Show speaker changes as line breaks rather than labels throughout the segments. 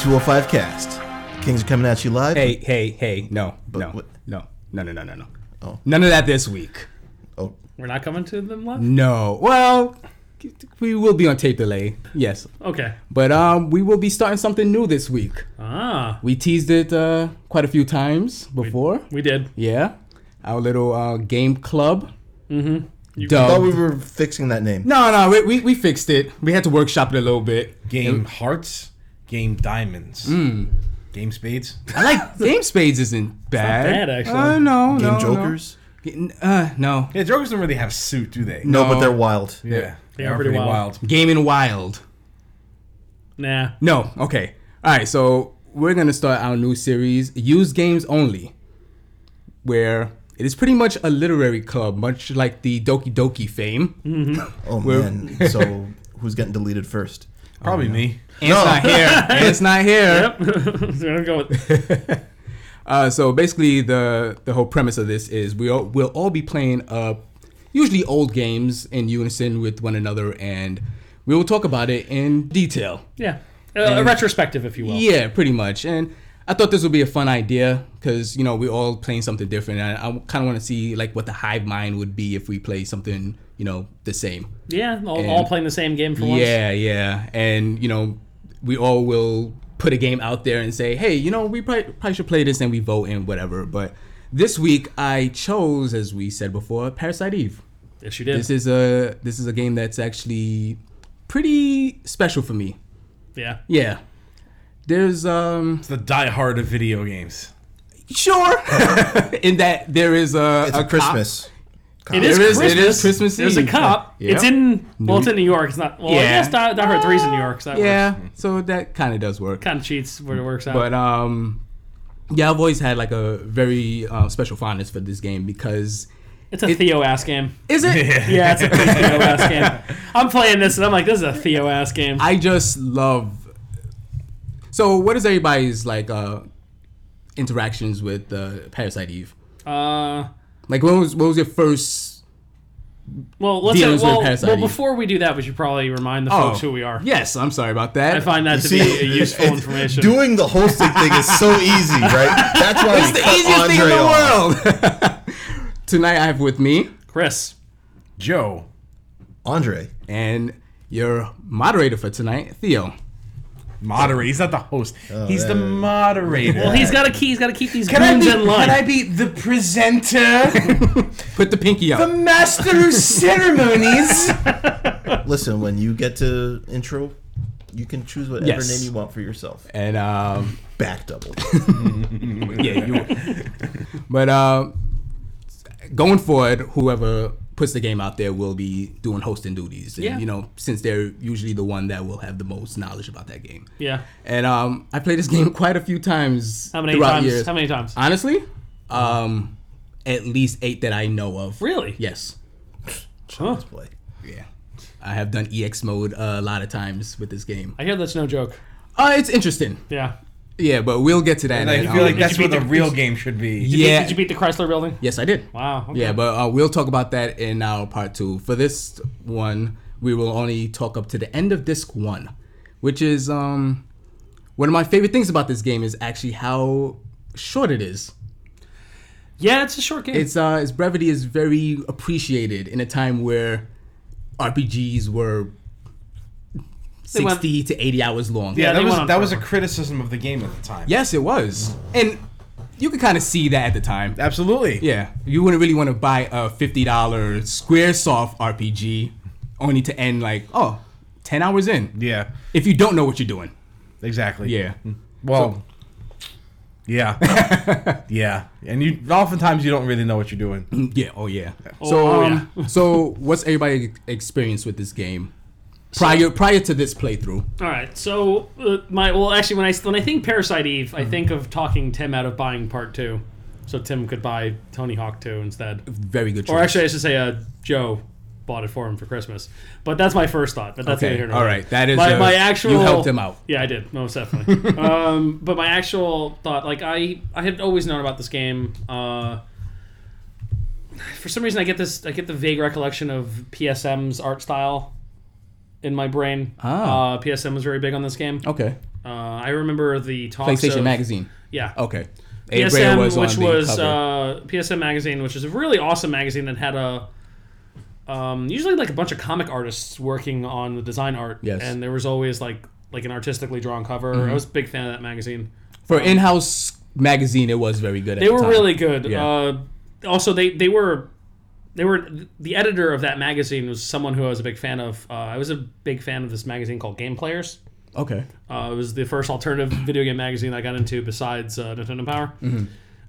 205 Cast. Kings are coming at you live.
Hey, hey, hey, no, no,
what-
no, no, no, no, no, no.
Oh.
None of that this week.
Oh,
We're not coming to them live?
No. Well, we will be on tape delay, yes.
Okay.
But um, we will be starting something new this week.
Ah,
We teased it uh, quite a few times before.
we did.
Yeah. Our little uh, game club.
Mm-hmm. You-
Dubbed-
I thought we were fixing that name.
No, no, we, we, we fixed it. We had to workshop it a little bit.
Game hearts, game diamonds, game spades.
I like Game Spades isn't bad.
bad, actually.
Uh, no,
Game
no,
Jokers?
No. Uh, no.
Yeah, jokers don't really have suit, do they?
No,
No.
but they're wild.
Yeah,
They are pretty wild.
Game and Wild.
Nah.
No. Okay. All right. So we're gonna start our new series, "Used Games Only," where it is pretty much a literary club, much like the Doki Doki fame.
Oh, man. So, who's getting deleted first?
Probably me.
And it's not here. And it's not here.
Yep. so I'm gonna go with
Uh, so basically, the the whole premise of this is we all, we'll all be playing uh, usually old games in unison with one another, and we will talk about it in detail.
yeah, a, a
And-
retrospective, if you will.
Yeah, pretty much. And I thought this would be a fun idea because you know we're all playing something different, and I, kind of want to see like what the hive mind would be if we play something you know the same.
Yeah, all,
And-
all playing the same game for once.
Yeah, yeah, and you know we all will put a game out there and say, hey, you know we probably, probably should play this, and we vote and whatever. But this week I chose, as we said before, Parasite Eve.
Yes, you did.
This is a this is a game that's actually pretty special for me.
yeah.
Yeah. There's um
It's the diehard of video games.
Sure. in that there is a,
It's a
cop-
Christmas.
It
There
is,
is-
Christmas.
it is Christmas
There's a
Eve.
cop.
Yeah.
It's in well, it's in New York. It's not. Well, yeah. I
Yeah.
guess Die, Die Hard Three's in New York. So that works.
yeah, so that kind of does work.
Kind of cheats where it works out.
But um, yeah, I've always had like a very uh, special fondness for this game because
it's a Theo ass game.
is it?
Yeah, it's a Theo ass game. I'm playing this and I'm like, this is a Theo ass game.
I just love. So what is everybody's like uh, interactions with uh, Parasite Eve?
Uh,
Like what was what was your first?
well, let's
Dealings with
well,
Parasite
well
Eve.
before we do that, we should probably remind the
Oh,
folks who we are.
Yes, I'm sorry about that.
I find that to be a useful
it's-
information.
Doing the hosting thing is so easy, right? That's why
it's
we
the
cut
easiest thing in
Andre off.
the world. Tonight I have with me
Chris.
Joe.
Andre.
and your moderator for tonight, Theo.
Moderator. He's not the host. he's the
Oh, yeah.
moderator.
Well, he's got a key. He's got to keep these
Can I,
goons
be,
in line.
can I be the presenter,
Put the pinky
the
up.
master of ceremonies?
Listen, when you get to intro, you can choose whatever
Yes.
name you want for yourself.
And um,
Back double.
yeah, you. but uh, going forward, whoever puts the game out there will be doing hosting duties. And,
Yeah.
You know, since they're usually the one that will have the most knowledge about that game.
yeah.
And um, I played this game quite a few times
How many
throughout
times?
years.
How many times?
Honestly, um, at least eight that I know of.
Really?
Yes.
Huh.
Play.
Yeah. I have done EX mode a lot of times with this game.
I hear that's no joke.
Uh, it's interesting.
Yeah.
Yeah, but we'll get to that.
I
in a-
feel like that's
you
what
beat
the
the-
real game should be.
Did you-
Yeah.
Did you beat the Chrysler Building?
yes, I did.
Wow. okay.
Yeah, but uh, we'll talk about that in our part two. For this one, we will only talk up to the end of disc one, which is um one of my favorite things about this game is actually how short it is.
Yeah, it's a short game.
It's uh, its brevity is very appreciated in a time where RPGs were
They went-
sixty to eighty hours long.
Yeah,
Yeah,
they
that
went on
was that was a
forever.
criticism of the game at the time.
Yes, it was, and you could kind of see that at the time.
absolutely.
Yeah, you wouldn't really want to buy a fifty dollar SquareSoft RPG only to end like oh, 10 hours in
yeah,
if you don't know what you're doing.
exactly.
Yeah, Mm,
Well, yeah, yeah, and you oftentimes you don't really know what you're doing.
yeah, oh yeah. so
oh,
um, so what's everybody experience with this game prior prior to this playthrough?
All right. So uh, my well, actually, when I when I think Parasite Eve, I think of talking Tim out of buying part two, so Tim could buy Tony Hawk two instead.
Very good. Choice.
Or actually, I should say, uh, Joe bought it for him for Christmas. But that's my first thought. But that's
Okay,
neither here nor
all
there.
right, that is
my,
a-
my
you
actual.
helped him out.
Yeah, I did most definitely. um, but my actual thought, like I, I had always known about this game. Uh, for some reason, I get this. I get the vague recollection of PSM's art style in my brain.
Ah.
Uh, PSM was very big on this game.
okay.
Uh, I remember the talks
Oh. PlayStation
of-
Magazine.
Yeah.
Okay. Abe Rare
PSM, which
on the
was
cover.
uh, PSM magazine, which is a really awesome magazine that had a um, usually like a bunch of comic artists working on the design art.
Yes. Mm-hmm.
and there was always like like an artistically drawn cover. I was a big fan of that magazine.
for in-house magazine. It was very good. At
They
the
were
time.
really good.
Yeah.
Uh, also, they they were they were the editor of that magazine was someone who I was a big fan of. Uh, I was a big fan of this magazine called Game Players.
okay.
Uh, it was the first alternative video game magazine I got into besides uh, Nintendo Power.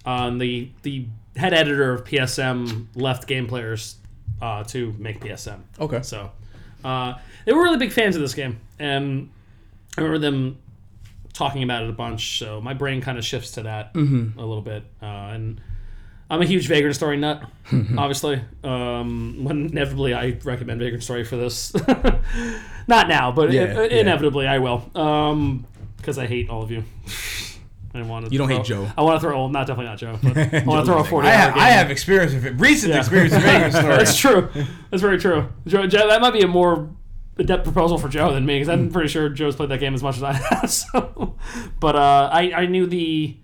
Um, the the head editor of PSM left Game Players uh, to make PSM.
Okay.
So uh, they were really big fans of this game, and I remember them talking about it a bunch. So my brain kind of shifts to that
Mm-hmm.
a little bit, uh, and I'm a huge Vagrant Story nut.
Mm-hmm.
obviously, um, when inevitably I recommend Vagrant Story for this. Not now, but
Yeah,
i-
yeah.
inevitably I will, because I hate all of you. I want to.
You don't hate Joe.
I want to throw. Well, not definitely not Joe. But I want to throw a forty.
I have, I have experience with it. Recent
Yeah.
experience with making
That's
stories.
true. That's very true. Joe, Joe, that might be a more adept proposal for Joe than me because I'm pretty sure Joe's played that game as much as I have. So, but uh, I I knew the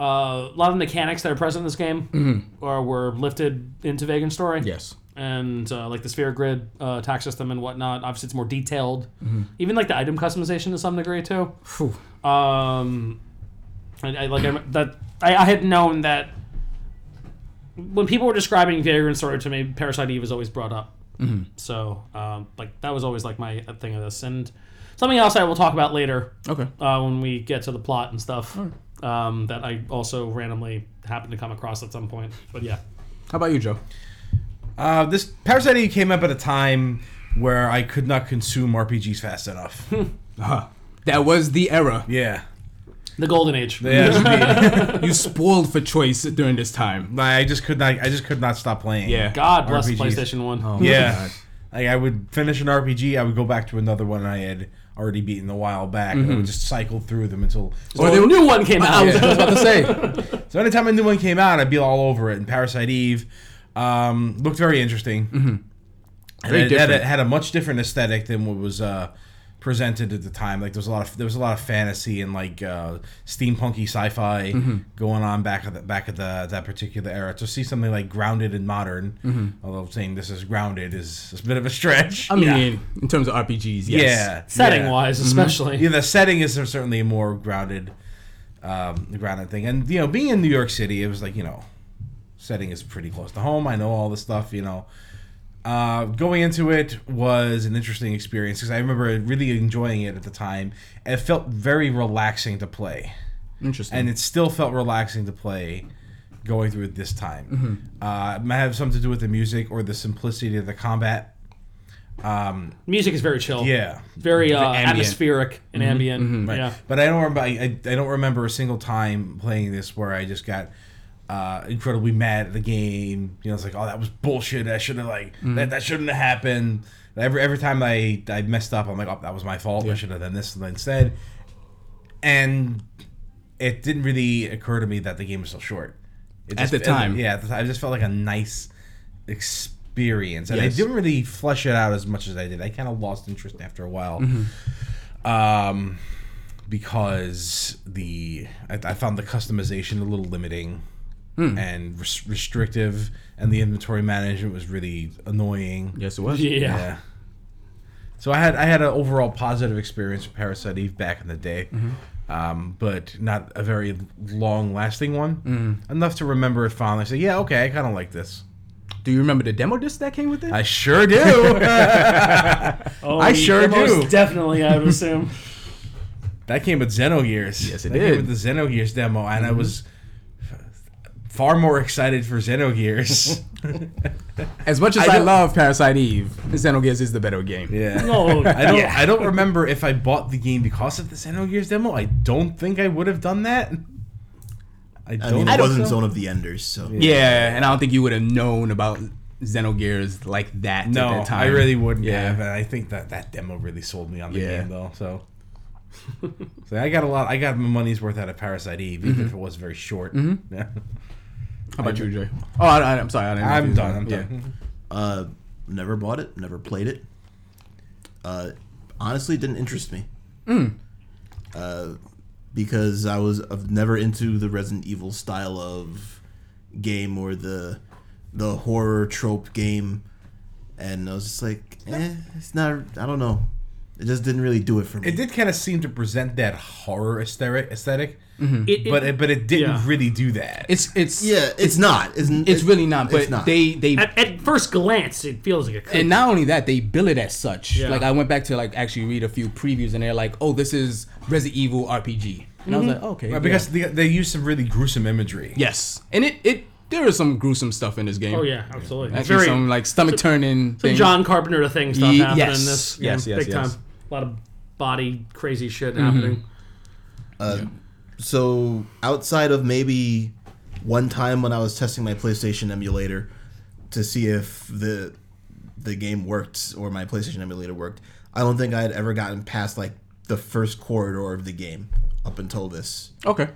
uh, a lot of the mechanics that are present in this game or were lifted into Vagrant Story.
Yes.
And uh, like the sphere grid uh, attack system and whatnot. Obviously, it's more detailed. Even like the item customization to some degree too.
Phew.
Um, I, I like I, rem- that. I, I had known that when people were describing Vagrant Story to me, Parasite Eve was always brought up. So, um, like that was always like my thing of this, and something else I will talk about later
Okay.
uh, when we get to the plot and stuff um, that I also randomly happened to come across at some point. But yeah,
How about you, Joe?
Uh, this Parasite Eve came up at a time where I could not consume RPGs fast enough.
Uh-huh. That was the era.
yeah.
the Golden Age.
Yeah, that's me.
you spoiled for choice during this time.
Like, I just could not. I just could not stop playing.
Yeah.
God bless the
RPGs.
PlayStation One.
Oh. Yeah.
God.
Like I would finish an RPG, I would go back to another one I had already beaten a while back, and I would just cycle through them until.
Or the new one came
I
out.
was just about to say.
So anytime a new one came out, I'd be all over it. And Parasite Eve um, looked very interesting. Mm-hmm.
Very
it, had a,
different.
had a much different aesthetic than what was uh, presented at the time. Like there was a lot of there was a lot of fantasy and like uh, steampunky sci-fi
Mm-hmm.
going on back at the, back at the that particular era. To see something like grounded and modern,
Mm-hmm.
although saying this is grounded is a bit of a stretch.
I mean, in terms of RPGs, Um, yes.
Yeah,
Setting
yeah. Mm-hmm.
wise, especially.
Yeah, the setting is certainly a more grounded, um, grounded thing. And you know, being in New York City, it was like you know, setting is pretty close to home. I know all this stuff. You know, uh, going into it was an interesting experience because I remember really enjoying it at the time. It felt very relaxing to play
Interesting.
and it still felt relaxing to play going through it this time. Uh, it might have something to do with the music or the simplicity of the combat. Um,
Music is very chill.
yeah, Mm-hmm.
very uh,
ambient.
atmospheric and ambient. Yeah.
But I don't remember. I, I, I don't remember a single time playing this where I just got uh, incredibly mad at the game. You know, it's like, oh, that was bullshit. I should have like
Mm.
that. That shouldn't have happened. Every every time I I messed up, I'm like, oh, that was my fault. I should have done this instead. And it didn't really occur to me that the game was so short. It
At the time.
yeah, at the time, I just felt like a nice experience, and
Yes.
I didn't really flesh it out as much as I did. I kind of lost interest after a while.
Mm-hmm.
Um, because the I, I found the customization a little limiting and res- restrictive, and the inventory management was really annoying.
yes, it was.
Yeah.
Yeah. So I had I had an overall positive experience with Parasite Eve back in the day, um, but not a very long lasting one. Enough to remember it fondly. Say, yeah, okay, I kind of like this.
Do you remember the demo disc that came with it?
I sure do.
Oh,
I sure
most
do.
Definitely, I would assume.
That came with Xenogears.
Yes, it
that Came
did. Mm-hmm.
with the Xenogears demo, and I was f- far more excited for Xenogears.
as much as
I
I,
don't-
love Parasite Eve, Xenogears is the better game.
yeah.
Oh, No,
I don't.
yeah.
I don't remember if I bought the game because of the Xenogears demo. I don't think I would have done that. I
I
don't.
mean, it
think
wasn't
so.
Zone of the Enders, so
Yeah, and I don't think you would have known about Xenogears like that at
No,
that time.
I really wouldn't
Yeah.
have. And I think that that demo really sold me on the
Yeah.
game, though. So. so I got a lot. I got my money's worth out of Parasite Eve, even
Mm-hmm.
if it was very short. Yeah.
How about you, Jay? Oh, I, I, am sorry. I didn't
I'm
know
done. I'm
if you-
done.
uh, never bought it, never played it. Uh, honestly, it didn't interest me. uh, because I was I've never into the Resident Evil style of game or the the horror trope game, and I was just like, eh, it's not. I don't know. It just didn't really do it for me.
It did kind of seem to present that horror aesthetic, aesthetic,
Mm-hmm.
It, it-
but it, but it didn't
Yeah.
really do that.
It's it's
Yeah, it's, not. It's,
it's really not. But they they
at, at first glance, it feels like a cookie.
and not only that, they bill it as such.
Yeah.
Like I went back to like actually read a few previews, and they're like, "Oh, this is Resident Evil RPG," and I was like, "Okay."
Uh,
yeah.
because they, they used some really gruesome imagery.
yes, and it it there is some gruesome stuff in this game.
oh yeah, absolutely. It's
actually
very
some like stomach turning
some
things.
John Carpenter thing stuff
Ye-
happening
yes,
in this. game,
yes, yes,
big
yes. Mm-hmm.
time. A lot of body crazy shit happening.
so outside of maybe one time when I was testing my PlayStation emulator to see if the the game worked or my PlayStation emulator worked, I don't think I had ever gotten past like the first corridor of the game up until this.
okay.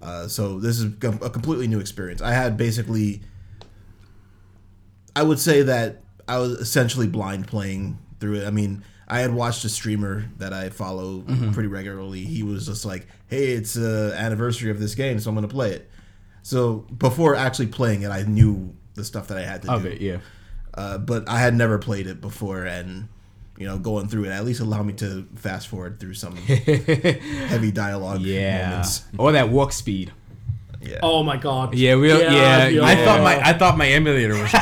Uh, so this is com- a completely new experience. I had basically, I would say that I was essentially blind playing through it. I mean, I had watched a streamer that I follow
Mm-hmm.
pretty regularly. He was just like, "Hey, it's uh, anniversary of this game, so I'm gonna play it." So before actually playing it, I knew the stuff that I had to
Of
do.
it, yeah.
Uh, but I had never played it before, and you know, going through it at least allowed me to fast forward through some heavy dialogue
Yeah.
moments.
Or that walk speed.
Yeah.
Oh my god.
Yeah, we- yeah,
yo.
I
Yeah.
thought my I thought my emulator was,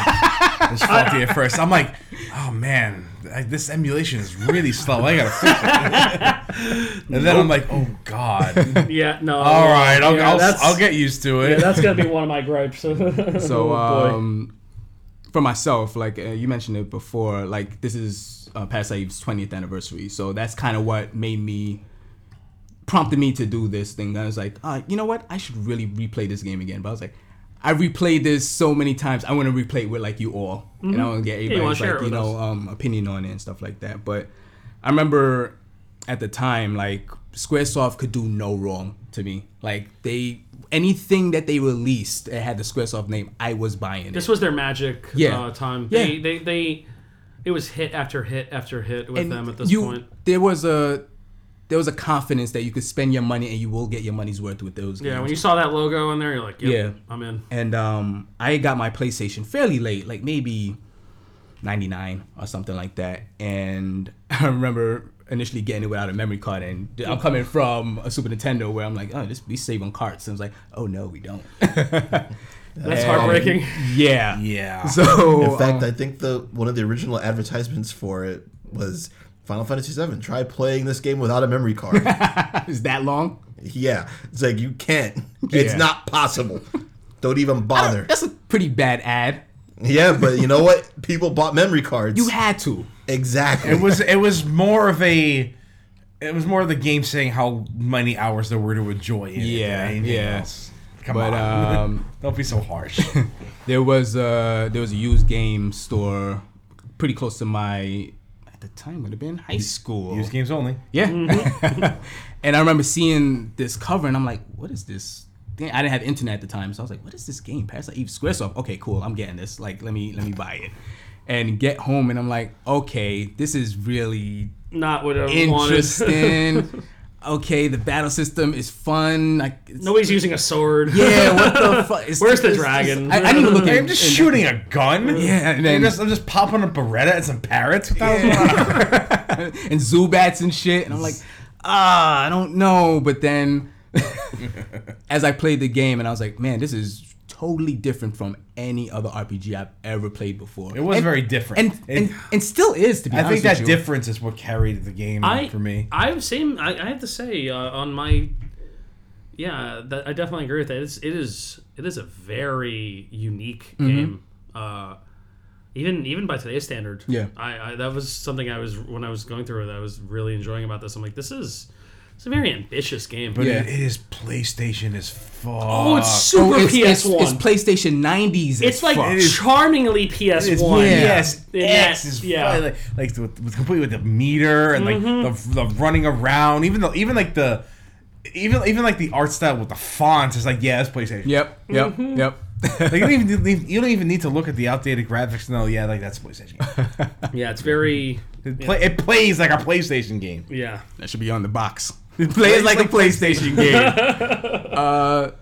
was faulty at first. I'm like, oh man, I, this emulation is really slow. I gotta fix it. and then I'm like, oh god.
Yeah, no.
All right, I'll,
yeah,
I'll,
that's-
I'll get used to it.
yeah, that's gonna be one of my gripes. so,
So,
oh, boy.
um, for myself, like uh, you mentioned it before, like this is uh, Pat Saeed's 20th anniversary. So that's kind of what made me, prompted me to do this thing. I was like, uh, you know what? I should really replay this game again. But I was like, I replayed this so many times. I want to replay it with like you all, and I want to get
Mm-hmm. wanna
everybody's
share it
like you
with
know um, opinion on it and stuff like that. But I remember at the time, like SquareSoft could do no wrong to me. Like they anything that they released that had the SquareSoft name, I was buying
this
it.
was their magic
Yeah.
uh, time.
Yeah.
They, they they it was hit after hit after hit with them at this
you,
point.
there was a there was a confidence that you could spend your money and you will get your money's worth with those.
Yeah,
games.
when you saw that logo in there, you're like, yep,
Yeah.
I'm in.
and um, I got my PlayStation fairly late, like maybe 99 or something like that. And I remember initially getting it without a memory card. And I'm coming from a Super Nintendo where I'm like, oh, this, we save on carts. And I was like, oh, no, we don't.
That's
And-
heartbreaking.
Yeah.
yeah.
So,
In fact,
um,
I think the one of the original advertisements for it was Final Fantasy VII. Try playing this game without a memory card.
is that long?
yeah, it's like you can't. It's
Yeah.
not possible. Don't even bother.
That's a pretty bad ad.
yeah, but you know what? People bought memory cards.
You had to.
exactly.
it was it was more of a it was more of the game saying how many hours there were to enjoy in it.
Yeah,
than anything
yeah.
else. Come
But,
on.
um,
Don't be so harsh.
There was a there was a used game store pretty close to my at the time would have been high school.
Use games only.
Yeah.
Mm-hmm.
and I remember seeing this cover and I'm like, what is this? thing? I didn't have internet at the time, so I was like, what is this game? Parasite Eve Squaresoft. Okay, cool. I'm getting this. Like, let me let me buy it. And get home and I'm like, okay, this is really
Not what I wanted.
interesting. okay, the battle system is fun. Like it's-
Nobody's using a sword.
Yeah, what the fuck?
Where's the dragon?
I, I didn't even look at
Hey, I'm just shooting a gun.
Yeah, and
I'm
then
just, I'm just popping a Beretta and some parrots. What the hell's going on?
and Zubats and shit. And I'm like, ah, I don't know. But then as I played the game and I was like, man, this is totally different from any other RPG I've ever played before.
It was
and,
very different.
and,
It-
and and still is to be
I think
honest. with
that
you.
difference is what carried the game
I,
for me.
I've seen. I, I have to say uh, on my. Yeah, that, I definitely agree with that. It's, it is. It is a very unique game. Uh, even even by today's standard.
Yeah.
I, I that was something I was when I was going through it. I was really enjoying about this. I'm like, this is. It's a very ambitious game. But
But
Yeah.
it, it is PlayStation as fuck.
oh, it's
Oh,
super
it's, it's,
PS1. It's,
it's PlayStation 90s. as
like
fuck.
is-
charmingly PS1.
It's yes,
Yeah.
X is
Yeah.
yeah. like, like with, with complete with the meter and like
Mm-hmm.
the, the running around, even though even like the even even like the art style with the fonts is like yeah, it's PlayStation.
Yep, yep,
Mm-hmm.
yep.
Like, you don't even need- you don't even need to look at the outdated graphics. No, yeah, like that's a PlayStation. Game.
Yeah, it's very.
It, play, it plays like a PlayStation game.
Yeah.
that should be on the box. Play it like a PlayStation game. uh,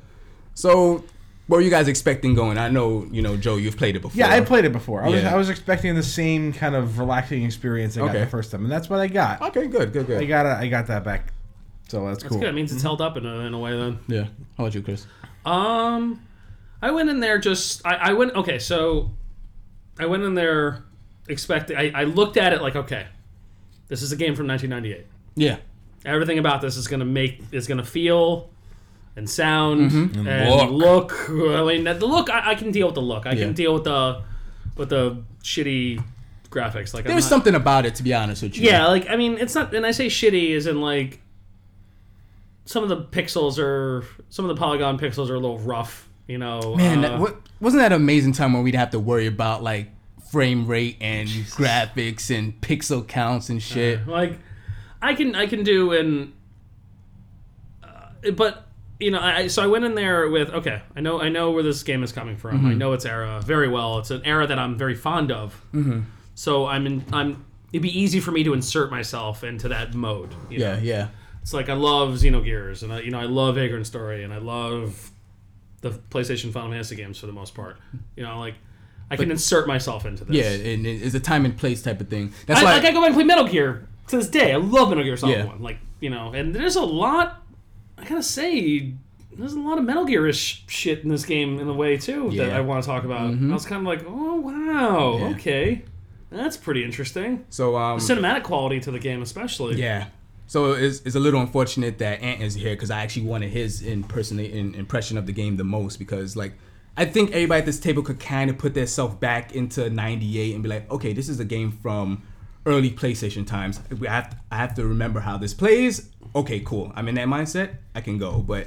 so, what were you guys expecting going? I know, you know, Joe, you've played it before.
Yeah, I played it before. I was
Yeah.
I was expecting the same kind of relaxing experience I
Okay.
got the first time, and that's what I got.
Okay, good, good,
I
good.
got I got that back, so that's,
Oh. That's
cool.
good. It means it's held up in a, in a way then.
Yeah. How about you, Chris?
Um, I went in there just I, I went okay. So I went in there expecting. I, I looked at it like okay, this is a game from 1998.
Yeah.
Everything about this is gonna make is gonna feel and sound
Mm-hmm.
and, look. I mean the look I, I can deal with the look. I
Yeah.
can deal with the with the shitty graphics. Like I'm
There's
not-
something about it, to be honest with you.
yeah, like I mean, it's not. And I say shitty as in like some of the pixels are some of the polygon pixels are a little rough. You know,
Man,
uh,
that, what, wasn't that an amazing time when we'd have to worry about like frame rate and graphics and pixel counts and shit?
like I can I can do and uh, but you know I I- so I went in there with okay I know I know where this game is coming from
Mm-hmm.
I know its era very well it's an era that I'm very fond of mm-hmm. so I'm in I'm it'd be easy for me to insert myself into that mode you know?
Yeah, yeah.
it's like I love Xenogears and I, you know I love Vagrant Story and I love the PlayStation Final Fantasy games for the most part you know like I can insert myself into this
Yeah, and it- it's a time and place type of thing. That's
I,
why.
like I go back and play Metal Gear to this day. I love Metal Gear Solid
Yeah.
One. Like you know, and there's a lot. I gotta say, there's a lot of Metal Gearish shit in this game in a way too that
Yeah. Mm-hmm.
I want to talk about. I was kind of like, oh wow,
Yeah.
okay, that's pretty interesting.
so, um.
Cinematic quality to the game, especially.
Yeah. So it's, it's a little unfortunate that Ant is here because I actually wanted his impersonate in, impression of the game the most because like I think everybody at this table could kind of put themselves back into '98 and be like, okay, this is a game from early PlayStation times. We have to, I have to remember how this plays. Okay, cool. I'm in that mindset. I can go. But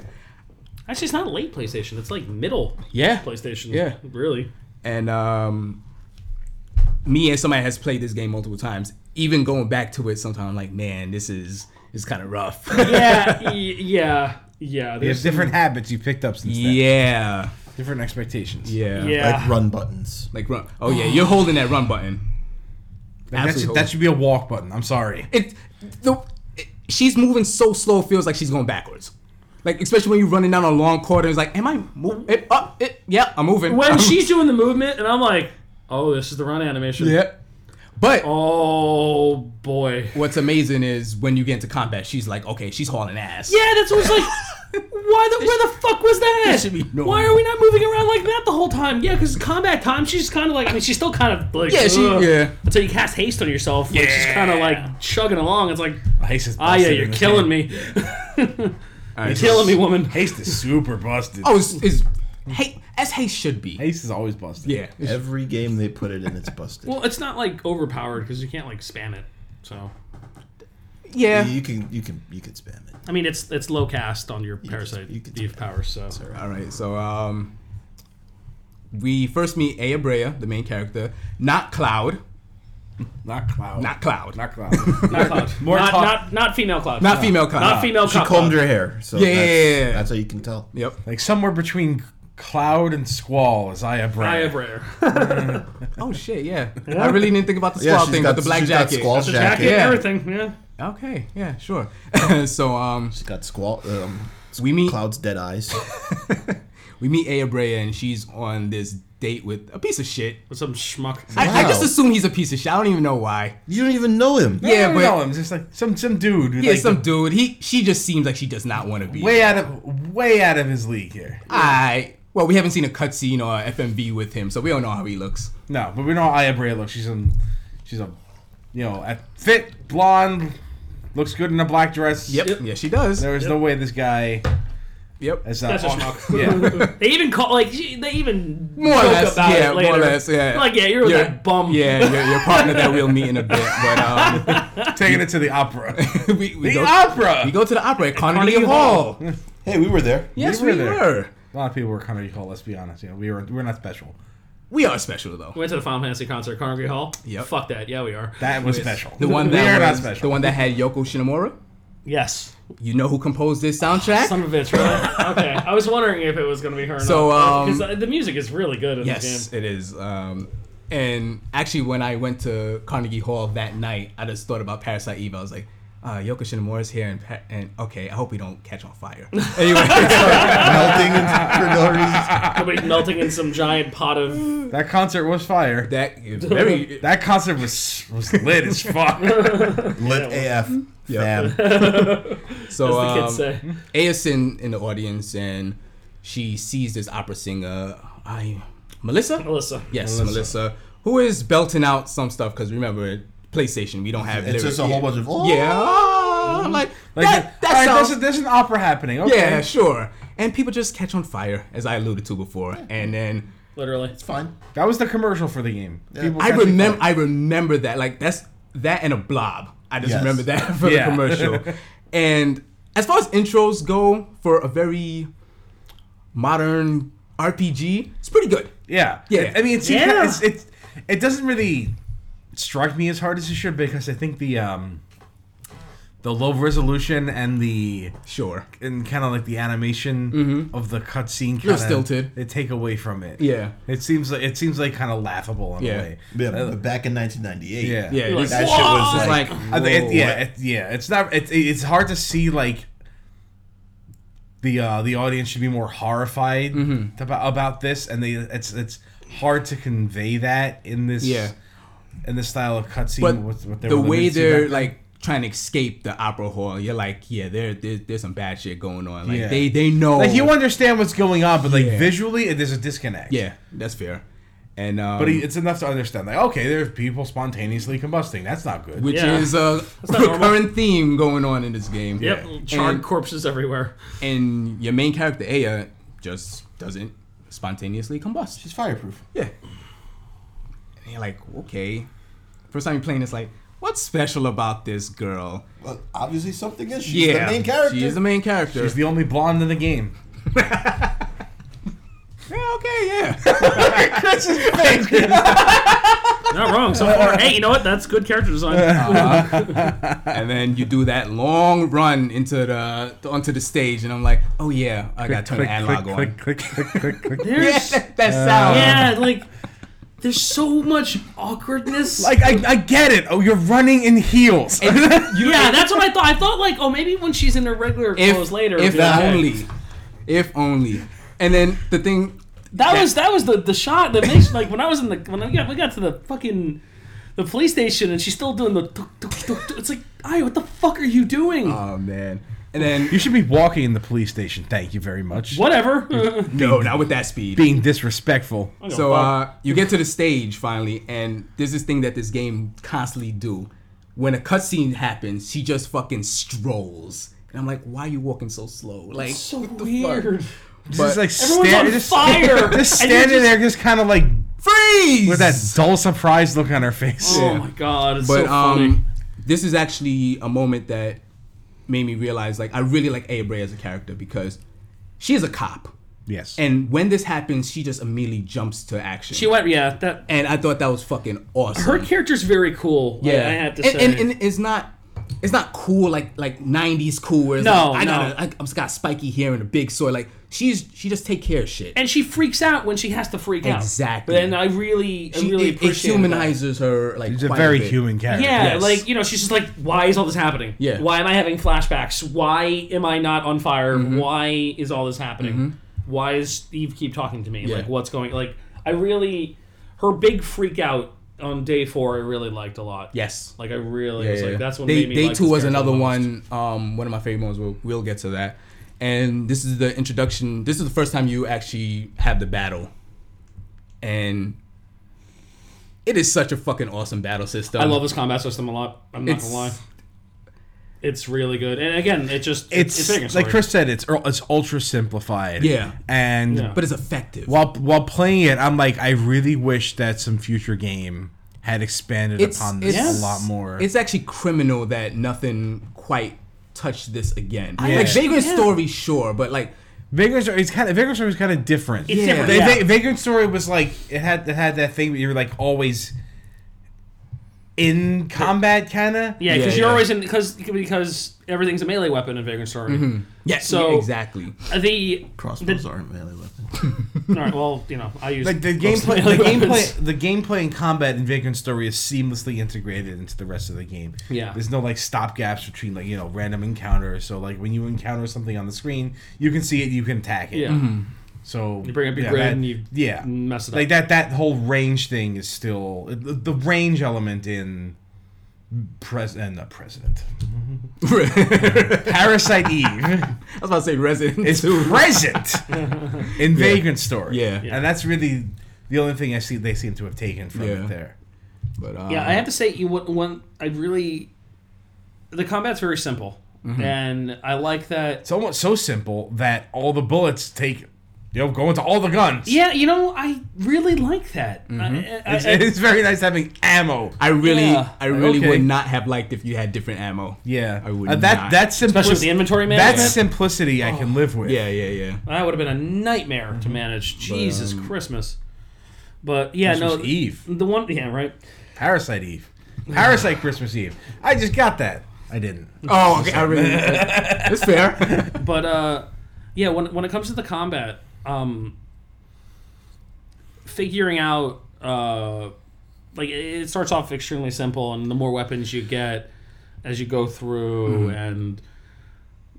Actually, it's not late PlayStation. It's like middle
yeah,
PlayStation.
Yeah.
Really.
and um, me as somebody has played this game multiple times, even going back to it, sometimes I'm like, man, this is it's kind of rough.
Yeah. y- yeah. Yeah. There's
There's different habits you've picked up since
yeah.
then. Different expectations.
Yeah.
Yeah.
Like run buttons.
Like run. Oh yeah, you're holding that run button.
Like, that,
Absolutely
should,
holding-
that should be a walk button. I'm sorry.
It, the, it- she's moving so slow, it feels like she's going backwards. Like especially when you're running down a long corridor, it's like, am I moving? It, up? it, yeah, I'm moving.
when
I'm-
she's doing the movement, and I'm like, oh, this is the run animation.
yeah. But
Oh boy.
what's amazing is when you get into combat, she's like, okay, she's hauling ass.
Yeah, that's what I was like. Why the where the fuck was that?
This should be normal.
Why are we not moving around like that the whole time? Yeah, because combat time, she's kind of like. I mean, she's still kind of like.
Yeah, she-
ugh.
yeah.
Until you cast haste on yourself, like she's kind of
Yeah.
like chugging along. It's like,
Haste is
ah, yeah,
busted in
you're
this
killing
game.
me,
All right.
killing me, woman.
Haste is super busted.
Oh, is, is hey as hey should be.
Haste is always busted.
Yeah.
Every game they put it in, it's busted.
Well, it's not like overpowered because you can't like spam it. So
Yeah.
You can you can you can spam it.
I mean, it's it's low cast on your parasite
you could-
thief powers. So
All right, so um, we first meet Aya Brea, the main character, not Cloud,
Not cloud.
not Cloud,
Not
not,
cloud.
not cloud,
More
not,
talk-
not not female cloud,
female Cloud.
not female.
She
cop
combed
cloud.
her hair, so
Yeah, yeah,
that's,
yeah, yeah.
that's how you can tell.
Yep.
like somewhere between cloud and squall is Aya Bray.
Eye of rare.
Oh shit, yeah. I really didn't think about the squall
she's
thing,
got-
but the black
she's got
jacket.
squall
The
jacket.
jacket,
Yeah.
everything. Yeah.
Okay, yeah, sure. so um,
She's got squall. Um,
we meet
Cloud's dead eyes.
we meet Aya Brea, and she's on this date with a piece of shit.
With some schmuck.
I, I
Wow.
just assume he's a piece of shit. I don't even know why.
you don't even know him.
Yeah,
Yeah,
no,
but-
but no, I'm just like some some dude. who,
Yeah,
like,
some dude. He she just seems like she does not want to be.
way out of way out of his league here.
I well, we haven't seen a cutscene or a FMV with him, so we don't know how he looks.
No, but we know Aya Bray looks. She's a, she's a, you know, a fit blonde, looks good in a black dress.
Yep. Yeah, she does.
There is no way this guy
Yep.
is uh,
That's
not.
a schmuck. They even call like she- they even
More or
joke
less,
about
yeah,
it later.
more or less, yeah.
Like yeah, you're
Your-
that bum.
Yeah, your, your partner that we'll meet in a bit, but um,
Taking it to the opera.
we, we
the
go
opera.
we go to the opera at Carnegie,
Carnegie
Hall.
Hey, we were there.
Yes,
We were
we
there.
were.
a lot of people were Carnegie Hall. Let's be honest. You know, we were we we're not special.
We are special though.
Went to the Final Fantasy concert, at Carnegie Hall. Yeah.
Yep.
Fuck that. Yeah, we are.
That was special.
The one
we are
that
not
was,
special.
the one that had Yoko Shinamura.
yes.
You know who composed this soundtrack?
Son of a bitch. Right? okay. I was wondering if it was gonna be her. Or
So,
not.
um,
'Cause, uh, the music is really good in
yes,
this game.
it is. Um, and actually, when I went to Carnegie Hall that night, I just thought about Parasite Eve. I was like, uh, Yoko Shinomora's here, and, pa- and okay, I hope we don't catch on fire. Anyway, so-
melting and- for no reason.
Somebody melting in some giant pot
Um,
of.
That concert was fire.
that is very
That concert was was lit as fuck.
Lit AF.
Yeah.
Fam.
so.
As the
um,
kids say.
Aya's in, in the audience and she sees this opera singer, I Melissa.
Oh, Melissa.
Yes, Melissa.
Melissa.
who is belting out some stuff because remember PlayStation, we don't have
It's
lyrics.
just a whole bunch of Mm-hmm. oh,
Yeah, I'm like,
Like,
that. That
all right,
sounds.
there's, a- there's an opera happening. Okay.
yeah, sure. And people just catch on fire, as I alluded to before. And then
Literally.
It's fine.
That was the commercial for the game. People
I
catching
remember,
fire.
I remember that. Like that's that and a blob. I just
Yes.
remember that for
Yeah.
the commercial. and as far as intros go, for a very modern RPG, it's pretty good.
Yeah.
Yeah.
I mean, it's,
Yeah.
it's, it's it doesn't really strike me as hard as it should because I think the um the low resolution and the
Sure.
and kind of like the animation of the cutscene
You're
kind
Mm-hmm. stilted.
They take away from it.
Yeah.
It seems like it seems like kind of laughable in
Yeah.
a way.
Yeah,
Uh,
but back in 1998.
yeah.
Yeah.
You're
it's-
That
like,
shit was
it's
just
like,
like,
I think
whoa.
it, yeah, it, yeah. It's not. It's it's hard to see like the uh, the audience should be more horrified
Mm-hmm.
about about this, and they it's it's hard to convey that in this
Yeah.
in this style of cutscene.
But
with, with
the way they're like trying to escape the opera hall, you're like, yeah, there, there there's some bad shit going on. Like
Yeah.
they they know.
like you understand what's going on, but like
Oh. Yeah.
visually, it, there's a disconnect.
Yeah, that's fair. And um,
But it's enough to understand, like, okay, there's people spontaneously combusting. That's not good.
which
Yeah.
is a
not normal.
recurrent theme going on in this game.
Yep. Charred
And-
corpses everywhere.
and your main character Aya just doesn't spontaneously combust.
she's fireproof.
yeah. And you're like, okay. First time you're playing, it's like, what's special about this girl?
Well, obviously something is. She's
yeah,
the main character.
She is the main character.
She's the only blonde in the game.
yeah, okay, yeah.
Not wrong so far. Hey, you know what? That's good character design.
and then you do that long run into the onto the stage, and I'm like, oh yeah, I got to turn the analog on.
click, click, click, click, click, click.
Yeah,
There's,
that, that sound.
yeah, like there's so much awkwardness.
Like, I, I get it. Oh, you're running in heels.
You-
yeah, that's what I thought. I thought like, oh, maybe when she's in her regular clothes later.
If
it'll be okay.
only. If only. And then the thing.
That was that was the the shot that makes like when I was in the when I got, we got to the fucking the police station and she's still doing the tuk, tuk, tuk, tuk. it's like I what the fuck are you doing?
Oh man. And then
You should be walking in the police station. Thank you very much.
Whatever.
no, not with that speed.
Being disrespectful.
So uh, you get to the stage finally, and there's this thing that this game constantly do. When a cutscene happens, she just fucking strolls, and I'm like, "Why are you walking so slow? Like,
so
what the
weird.
fuck?
Just like
Everyone's
stand,
on
just,
fire.
just
and you're
standing there, just kind of like
Freeze!
with that dull surprise look on her face.
Oh my god, it's
But
so funny.
um, this is actually a moment that made me realize, like, I really like Abra as a character because she is a cop,
Yes.
and when this happens, she just immediately jumps to action.
she went yeah that
and I thought that was fucking awesome.
her character's very cool. Yeah, I, I have to
and,
say.
And, and it's not. It's not cool like like '90s cool. Where it's
No,
like, I
no.
got a, I, I'm just got spiky hair and a big sword. Like she's she just take care of shit.
and she freaks out when she has to freak out.
Exactly.
But then I really, I
she,
really
it, it
appreciate
humanizes her. Like
She's a
quite
very
bit.
human
that.
character.
Yeah,
Yes.
like you know, she's just like, why is all this happening?
Yeah.
Why am I having flashbacks? Why am I not on fire?
Mm-hmm.
Why is all this happening? Why is Steve keep talking to me? Like, what's going? Like, I really, her big freak out on day four, I really liked a lot.
Yes.
Like I really, was
Yeah, yeah.
like, that's what
they
made me.
they
like
too
this
was
character
another
the most.
one. Um, one of my favorite ones. We'll, we'll get to that. And this is the introduction. This is the first time you actually have the battle, and it is such a fucking awesome battle system.
I
Um,
love this combat system a lot. I'm not
It's-
gonna lie. It's really good, and again, it just
It's,
it's, Megan
like
Story.
Chris said, it's ul- it's ultra simplified.
Yeah.
And
Yeah.
but it's effective.
while while playing it, I'm like, I really wish that some future game had expanded upon this
it's-
a lot more.
It's actually criminal that nothing quite touched this again.
Yeah.
Like Vagrant
Yeah.
Story, sure, but like
Vagrant Story, it's kind of Vagrant Story was kind of different.
It's different,
They-
yeah.
they- Vagrant Story was like it had it had that thing where you were like always in combat, kinda.
Yeah, because
Yeah,
you're
yeah.
always in because because everything's a melee weapon in Vagrant Story.
Mm-hmm.
Yeah,
So-
yeah, exactly.
The
Crossbows aren't melee weapons.
all right, well, you know, I use
Like the
mostly
gameplay,
melee
the
weapons.
gameplay, the gameplay and combat in Vagrant Story is seamlessly integrated into the rest of the game.
Yeah.
there's no like stop gaps between like you know random encounters. So like when you encounter something on the screen, you can see it, you can attack it.
Yeah,
So
You bring up your
yeah,
grid
that-
and you
yeah
mess it up.
like that that whole range thing is still the, the range element in president the president
I
Parasite Eve
was about to say Resident
is
Evil.
present in Vagrant Story
Yeah.
Yeah.
and that's really the only thing I see they seem to have taken from
Yeah.
it there
But, um,
yeah. I have to say, you what one I really the combat's very simple,
Mm-hmm.
and I like that
it's almost so simple that all the bullets take you know go into all the guns
Yeah, you know, I really like that. I, I,
Mm-hmm. it's,
I-
it's very nice having ammo
I really,
Yeah.
I really
Okay.
would not have liked if you had different ammo.
yeah
I would
Uh,
not. Oh.
that that's
especially with the
simplicity
inventory
that
management,
simplicity I can live with
Yeah, yeah, yeah.
that would have been a nightmare
Mm-hmm.
to manage. Jesus
um,
Christmas. But yeah,
Christmas
no,
Eve
the one, yeah, right.
Parasite Eve. Parasite Christmas Eve. I just got that. I didn't.
Oh, okay. I really, that's fair.
But uh, yeah, when when it comes to the combat, um, figuring out uh, like it it starts off extremely simple, and the more weapons you get as you go through,
Mm-hmm.
and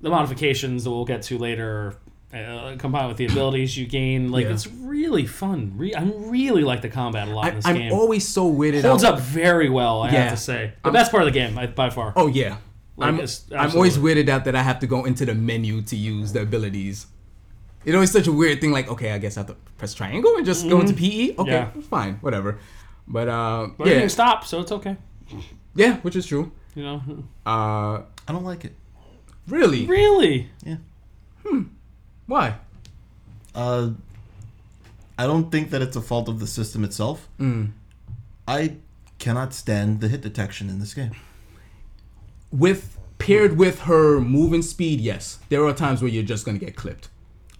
the modifications that we'll get to later. Uh, combined with the abilities you gain, like
Yeah.
it's really fun. Re- I really like the combat a lot in
I,
this
I'm
game.
always so weirded
Holds
out.
up very well, I
Yeah.
have to say. The best part of the game, I, by far.
Oh yeah.
Like,
I'm,
it's
I'm always weirded out that I have to go into the menu to use the abilities. It's always such a weird thing. Like, okay, I guess I have to press triangle and just go into PE. Okay,
Mm-hmm. Yeah.
fine, whatever. But uh,
But
yeah,
everything stopped, so it's okay.
yeah, which is true.
You know,
Uh,
I don't like it.
really?
really.
Yeah.
Why?
Uh, I don't think that it's a fault of the system itself.
Mm.
I cannot stand the hit detection in this game.
With paired with her moving speed, yes, there are times where you're just gonna get clipped.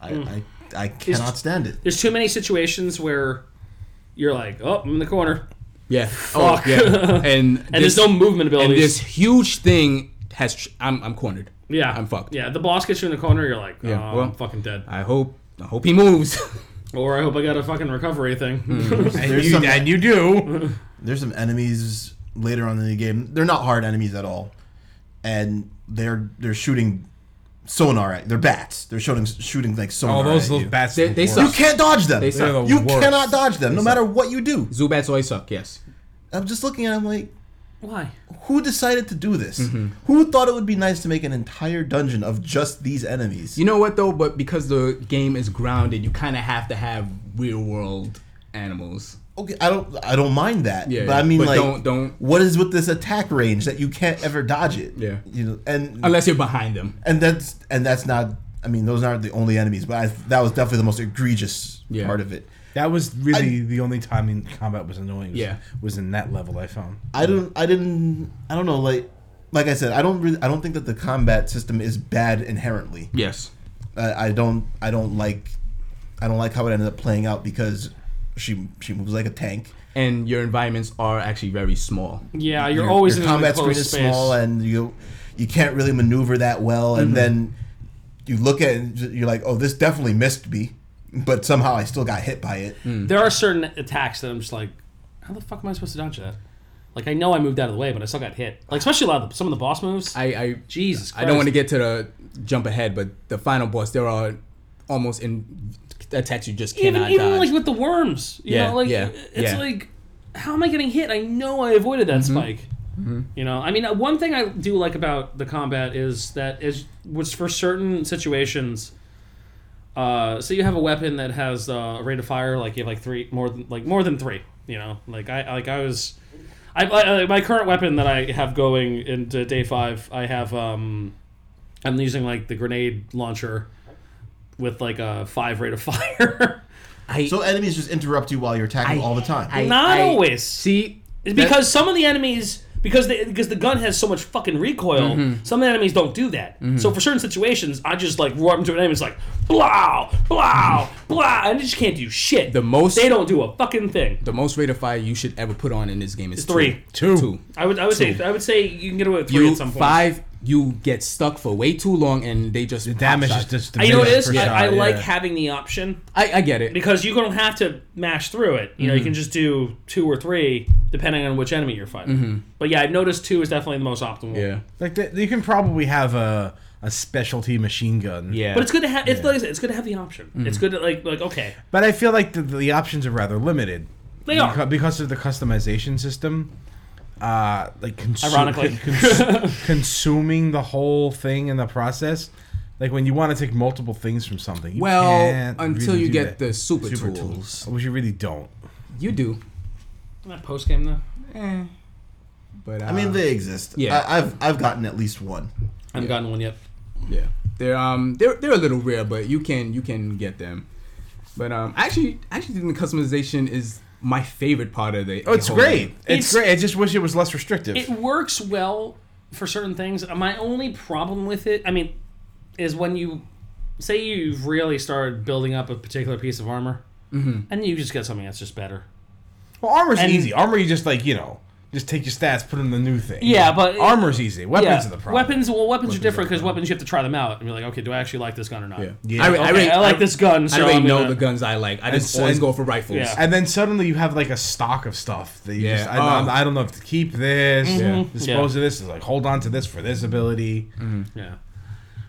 I
Mm.
I, I cannot stand it.
there's too many situations where you're like, oh, I'm in the corner,
Yeah.
Fuck.
Oh, yeah. And
and there's
this-
no movement
and this
abilities.
huge thing has. Tr- I'm I'm cornered.
yeah,
I'm fucked.
Yeah, the boss gets you in the corner. You're like, oh,
Yeah,
I'm
well-
fucking dead.
I hope I hope he moves.
Or I hope I got a fucking recovery thing.
And
Hmm.
There's
you,
some-
and you do.
There's some enemies later on in the game. They're not hard enemies at all, and they're they're shooting sonar at. They're bats. They're shooting shooting like sonar.
Oh,
All those
at
little
you.
bats.
They-
are the
they
worst.
suck.
You can't dodge them.
They suck.
They're the
You
worst.
cannot dodge them, no matter what you do.
Zubats always suck. Yes.
I'm just looking at. it, I'm like,
Why?
who decided to do this?
Mm-hmm.
Who thought it would be nice to make an entire dungeon of just these enemies?
You know what though? But because the game is grounded, you kind of have to have real world animals.
okay, I don't, I don't mind that.
Yeah,
but
yeah.
I mean,
But
like,
don't- don't-
What is with this attack range that you can't ever dodge it?
Yeah.
you know, and
Unless you're behind them.
and that's and that's not. I mean, those aren't the only enemies, but I, that was definitely the most egregious
Yeah.
part of it.
That was really the only time in combat was annoying. Was,
Yeah.
was in that level I found.
I don't, I didn't, I don't know, like. Like I said, I don't really, I don't think that the combat system is bad inherently.
Yes.
I, I don't I don't like I don't like how it ended up playing out because she she moves like a tank.
And your environments are actually very small.
Yeah, you're always
Your
in
combat screen
combat close
is
space. Mm-hmm.
small and you you can't really maneuver that well. And then you look at it and you're like, oh, this definitely missed me, but somehow I still got hit by it.
there are certain attacks that I'm just like, how the fuck am I supposed to dodge that? Like I know I moved out of the way, but I still got hit. Like especially a lot of the, some of the boss moves.
I, I
Jesus, Christ.
I don't want to get to the jump ahead, but the final boss, there are almost in attacks you just
even
cannot
even
dodge.
like with the worms. You
Yeah,
know, like
yeah,
it's
yeah. Mm-hmm.
like how am I getting hit? I know I avoided that spike. You know, I mean, uh, one thing I do like about the combat is that is was for certain situations. Uh, so you have a weapon that has uh, a rate of fire, like you have like three more than like more than three. You know, like I like I was, I, I I- my current weapon that I have going into day five, I have um, I'm using like the grenade launcher with like a five rate of fire.
I,
So enemies just interrupt you while you're attacking all the time.
I-
Not
I-
always.
See,
It's because some of the enemies because they, because the gun has so much fucking recoil.
Mm-hmm.
Some enemies don't do that. So for certain situations, I just like roar up into an enemy. It's like blow, blow, blow, and they just can't do shit.
The most-
they don't do a fucking thing.
The most rate of fire you should ever put on in this game is
three.
Two. two.
I would I would say I would say you can get away with three
You
at some point.
five. You get stuck for way too long, and they just
The damage is just
I, you know what it is?
diminished per
I, I
shot,
like
yeah.
having the option
I, I get it.
because you don't have to mash through it. You know,
Mm-hmm.
you can just do two or three depending on which enemy you're fighting. But yeah, I've noticed two is definitely the most optimal.
Mm-hmm. Yeah.
like the, you can probably have a a specialty machine gun.
Yeah.
But it's good to have. It's like I said, it's good to have the option. It's good to like like okay,
But I feel like the, the options are rather limited.
They
Beca-
are.
because of the customization system. Uh, like consu-
Ironically.
cons- consuming the whole thing in the process. Like when you want to take multiple things from something. You
well,
can't
until
really
you
do
get
that.
the super,
Super
tools.
tools.
Which you really don't.
You do.
that post game though.
But uh,
I mean, they exist.
yeah.
I, I've I've gotten at least one.
I haven't gotten one yet.
Yeah, they're um they're they're a little rare, but you can you can get them. But um, I actually I actually think the customization is my favorite part of the.
Oh, it's
the whole
great.
game.
It's-
It's, great. I just wish it was less restrictive.
It works well for certain things. My only problem with it, I mean, is when you say you've really started building up a particular piece of armor, and you just get something that's just better.
well, armor's
and-
easy. Armor, you just like you know, just take your stats, put them in the new thing.
Yeah, but-
armor's easy. Weapons
yeah,
are the problem.
weapons. Well, weapons, are different because weapons you have to try them out and be like, okay, do I actually like this gun or not?
Yeah,
Yeah.
I, re- I,
Okay,
re-
I like
I-
this gun. So
I already
am
know
gonna,
the guns I like. I just
And-
always
and-
go for rifles.
Yeah.
And then suddenly you have like a stock of stuff that you
Yeah.
just I,
Oh.
I'm- I don't know if to keep this,
Mhm.
dispose of this, is like hold on to this for this ability.
Yeah.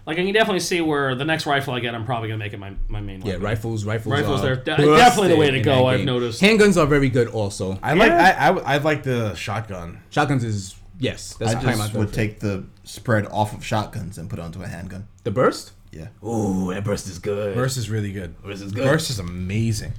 Like I can definitely see where the next rifle I get, I'm probably gonna make it my, my main
Yeah,
weapon.
rifles, rifles,
Rifles
are
are de- definitely the way to
busted in
go,
that
I've
game.
noticed.
handguns are very good. Also,
I like I, I I like the shotgun.
shotguns is yes. That's
I
probably my
just would
favorite.
take the spread off of shotguns and put it onto a handgun.
the burst.
Yeah.
Ooh, that burst is good.
Burst is really good.
Burst is good.
Burst is amazing.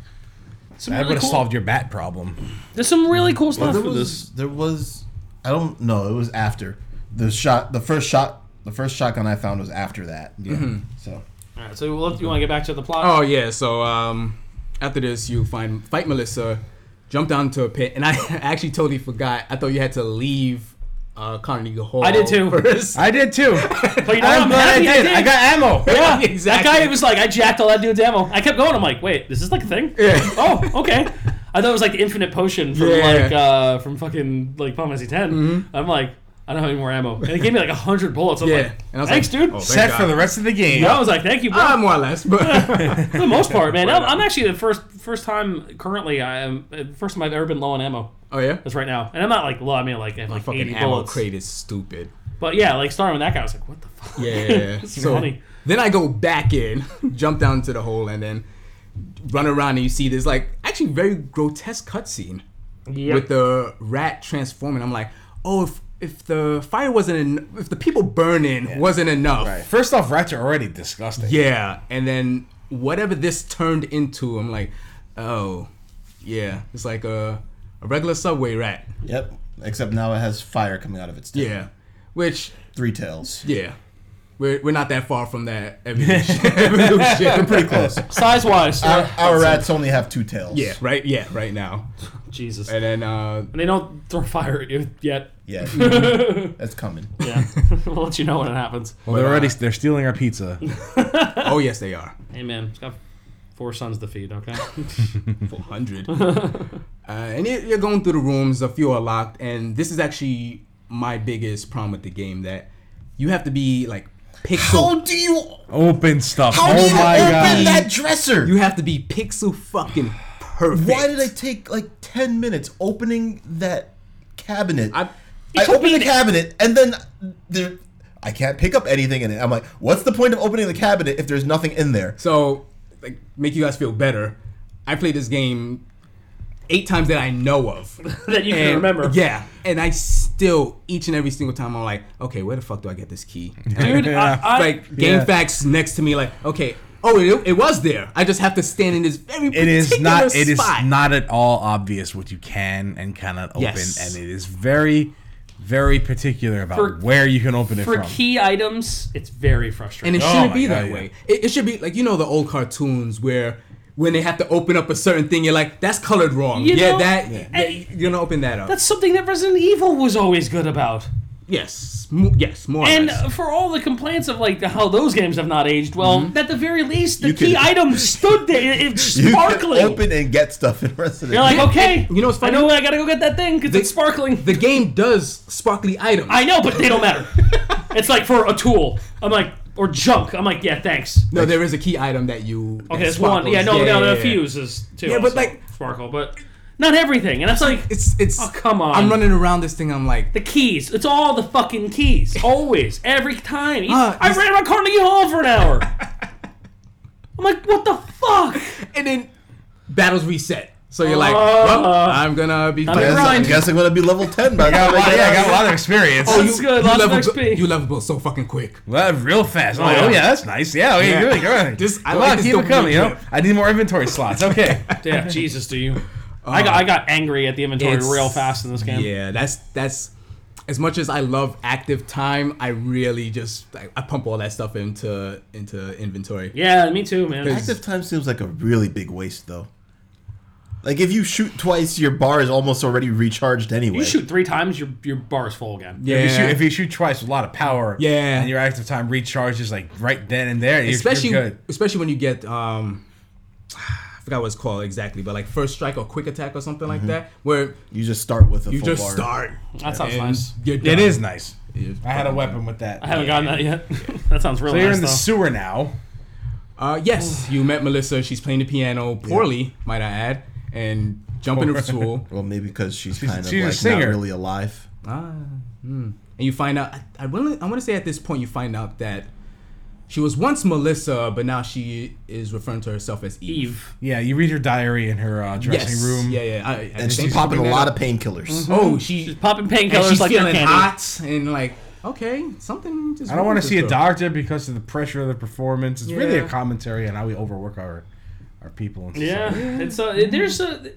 Some
that
really
would have
cool-
solved your bat problem.
There's some really cool
Well,
stuff
there
with this.
was there was I don't know. It was after the shot. The first shot. The first shotgun I found was after that. Yeah.
Mm-hmm.
So
All right, so we'll, you want to get back to the plot?
Oh yeah, so um, after this, you find fight Melissa, jump down to a pit, and I actually totally forgot. I thought you had to leave uh, Carnegie Hall.
I did too.
First.
I did too.
but you know what?
I'm
I'm
glad I
happy
did. I got ammo.
Yeah,
Exactly.
That guy was like, I jacked all that dude's ammo. I kept going. I'm like, wait, this is like a thing.
Yeah.
Oh, okay. I thought it was like the infinite potion from
Yeah. Mm-hmm.
like uh from fucking like Final Fantasy 10 i I'm like, I don't have any more ammo, and it gave me like hundred bullets. I'm
Yeah.
like,
And I was
thanks,
like,
dude.
oh,
Set
Thank
for
God.
the rest of the game.
I was like, thank you, bro.
Uh, more or less, but
for the most part, man. I'm,
Right on.
I'm actually the first first time currently. I am uh, first time I've ever been low on ammo.
oh yeah,
That's right now, and I'm not like low. I mean, like I have like
fucking
80
ammo
bullets.
crate is stupid.
But yeah, like starting with that guy, I was like, what the fuck?
Yeah.
It's
so
funny.
then I go back in, jump down to the hole, and then run around, and you see this like actually very grotesque cutscene.
Yep.
with the rat transforming. I'm like, oh, if if the fire wasn't en- if the people burning wasn't enough,
Right. First off, rats are already disgusting.
yeah. And then whatever this turned into, I'm like, oh, yeah, it's like a a regular subway rat.
yep. Except now it has fire coming out of its tail.
Yeah, which
Three tails.
yeah, we're we're not that far from that evolution. evolution.
Pretty close.
size wise,
our, our rats only have two tails.
Yeah, right. Yeah, right now.
Jesus.
And
And
then uh,
they don't throw fire at you yet.
Yeah. That's coming.
Yeah, we'll let you know when it happens.
Well, they're already they're stealing our pizza.
oh yes, they are.
Hey, man, it's got four sons to feed. Okay.
400. uh, and you- you're going through the rooms, a few are locked, and this is actually my biggest problem with the game that you have to be like pixel.
Oh, do you?
open stuff.
How do
oh
you
my
open
god.
that dresser?
You have to be pixel fucking perfect.
Why did I take like ten minutes opening that cabinet?
I-
I, opened the cabinet and then there, I can't pick up anything in it. I'm like, what's the point of opening the cabinet if there's nothing in there?
So, like, make you guys feel better. I played this game eight times that I know of.
That you can
And-
remember.
Yeah. And I still, each and every single time, I'm like, okay, where the fuck do I get this key?
Dude, I, I,
like game
Yeah.
facts next to me like okay oh it, it was there i just have to stand in this very
it
particular
is not it is
spot.
not at all obvious what you can and cannot open
Yes.
and it is very very particular about
For-
where you can open it
for
from
key items, it's very frustrating.
and it
Oh
shouldn't
my
be
God,
that
yeah.
way it, it should be like you know the old cartoons where when they have to open up a certain thing, you're like, that's colored wrong.
You
yeah,
know,
that
Yeah.
that- you're gonna open that up.
That's something that Resident Evil was always good about.
yes, mo- yes, more.
And uh,
or less.
for all the complaints of like how those games have not aged well, at the very least, the
You
key
can-
item stood there. It- It's
You can
sparkling.
open and get stuff in Resident
You're like,
Yeah,
okay,
you know what's
I know
funny?
I gotta go get that thing because it's sparkling.
the game does sparkly items.
I know, but they don't matter. it's like for a tool. I'm like, or junk. I'm like, yeah, thanks.
no, there is a key item that you.
Okay,
that
that's one.
sparkles.
Yeah, no, no,
yeah,
the
yeah.
fuse is too.
Yeah, but
also
like-
sparkle, but not everything. And that's like
It's it's.
Oh, come on.
I'm running around this thing. I'm like,
the keys. It's all the fucking keys. Always, every time.
Ah,
I
this-
ran around Carnegie Hall for an hour. I'm like, what the fuck?
and then battles reset. So you're like,
Oh.
well, I'm gonna be.
Evil.
playing-
Guess, I
grind.
guess I'm gonna be level ten by the
I got a
time
lot,
I
yeah, I
get
got a
out.
lot of experience.
Oh,
That's
you,
good,
You
lots of
level,
XP.
you levelable so fucking quick.
Well, real fast. Oh,
yeah.
yeah. that's nice. Yeah, okay,
Yeah.
yeah. good. All right.
This- I
Come
like
on,
this
keep
dopamine
it coming. You know,
trip.
I need more inventory slots. Okay.
Yeah, Jesus, do you? I got I got angry at the inventory
Ah. It's-
real fast in this game.
Yeah, that's that's as much as I love active time, I really just I, I pump all that stuff into into inventory.
Yeah, me too, man.
Active time seems like a really big waste, though. Like if you shoot twice, your bar is almost already recharged anyway.
You shoot three times, your your bar is full again.
Yeah.
If you shoot, if you shoot twice with a lot of power,
Yeah.
and your active time recharges like right then and there, you're,
especially
you're good.
especially when you get um I forgot what it's called exactly, but like first strike or quick attack or something like that, where
You just start with a
you
full
just
bar.
start.
That sounds
and
nice.
you're
It
done.
is nice.
You're-
I had a weapon with that.
I haven't gotten that yet. that sounds
so
really
you're
nice
in the
though.
sewer now.
Uh, yes, you met Melissa. She's playing the piano poorly, might I add, and jumping the tool.
Well, maybe because she's kind of
she's a
like not
singer.
really alive.
Ah, hmm. and you find out. I, I really, I want to say at this point, you find out that she was once Melissa, but now she is referring to herself as Eve.
Eve.
Yeah, you read her diary in her uh, dressing
Yes.
room.
Yeah, yeah. I, I
And
think
she's popping a
bring that
lot
up.
of painkillers.
Oh, she,
She's popping
and
painkillers
she's
like they're
feeling
candy.
hot and like okay, something. Just
I don't
wrong
want
with
to see a
this girl.
doctor because of the pressure of the performance. It's really
Yeah.
a commentary on how we overwork our our people. in
Yeah,
society.
it's a it- there's a.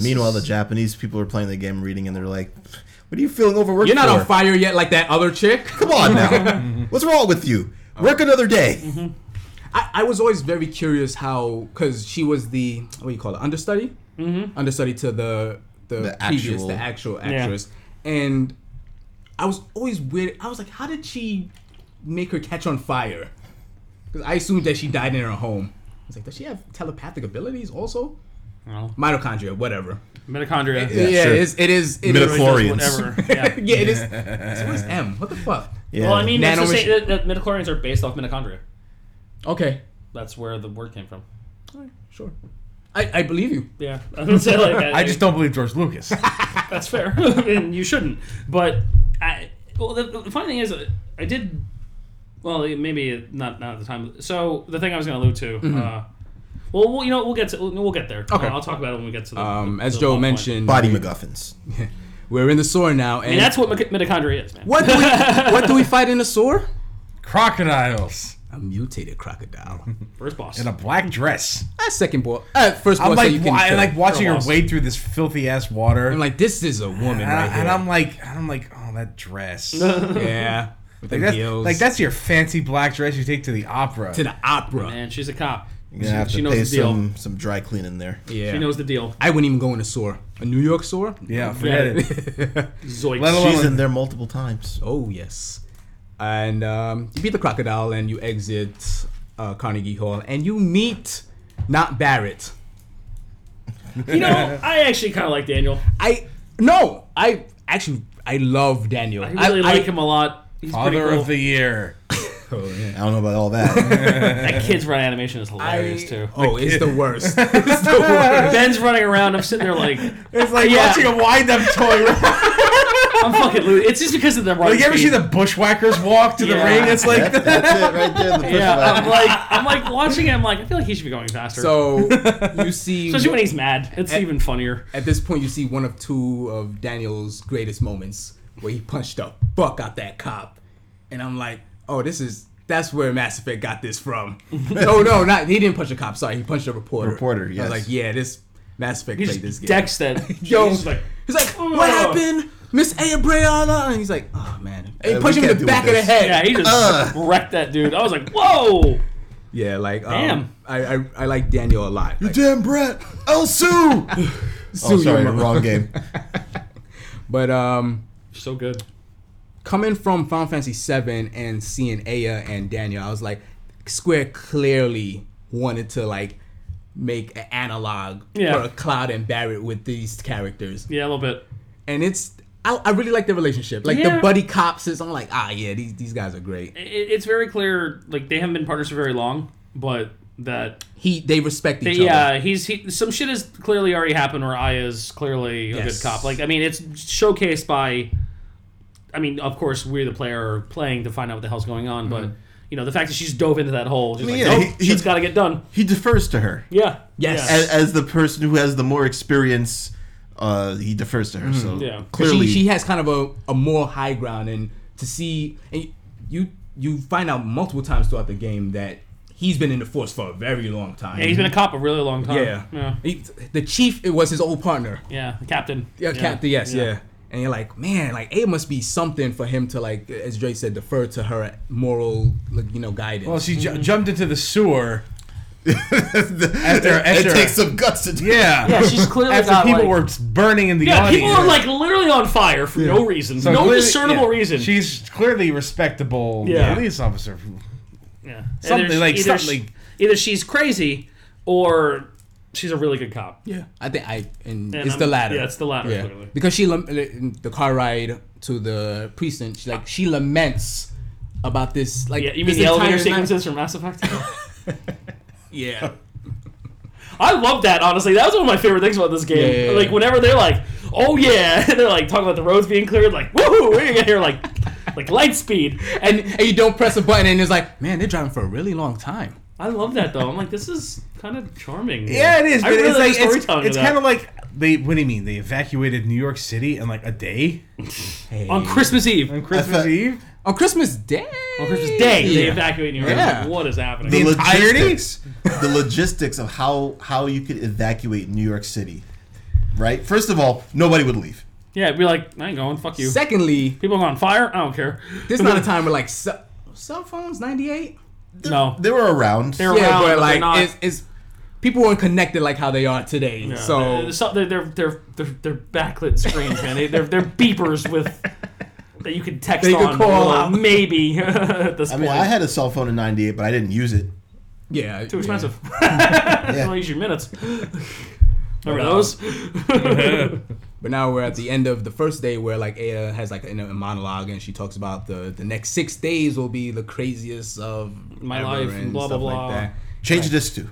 Meanwhile, the Japanese people are playing the game, reading, and they're like, "What are you feeling overworked
You're not
for?
on fire yet, like that other chick.
Come on now, what's wrong with you? Work another day."
I, I was always very curious how because she was the what do you call it understudy mm-hmm. understudy to the the,
The
previous
actual-
the actual actress and I was always weird I was like how did she make her catch on fire because I assumed that she died in her home I was like does she have telepathic abilities also
Well,
mitochondria whatever
mitochondria.
yeah,
sure.
it is it is it is-
Midichlorians.
Whatever.
yeah.
Yeah.
it is so what is M what the fuck
Yeah.
Well, I mean, that's the
Nanomach-
same, that, that midichlorians are based off mitochondria.
okay
That's where the word came from.
sure I, I believe you
Yeah, I, would say like,
I just don't believe George Lucas.
That's fair, and you shouldn't. But I, well, the, the funny thing is, uh, I did. Well, maybe not not at the time. So the thing I was going to allude to. Uh, well, we'll- you know, we'll get to we'll get there.
Mm-hmm. Okay.
Uh, I'll talk about it when we get to the.
um,
the-
as
the
Joe
plot point.
mentioned
Body
we-
MacGuffins.
we're in the sewer now and
and that's what mito- mitochondria is, man.
What do we what do we fight in a sewer?
Crocodiles
A mutated crocodile.
First boss.
in a black dress.
That's second ball. Uh, first ball.
I'm
so
like,
you
wa-
can
I'm
kill.
like watching her
lost.
wade through this filthy ass water.
I'm like, this is a woman
and,
right
I,
here.
and I'm like, and I'm like, oh, that dress. like,
yeah, with the
that's,
heels.
like that's your fancy black dress you take to the opera.
to the opera.
and she's a cop.
You're gonna have
she
to
knows
pay
the deal.
some some dry cleaning there.
Yeah,
She knows the deal.
I wouldn't even go in a sewer. A New York sewer?
yeah, forget
Yeah.
it.
Zoinks.
Let alone-
She's in there multiple times.
Oh yes. And um, you beat the crocodile, and you exit uh, Carnegie Hall, and you meet not Barrett.
you know, I actually kind of like Daniel.
I no, I actually I love Daniel.
I really like him a lot. He's pretty
Father
cool.
of the year.
Oh, yeah.
I don't know about all that.
that kid's run animation is hilarious
I-
too.
Oh, it's the worst. it's the worst.
Ben's running around. I'm sitting there like
It's like
Yeah.
watching a wind up toy.
I'm fucking losing. It's just because of the run.
like, you ever see
speed.
the bushwhackers walk to the
Yeah.
ring? It's like,
That- that's it right there. The first
Yeah,
one.
I'm like, I'm like watching him. Like, I feel like he should be going faster.
So you see,
especially when he's mad, it's even funnier.
at this point, you see one of two of Daniel's greatest moments where he punched the fuck out that cop, and I'm like, oh, this is that's where Mass Effect got this from. no, no, not he didn't punch a cop. Sorry, he punched a reporter.
Reporter,
I
yes.
was like, yeah, this Mass Effect
He
played this
just
game.
decks that.
Yo,
he's like,
he's like, what
Ugh.
happened, Miss Abrayala? And he's like, oh man, and he
Uh,
punched
we
him in
can't deal
the back of
with
the
this.
head.
yeah, he just wrecked that dude. I was like, whoa.
Yeah, like um,
Damn.
I, I I like Daniel a lot. Like,
Damn, Brett. El Sue. oh,
Sue,
sorry,
you're my-
wrong game.
But um,
So good.
coming from Final Fantasy VII and seeing Aya and Daniel, I was like, Square clearly wanted to like make an analog
Yeah.
for Cloud and Barrett with these characters,
Yeah, a little bit.
and it's I, I really like their relationship, like
Yeah.
the buddy cops. Is I'm like, ah, yeah, these these guys are great.
It, it's very clear. Like they haven't been partners for very long, but that
He they respect each other.
yeah, he's he, some shit has clearly already happened where Aya's clearly a
Yes.
good cop. Like I mean, it's showcased by. I mean, of course, we're the player playing to find out what the hell's going on, but you know the fact that she's dove into that hole, she's
mean,
like,
yeah,
nope,
he-
shit's
he-
got to get done.
He defers to her
Yeah.
Yes.
Yeah.
as, as the person who has the more experience. Uh, he defers to her. So
Yeah.
But
clearly,
she, she has kind of a, a moral high ground and to see and you you find out multiple times throughout the game that he's been in the force for a very long time
Yeah, he's been a cop a really long time.
yeah.
Yeah.
He- the chief it was his old partner
Yeah. The captain.
yeah, captain yes yeah. and you're like man like it must be something for him to like as Dre said defer to her moral like you know guidance
Well, she ju- jumped into the sewer. after,
it
after
takes some guts to do.
yeah,
Yeah, she's clearly
after
got,
people
like-
were burning in the
Yeah,
audience.
people are like literally on fire for no reason,
So
no
clearly-
discernible
yeah,
reason.
She's clearly respectable
Yeah.
police officer. who-
yeah.
something
Either-
like-
either
something
she-
like-
either she's crazy or she's a really good cop.
yeah I think I and,
And
it's
I'm-
the latter
Yeah, it's the latter.
yeah
Clearly.
because she lam- the car ride to the precinct she, like she laments about this like
Yeah, you
this
mean the elevator
entire night.
sequences from Mass Effect?
yeah
I love that, honestly. That was one of my favorite things about this game.
Yeah, yeah, yeah.
Like, whenever they're like, oh yeah, and they're like talking about the roads being cleared, like, woohoo, we're gonna get here, like, like light speed.
and and you don't press a button and it's like, man, they're driving for a really long time.
I love that, though. I'm like, this is kind of charming.
Yeah, it is.
I
But
really like
it's like
the
it's,
storytelling
it's
of that.
kind of like they. What do you mean? They evacuated New York City in like a day
Hey.
On Christmas Eve.
on
On
Christmas
thought-
Eve.
Christmas Day.
Christmas Day, they
Yeah.
evacuate New York.
Yeah.
Like, what is happening?
The
The entirety?
logistics, the logistics of how how you could evacuate New York City, right? First of all, nobody would leave.
yeah, it'd be like, I ain't going, fuck you.
Secondly,
People are on fire? I don't care.
this is not a time where like ce- cell phones ninety eight.
No.
They were around.
They're
Yeah,
around,
but
they're
like
not-
it's, it's people weren't connected like how they are today.
Yeah,
so
they're, so- they're, they're, they're, they're, they're backlit screens, man. They, they're, they're beepers with that you can text
That you can
on.
call
or
out.
Maybe at this
I
point.
mean, I had a cell phone in '98, but I didn't use it.
yeah,
Too expensive.
Yeah.
Don't use your minutes. Remember those?
But now we're at the end of the first day where like Aya has like in a monologue and she talks about the the next six days will be the craziest of
My
ever
life,
and
blah,
stuff
blah,
like
blah.
that.
Change this to.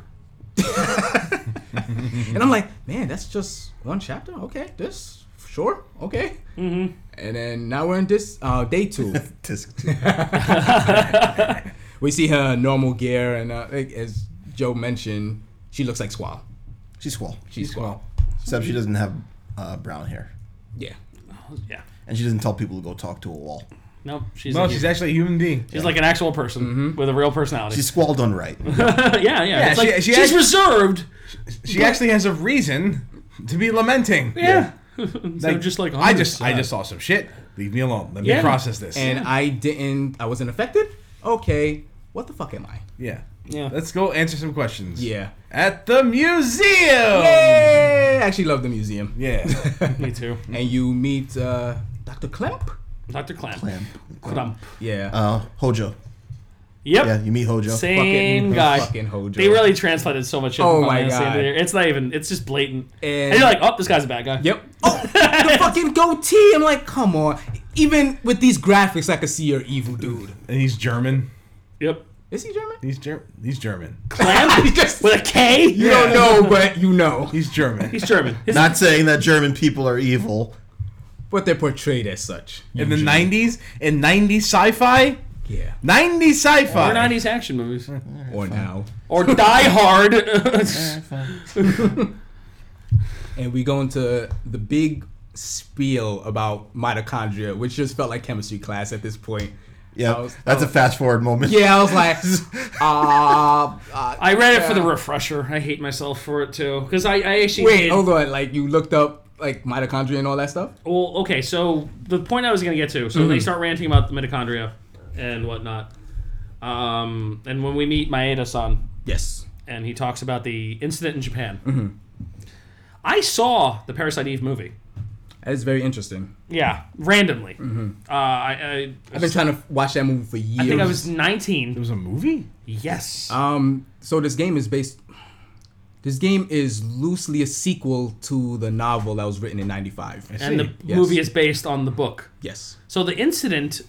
And I'm like, man, that's just one chapter. Okay, this sure. Okay. Mm-hmm. And then now we're in this uh, day two.
Disc two.
we see her in normal gear, and uh, like, as Joe mentioned, she looks like Squall.
She's cool.
She's Squall.
Except she doesn't have uh, brown hair,
Yeah.
yeah.
and she doesn't tell people to go talk to a wall.
No, she's
No,
like,
she's
she's,
actually a human being.
like an actual person with a real personality.
She's squall done right.
yeah, yeah. it's
she-
like,
she
she's
act-
reserved.
She actually has a reason to be lamenting.
Yeah. so just like
I just I just saw some shit. Leave me alone. Let me
Yeah.
process this.
And I didn't. I wasn't affected. Okay. What the fuck am I?
yeah.
Yeah.
Let's go answer some questions.
Yeah.
At the museum.
Yay! I actually love the museum.
Yeah.
Me too.
And you meet uh, Dr. Klemp.
Dr. Clamp.
Clamp.
Clamp.
Yeah.
Uh, Hojo.
Yep.
Yeah, you meet Hojo.
Same
Fucking-
guy.
Fucking Hojo.
They really translated so much. shit
Oh
from
my
Final Fantasy into
God.
there. It's not even. It's just blatant. And,
And-
you're like, oh, this guy's a bad guy.
Yep. Oh, the fucking goatee. I'm like, come on. Even with these graphics, I could see you're evil, dude.
and he's German.
Yep.
Is he German?
He's Ger- he's German.
He
Clamp
just-
with a K.
you don't know, but you know.
He's German.
He's German. His
Not saying that German people are evil.
But they're portrayed as such.
in the 90s in 90s sci-fi
Yeah.
90s sci-fi
Or 90s action movies.
Or now.
Or Die Hard.
And we go into the big spiel about mitochondria, which just felt like chemistry class at this point.
Yeah,
I was-
that's a fast forward moment.
Yeah, I was like, uh, uh,
I read it for the refresher. I hate myself for it too. Because I, I actually.
wait,
did-
hold on. Like, you looked up like mitochondria and all that stuff?
Well, okay,
Mm-hmm.
so the point I was going to get to. So they start ranting about the mitochondria and whatnot. Um, and when we meet Maeda-san,
Yes.
and he talks about the incident in Japan.
Mm-hmm.
I saw the Parasite Eve movie.
That is very interesting.
Yeah, randomly.
Mm-hmm.
Uh, I, I,
I've been trying to watch that movie for years.
I think I was 19.
was a movie.
Yes.
Um, so this game is based. This game is loosely a sequel to the novel that was written in '95.
and the
see,
yes.
movie is based on the book.
Yes.
So the incident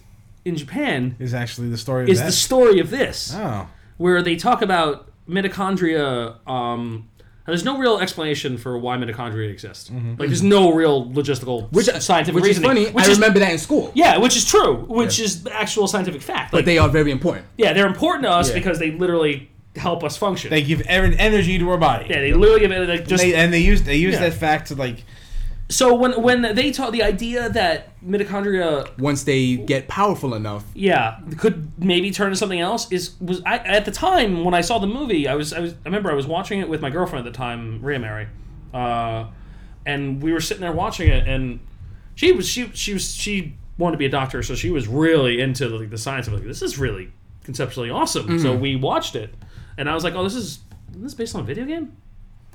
in Japan
Is actually the story of
is
that.
the story of this,
Ah.
oh,
where they talk about mitochondria. Um, and there's no real explanation for why mitochondria exist. Like, there's no real logistical,
Mm-hmm. Which uh,
uh, scientific
which
reasoning.
is funny.
which
I
is-
remember that in school.
Yeah, which is true, which is actual scientific fact. Like,
But they are very important.
Yeah, they're important to us
Yeah.
because they literally help us function.
they give ener- energy to our body.
yeah, they literally give it like just
They- and they use they use
Yeah.
that fact to like
so when when they taught the idea that mitochondria
Once they get powerful enough,
yeah could maybe turn into something else is was I at the time when I saw the movie I was I was I remember I was watching it with my girlfriend at the time Rhea Mary, uh, and we were sitting there watching it and she was she she was she wanted to be a doctor so she was really into like the science of like this is really conceptually awesome so we watched it and I was like oh this is isn't this based on a video game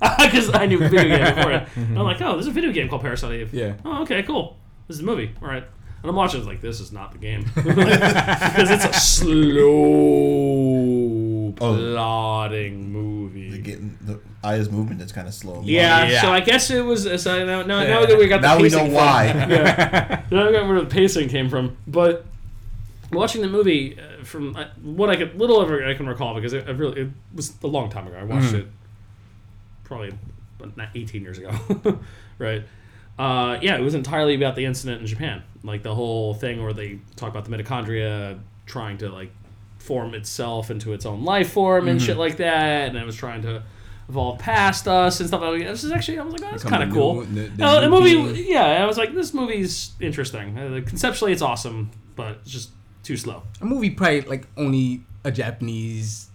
because I knew video game before it. And I'm like, oh, there's a video game called Parasite Eve.
Yeah.
Oh, okay, cool. This is the movie. All right. And I'm watching. It's like this is not the game because it's a slow plodding movie.
Getting Oh. the Aya's movement is kind of slow.
Yeah,
Yeah.
So I guess it was. So now, now, now that we got the
Now we
pacing
know
from-
why.
yeah. Then I got where the pacing came from. But watching the movie uh, from uh, what I could little ever I can recall because it, I really it was a long time ago. I watched it probably about not 18 years ago, right? Uh, yeah, it was entirely about the incident in Japan, like the whole thing where they talk about the mitochondria trying to like form itself into its own life form
Mm-hmm.
and shit like that, and it was trying to evolve past us and stuff like that. This is actually, I was like, oh, that's
Become
kind of
the
cool.
new- the- the
Uh, the
new
movie,
being.
yeah, I was like, this movie's interesting. Uh, conceptually, it's awesome, but it's just too slow.
a movie probably like only a Japanese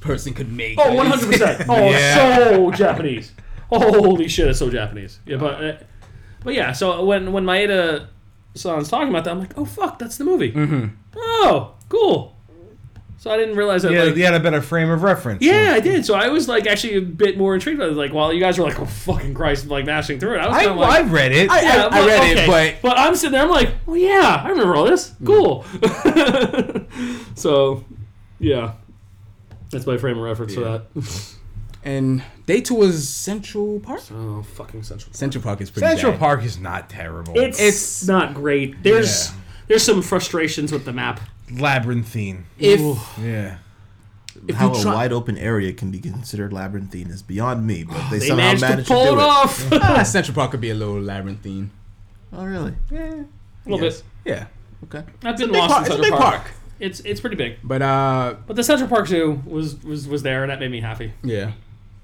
person could make.
Oh, 100 percent. Oh, it's
Yeah.
so Japanese. Holy shit, it's so Japanese. Yeah, but uh, but yeah. So when when Maeda son's talking about that, I'm like, oh fuck, that's the movie. Mm-hmm. Oh, cool. So I didn't realize that.
yeah,
like,
you had a better frame of reference.
yeah, I did. So I was like actually a bit more intrigued by it. Like while you guys were like, oh fucking Christ, like mashing through it, I was
I,
kind of like.
I read it.
I-
yeah, I'm like,
read it,
okay. but I'm sitting there. I'm like, oh yeah, I remember all this. Cool. so, yeah, that's my frame of reference for that.
And day two was Central Park.
Oh, fucking Central.
Central Park is pretty
Central
bad.
Park is not terrible.
It's,
It's-
not great. There's there's some frustrations with the map.
labyrinthine.
If
Yeah.
if
How
you
a
try,
wide open area can be considered labyrinthine is beyond me, but they,
They
somehow
managed
managed,
to
do
pull it
it.
off a
Ah, Central Park could be a little labyrinthine.
Oh, really?
little
Yes. Yeah,
Okay.
bit. I've been
big
lost
park.
in
It's a
Central
big
Park.
park.
It's it's pretty big,
But uh,
but the Central Park Zoo was was was there, and that made me happy.
yeah.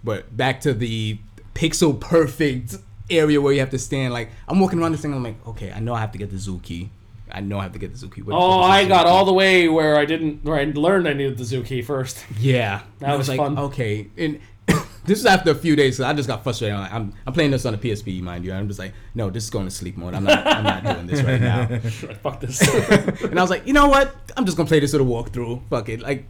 But back to the pixel perfect area where you have to stand. Like I'm walking around this thing. I'm like, okay, I know I have to get the zoo key. I know I have to get the zoo key. Where the
Oh,
fuck is the
I
zoo
got
key?
all the way where I didn't where I learned I needed the zoo key first.
Yeah, that
was fun.
Okay, and this is after a few days. So I just got frustrated. I'm, like, I'm I'm playing this on a PSP, mind you. I'm just like, no, this is going to sleep mode. I'm not I'm not doing this right now.
Fuck this.
And I was like, you know what? I'm just gonna play this with a walkthrough. Fuck it. Like,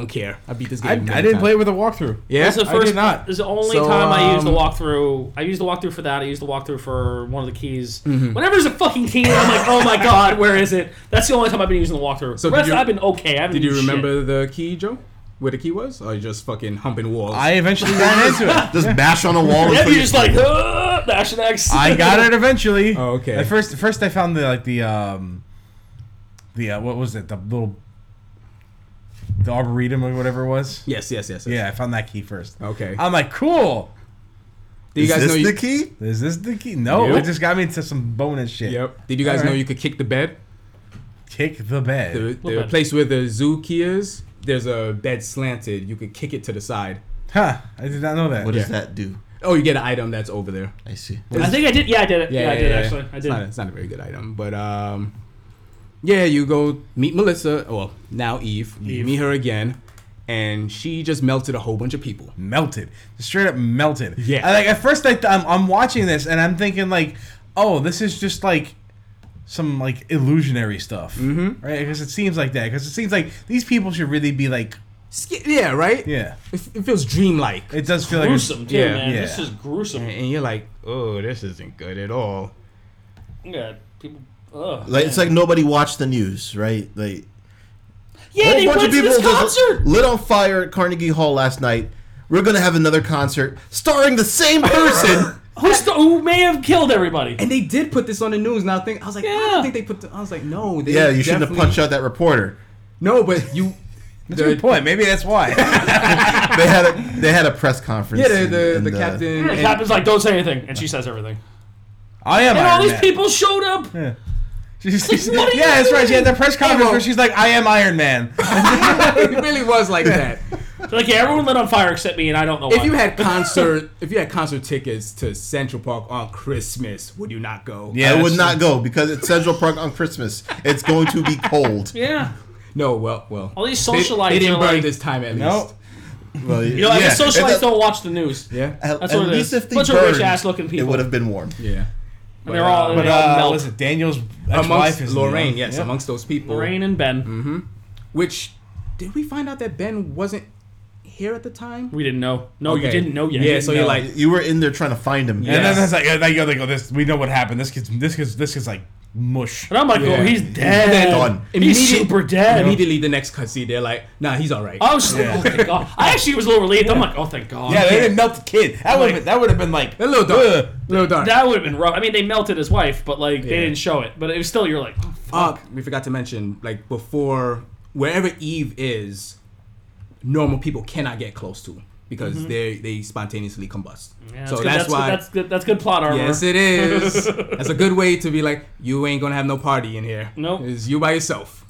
don't care. I beat this game.
I, I
many
didn't
times.
play it with a walkthrough.
Yeah,
That's the
I did
first.
not.
This is the only
So,
time I used the
um,
walkthrough. I used the walkthrough for that. I used the walkthrough for one of the keys. Whenever there's a fucking key, I'm like, oh my god, where is it? That's the only time I've been using the walkthrough.
So
the
did
rest
you-
I've been okay. I haven't
Did you
done shit.
remember the key, Joe? Where the key was? Or you just fucking humping walls?
I eventually ran into it.
Just bash on a wall. and
Yeah,
put
you're
your-
just like "Ah, dash and X.
I got it eventually.
Oh, okay.
At first, first I found the like the um, the uh, what was it? The little the arboretum or whatever it was.
yes, yes, yes. yes.
Yeah, I found that key first.
Okay.
I'm like, cool.
Uh, Did you
is
guys
this
know you?
the key?
Is this the key? No,
Nope.
it just got me into some bonus shit.
Yep. Did you guys know
Alright.
you could kick the bed?
Kick the bed.
The, the
bed?
place where the zoo key is. There's a bed slanted. You could kick it to the side.
Huh? I did not know that.
What
Yeah.
does that do?
Oh, you get an item that's over there.
I see.
I think I did. Yeah, I did it. Yeah, I did actually. I
It's
did.
not, it's not a very good item, but um, yeah, you go meet Melissa. Oh, Well, now Eve. You
Eve.
meet her again, and she just melted a whole bunch of people.
melted, straight up melted.
Yeah.
I, like at first, I th- I'm, I'm watching this and I'm thinking like, oh, this is just like some like illusionary stuff, mm-hmm. right? Because it seems like that. Because it seems like these people should really be like,
Sk- yeah, right.
yeah.
it, it feels dreamlike,
It does feel like it's-
gruesome too,
Yeah.
man.
Yeah.
This is gruesome.
and,
Yeah,
and you're like, oh, this isn't good at all.
people. Ugh,
Like it's
man.
like nobody watched the news, right? Like
yeah, they went to this
just
concert.
lit on fire at Carnegie Hall last night. We're gonna have another concert starring the same person.
Who's the, who may have killed everybody?
And they did put this on the news. Now I think I was like, I
Yeah.
don't think they put. The, I was like, no. They
yeah, you shouldn't have
definitely-
punched out that reporter.
No, but you.
That's a good point. Maybe that's why.
They had a they had a press conference.
Yeah, the
and-
the,
and,
the
uh,
captain.
The
and-
captain's like, "Don't say anything," and she says everything.
I am.
And
Iron
all these
Man.
people showed up.
She's,
what are you
yeah, that's right. She had that press conference
Hey,
where
well-
she's like, "I am Iron Man."
it really was like that.
They're like, "Yeah, everyone lit on fire except me, and I don't know
If
why."
you had concert, if you had concert tickets to Central Park on Christmas, would you not go?
Yeah.
I
that's
would not
true.
go because it's Central Park on Christmas. It's going to be cold.
yeah,
No. Well, well.
all these
They,
socialites
they didn't
are
burn
like,
this time at least.
No.
Well,
you know, I guess
yeah.
socialites
At the-
don't watch the news.
Yeah.
At,
That's
at
what it
least
is.
if they
Bunch of
burned,
rich-ass-looking people.
it would have been warm.
Yeah. But,
they're all-
But
They all
uh,
melt.
was it Daniel's
amongst
ex-wife is in the-
Lorraine, yes,
Yep.
amongst those people.
Lorraine and Ben.
Mm-hmm. Which did we find out that Ben wasn't here at the time?
We didn't know. No, you
Okay.
didn't know yet.
Yeah, so you're
know.
like,
You were in there trying to find him.
And
Yeah.
then it's like, and then you go, they go, this, we know what happened. This kid's, this kid's, this kid's like mush.
and I'm like,
Yeah.
"Oh, he's dead.
Done.
He's
Immediate-
super dead."
Immediately the next cutscene, they're like, nah, he's all right.
I was just like, "Oh, thank God." I actually was a little relieved. I'm like, "Oh, thank God."
Yeah, they didn't melt the kid. That would have, that would have been like
a little dark.
Ugh.
A little dark.
That would have been rough. I mean, they melted his wife, but like they
Yeah.
didn't show it. But it was still, you're like, oh,
Uh, we forgot to mention, like before, wherever Eve is, normal people cannot get close to because they they spontaneously combust.
Mm-hmm. yeah,
so
good.
that's, why.
that's good. That's good plot armor.
yes, it is. that's a good way to be like, you ain't gonna have no party in here.
Nope.
it's you by yourself.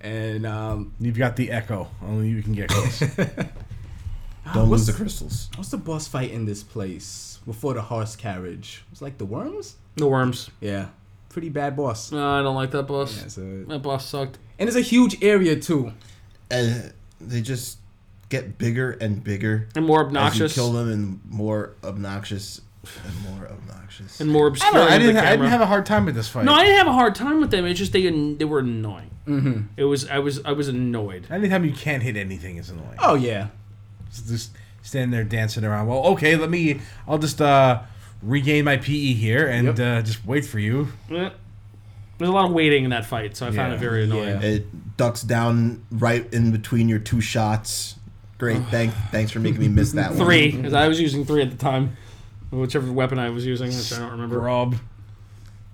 And um,
You've got the echo. Only you can get close.
Don't
what's-
lose the crystals.
what's the boss fight in this place before the horse carriage? It's like the worms.
The worms.
Yeah, pretty bad boss.
No, I don't like that boss.
Yeah, so-
That boss sucked.
and it's a huge area too.
And they just get bigger and bigger.
And more
As you
obnoxious.
kill them and more obnoxious and more obnoxious.
And more
I
obscure.
don't know. I
with the
didn't, I didn't
camera.
have a hard time with this fight.
No, I didn't have a hard time with them. It's just they they were annoying. Mm-hmm. It was I was I was annoyed.
Anytime you can't hit anything is annoying.
Oh yeah,
It's Just stand there dancing around. Well, okay, let me. I'll just uh, regain my PE here and
Yep.
uh, just wait for you.
Eh. There's a lot of waiting in that fight, so I found
Yeah.
it very annoying.
it ducks down right in between your two shots. Great, thank, thanks for making me miss that one.
Three, because I was using three at the time, whichever weapon I was using, which I don't remember.
Rob,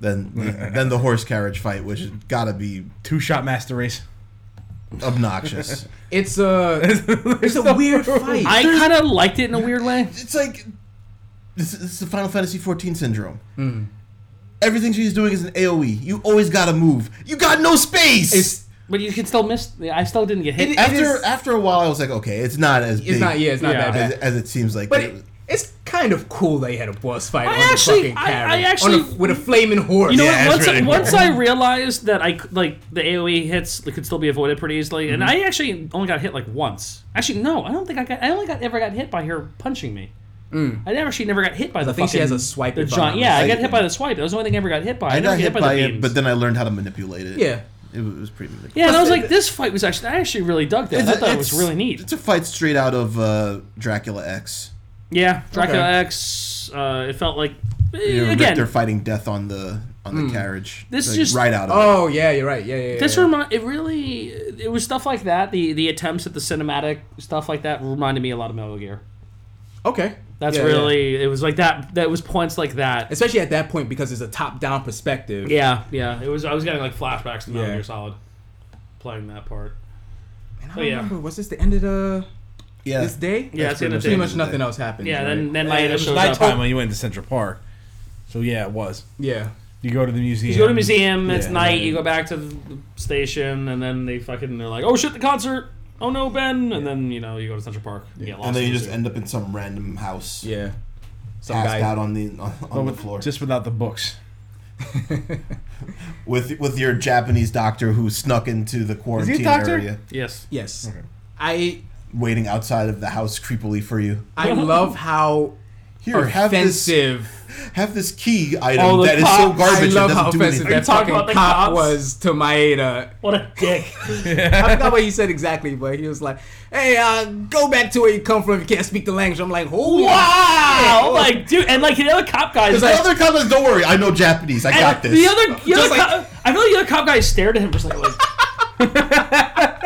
Then, then the horse carriage fight, which has got to be
two shot master race.
obnoxious.
it's a it's a weird fight.
I kind of liked it in a weird way.
it's like this, this is the Final Fantasy 14 syndrome.
Hmm.
Everything she's doing is an AOE. You always gotta move. You got no space.
it's
But you can still miss. I still didn't get hit.
It-
after
is-
after a while, I was like, okay, it's not as
it's
big
not yeah, it's not
Yeah.
that bad.
as, as it seems like.
But
it-
it, it's kind of cool they had a boss fight on
actually-
the fucking
I- I
carriage.
actually-
on a, with a flaming horse.
you know
Yeah,
what? Once,
it's really cool.
once I realized that I c- like the AOE hits that could still be avoided pretty easily, and I actually only got hit like once. Actually, no, I don't think I got. I only got ever got hit by her punching me. I never, she never got hit by the.
think she has
fucking-
a swipe,
The
if I'm
giant,
not
yeah, I got
mistaken.
hit by the swipe. That was the only thing I ever got hit by. I,
I
never
got
got
hit by it, but
the beams.
then I learned how to manipulate it.
Yeah.
it was, it was pretty manipulative.
yeah, and I was like, this fight was actually. I actually really dug that. I thought it was really neat.
It's a fight straight out of uh, Dracula X.
Yeah, Dracula
Okay.
X. Uh, it felt like eh,
You know,
again.
they're fighting death on the on the carriage.
This
Like,
just-
right out of it.
Hmm. Oh yeah, you're right. Yeah, yeah. yeah
This
yeah.
remind it really it was stuff like that the the attempts at the cinematic stuff like that reminded me a lot of Metal Gear.
okay.
That's
Yeah, yeah.
really it was like that. That was points like that.
especially at that point because it's a top-down perspective.
Yeah, yeah. It was I was getting like flashbacks to Metal
Yeah.
Gear Solid, playing that part.
And I
Oh, yeah.
remember, was this the end of the
Yeah,
this day?
Yeah, it's
pretty
gonna
Pretty
take.
much
much nothing else happened.
Yeah,
right?
then then
it
Maeda
was
shows up.
nighttime when you went to Central Park. So yeah, it was.
yeah.
You go to the museum.
You go to the museum. It's
Yeah.
night. You go back to the station, and then they fucking they're like, oh shit, the concert. Oh no, Ben. And then you know you go to Central Park. Yeah, get lost
and then
in
you
the
just
zoo.
end up in some random house.
Yeah. Some
passed
guy.
out on the on,
But
on the
Oh, with-
floor
Just without the books.
with with your Japanese doctor who snuck into the quarantine
doctor?
area,
yes.
Yes. I
waiting outside of the house creepily for you.
I love how
Here, have this.
offensive
have this key item
Oh, the
that is
cop-
so
I
garbage it
love how
doesn't do
offensive
anything.
that
Talk
fucking
about
cop
the cops.
was to Maeda.
What a dick.
I forgot what he said exactly, but he was like, "Hey, uh, go back to where you come from. If you can't speak the language." I'm like, "Holy
wow!
shit."
Like, dude, and like the other cop guys.
It's
The
like-
other cop is, don't worry, I know Japanese. I
and,
got this.
The other, the other
Just like-
cop, I feel like the other cop guy stared at him for a second. Like,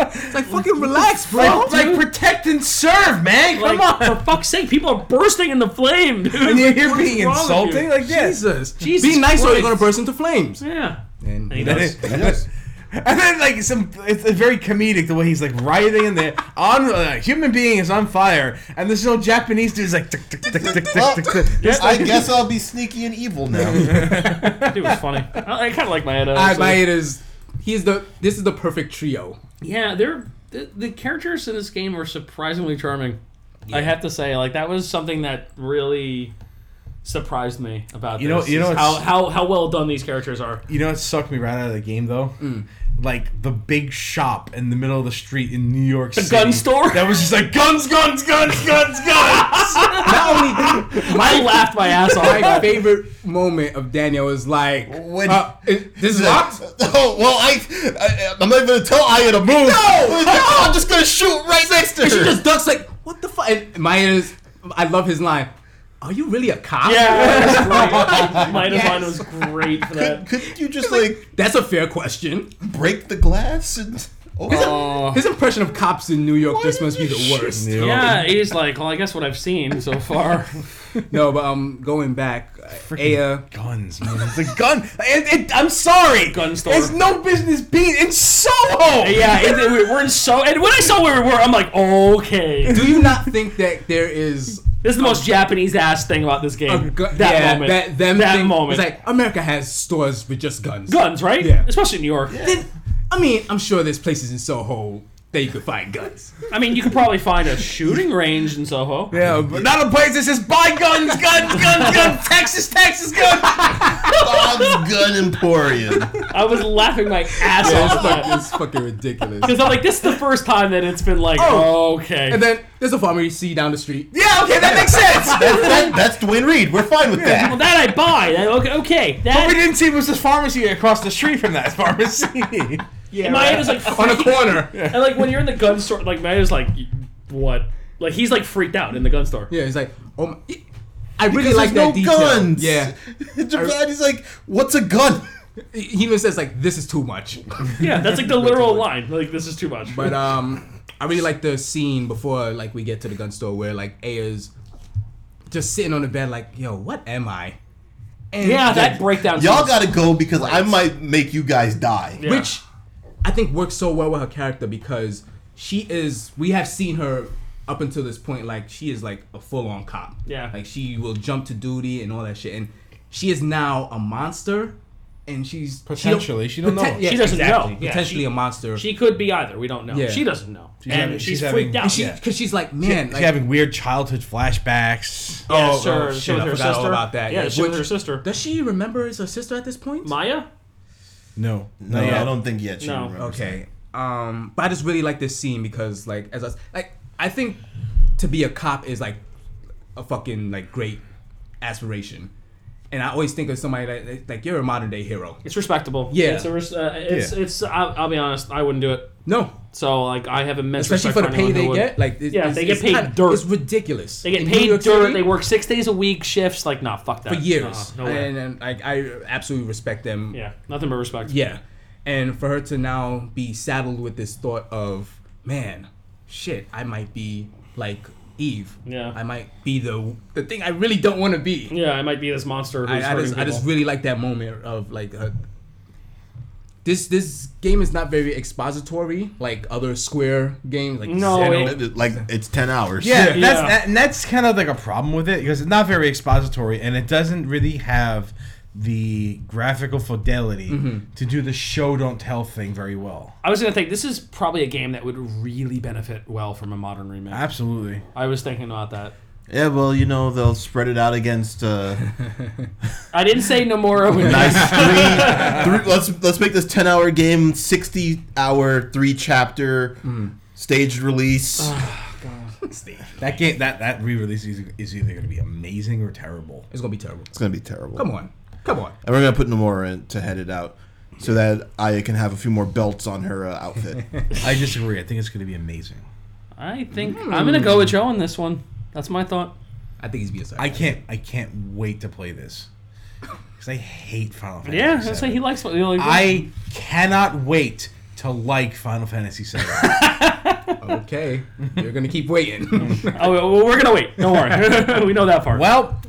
It's like fucking relax, bro.
Like, like protect and serve, man. Come
like,
on.
for fuck's sake, people are bursting in the flame, dude.
And you're here
What's
being
wrong with
insulting
you?
like this.
Jesus,
Jesus
be nice or you're
Christ.
gonna burst into flames.
Yeah.
And
he
he
does.
does.
Yes.
And then like some, it's, it's very comedic the way he's like writhing in there. On a human being is on fire, and this little Japanese dude's like. tick, tick, tick, tick, tick,
Well,
tick, tick.
I guess I'll be sneaky and evil now.
Dude, it was funny. I, I kind of like Maeda.
I,
actually.
Maeda's, he's the. This is the perfect trio.
Yeah, they're the, the characters in this game are surprisingly charming. I have to say, like that was something that really surprised me about
You know-
this.
you know
is how,
it's-
how how well done these characters are.
You know what sucked me right out of the game though?
Mm.
Like the big shop in the middle of the street in New York City.
gun store?
That was just like guns, guns, guns, guns, guns.
Not only
I laughed my ass off.
my favorite moment of Daniel was like,
When-
uh, it- "This is locked."
Oh well, I, I I'm not even gonna tell Aya to move. No, I'm just gonna shoot right next to her.
And she just ducks like, "What the fuck?" And Maeda's, I love his line. Are you really a cop?
Yeah, right. Might
Yes.
line was great for
could,
that.
couldn't you just like
That's a fair question.
break the glass and? Oh,
His impression of cops in New York just must be the worst.
Yeah, he's like, well, I guess what I've seen so far.
No, but um, going back, Aya.
Guns, man. It's a gun. It, it, I'm sorry.
Gun store.
It's no business being in Soho.
yeah, it, it- we're in so. And when I saw where we were, I'm like, okay,
Do you not think that there is
this is the most Japanese ass thing about this
a
game.
gun?
that
Oh. yeah,
moment.
that them
That
thing-
moment.
It's like America has stores with just guns.
guns, right?
Yeah.
Especially in New York.
Then, I mean, I'm sure there's places in Soho that you could find guns.
I mean, you could probably find a shooting range in Soho.
Yeah, but not a place that says buy guns, guns, guns, guns, Texas, Texas, guns.
Bob's Gun Emporium.
I was laughing my ass
It's
off at
fucking,
that.
it's fucking ridiculous.
Because I'm like, this is the first time that it's been like,
Oh.
okay.
And then there's a farmer you see down the street.
Yeah, okay, that makes sense.
That's that, that's Dwayne Reed. We're fine with
well,
that.
that I buy. That, okay, okay.
What we
That
didn't see was this pharmacy across the street from that pharmacy.
and Maya was like,
on a
freaking-
corner. Yeah.
And like when you're in the gun store, like Maya's like, what? Like he's like freaked out in the gun store.
he's like, oh my. I really
Because
like
there's
that detail.
guns.
Yeah,
In Japan, he's like, "What's a gun?"
he he even says like, "This is too much."
Yeah, that's like the literal line. Like this is too much.
But um, I really like the scene before like we get to the gun store where like Aya's just sitting on the bed like, "Yo, what am I?" And
yeah,
the-
that breakdown.
Y'all
seems-
gotta go because I might make you guys die.
Yeah.
which I think works so well with her character because she is. We have seen her up until this point, like she is like a full-on cop.
Yeah.
like she will jump to duty and all that shit, and she is now a monster, and she's
Potentially, she don't know.
yeah,
She doesn't
exactly.
know. Yeah,
potentially
she-
a monster.
she could be either. We don't know.
Yeah.
She doesn't know. and
having-
she's,
she's
freaked
having-
out.
and
she
yeah.
because she's like, man,
She's
like,
having weird childhood flashbacks.
yeah,
oh,
sure.
oh,
she
shit,
was
I
her
forgot all
sister.
about that.
Yeah,
Yeah,
she was her
which-
sister.
does she remember as her sister at this point?
Maya?
No,
No,
yeah.
I don't think yet. She
No.
remembers.
Okay. Um, but I just really like this scene because, like, as I s- like, I think to be a cop is like a fucking like great aspiration, and I always think of somebody like like you're a modern day hero.
It's respectable.
Yeah.
It's, a res- uh, it's,
Yeah.
it's I'll, I'll be honest, I wouldn't do it.
No,
So like I have immense
especially for the
respect
pay
anyone who
they
would.
get. Like, it's,
Yeah,
it's-
they get
it's
paid
kinda-
dirt.
It's ridiculous.
They get
In New
paid
York
dirt.
City,
They work six days a week shifts. Like nah, fuck that.
for years,
No, no way.
and, and I, I absolutely respect them.
yeah, nothing but respect.
Yeah. And for her to now be saddled with this thought of, man, shit, I might be like Eve.
Yeah.
I might be the the thing I really don't want to be.
yeah. I might be this monster. Who's
I, I
hurting
just I just
people.
really like that moment of like uh, this this game is not very expository like other Square games like
No,
Xeno.
it-
It- it- Like it's ten hours.
Yeah,
Yeah.
that's
Yeah.
That, and that's kind of like a problem with it because it's not very expository and it doesn't really have the graphical fidelity to do the show don't tell thing very well.
I was gonna think this is probably a game that would really benefit well from a modern remake.
Absolutely.
I was thinking about that.
Yeah. Well, you know they'll spread it out against. Uh,
I didn't say Nomura would.
nice three, three. Let's let's make this ten hour game sixty hour three chapter staged release.
Stage.
That game, that that re-release is, is either going to be amazing or terrible.
It's gonna be terrible.
It's gonna be terrible.
Come on, come on.
and we're gonna put Nomura in to head it out, so that Aya can have a few more belts on her uh, outfit.
I disagree. I think it's going to be amazing.
I think I'm gonna go with Joe on this one. That's my thought.
I think he's being sarcastic.
I can't. I can't wait to play this because I hate Final Fantasy.
Yeah, that's why
VII.
he likes. You know, like,
I cannot wait to like Final Fantasy VII.
okay, you're gonna keep waiting.
Oh, well, we're gonna wait. Don't worry. we know that part.
well,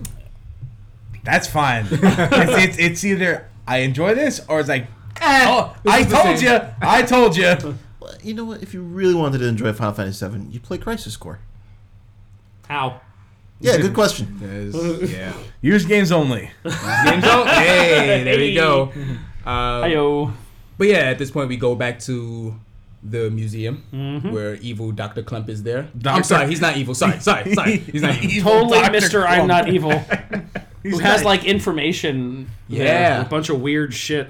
that's fine. It's, it's, it's either I enjoy this or it's like, eh, oh,
this
I
is the
told
same.
you, I told you.
Well, you know what? If you really wanted to enjoy Final Fantasy VII, you play Crisis Core.
How?
Yeah, good question.
There's- yeah.
Use games only.
Games out. Hey, there we go. Uh,
Ayo.
But yeah, at this point, we go back to the museum
Mm-hmm.
where evil Dr. Clump is there. I'm
Dr.
sorry, he's not evil. Sorry, sorry, sorry. He's not evil.
Totally,
Dr.
Mister.
Clump.
I'm not evil. Who
He's
has
not-
like information? there,
Yeah.
a bunch of weird shit.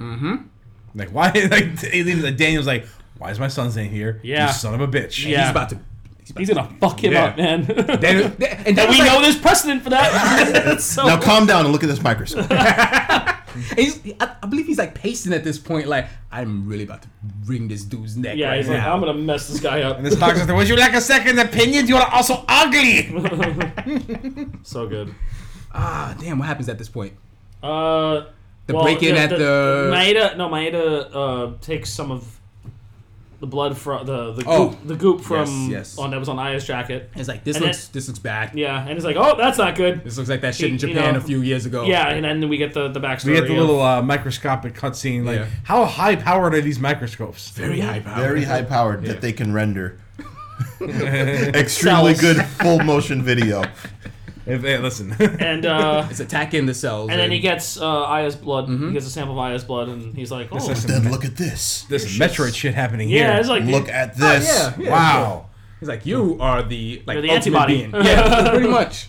like why? Like even the Daniel's like, why is my son's name here?
Yeah.
you son of a bitch.
Yeah.
He's about to. about
He's
to-
gonna fuck him
Yeah.
up, man.
And,
and
and that
we
was like-
know there's precedent for that. It's so
Now calm down and look at this microscope.
and he's, I, I believe he's like pacing at this point, like I'm really about to wring this dude's neck.
yeah,
right
he's
now.
like, I'm gonna mess this guy up.
This doctor's like, would you like a second opinion? You are also ugly.
so good.
Ah, damn. What happens at this point?
Uh,
The break-in at the-
Maeda. No, Maeda uh, takes some of the blood from the the goop,
Oh.
the goop from
yes.
on that was on Aya's jacket.
It's like this
And
looks
it-
this looks bad.
Yeah, and it's like, oh, that's not good.
This looks like that shit in
He- you
Japan
know,
a few years ago.
Yeah, and then we get the the backstory.
We get the
of-
little uh, microscopic cutscene. Like,
Yeah.
how high powered are these microscopes?
Very high power.
Very high powered that they can render. Extremely
Cells.
good full motion video.
If, eh, listen,
and uh,
It's Mm-hmm. attacking the cells.
and then he gets uh, Aya's blood. He gets a sample of Aya's blood, and he's like, oh,
is-
Then look at this.
this Metroid shit happening here.
yeah, it's like
Look at this.
yeah, yeah.
wow.
He's like, you are the like
You're the
ultimate
antibody."
being. Yeah, pretty much.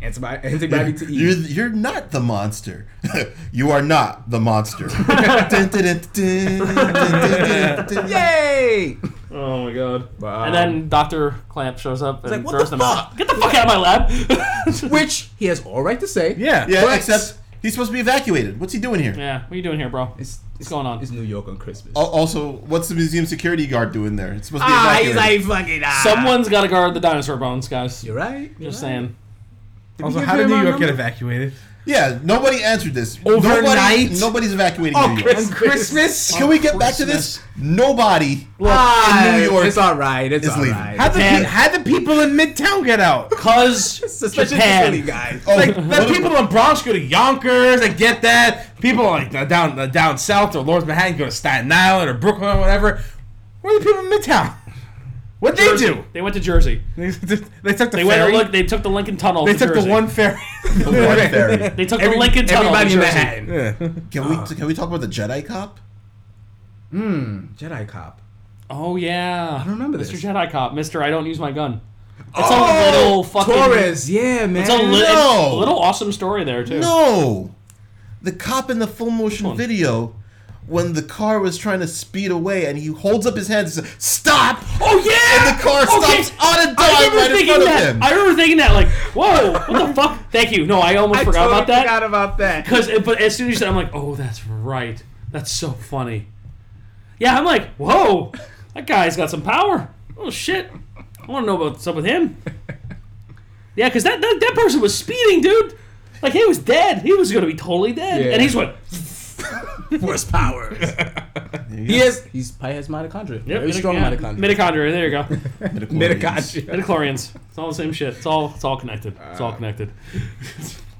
Antibody, antibody to
You're,
eat.
you're not the monster. you are not the monster. Dun, dun, dun, dun, dun, dun, dun, dun.
Yay!
oh my god.
Wow.
And then Doctor Clamp shows up and
um, like, "What
throws
the
them out. Get the fuck out of my lab.
Which he has all right to say.
Yeah.
Yeah,
What?
except he's supposed to be evacuated. What's he doing here?
yeah, what are you doing here, bro?
It's,
What's going on?
It's New York on Christmas.
Al- Also, what's the museum security guard doing there? It's supposed to be
Oh, ah, he's
evacuated.
like fucking ah.
Someone's got to guard the dinosaur bones, guys.
You're right. You're
Just
right.
saying.
Also,
give
how did
him
New
our
York get
number?
evacuated?
yeah, nobody answered this.
Overnight?
Nobody, nobody's evacuating New
Oh,
York.
Christmas.
Christmas?
Can we get back to this? Nobody.
Ah,
in New York
It's all right. It's
is
all
leaving.
right.
How the,
Man.
pe- how the people in Midtown get out?
Cause
Especially
Japan.
Japan. guys.
Oh,
Like,
what
the
if-
people in Bronx go to Yonkers. I get that. People like uh, down uh, down south or Lawrence Manhattan go to Staten Island or Brooklyn or whatever. Where are the people in Midtown? What they
Jersey.
do?
They went to Jersey.
They took the
They went.
ferry.
and looked they took the Lincoln Tunnel.
they
to
took
Jersey.
the one ferry.
The one ferry.
They took
Every-
the Lincoln Tunnel.
everybody
to
in
Jersey.
Manhattan.
Can we can we talk about the Jedi cop?
Jedi cop.
Oh yeah. I
don't remember
Mr.
this.
Jedi Cop. Mister, I don't use my gun. It's
Oh,
a little fucking.
Torres. Yeah, man.
It's a li-
No.
it's a little awesome story there too.
No, the cop in the full motion
one?
video when the car was trying to speed away and he holds up his hands and says, "Stop!" Oh
yeah!
and the car
Okay.
stops on a dime
I remember
right in
thinking
front
that.
of him.
I remember thinking that. Like, whoa, what the fuck? Thank you. No, I almost
I
forgot
totally
about that.
Forgot about that.
Because eh, but as soon as you said, I'm like, oh, that's right. That's so funny. Yeah, I'm like, whoa, that guy's got some power. Oh shit, I want to know what's up with him. Yeah, because that, that that person was speeding, dude. Like he was dead. He was gonna be totally dead.
Yeah.
And he's went.
Force powers. he is. He's probably has mitochondria.
Yep,
Very
midi-
strong
yeah,
mitochondria.
Mitochondria. There you go.
Mitochondria.
Midichlorians. It's all the same shit. It's all it's all connected. It's
Uh,
all connected.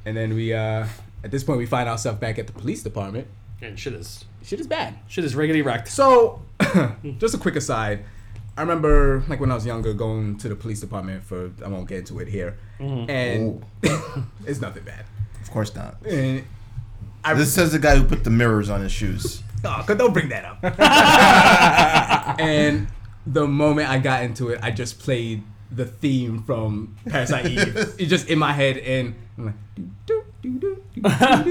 And then we, uh, at this point, we find ourselves back at the police department.
And shit is
Shit is bad.
shit is regularly wrecked.
So, just a quick aside. I remember, like, when I was younger, going to the police department for, I won't get into it here.
Mm-hmm.
And it's nothing bad.
Of course not.
And,
This says the guy who put the mirrors on his shoes.
oh, God, don't bring that up. and the moment I got into it, I just played the theme from Parasite Eve. It's just in my head, and I'm like,
I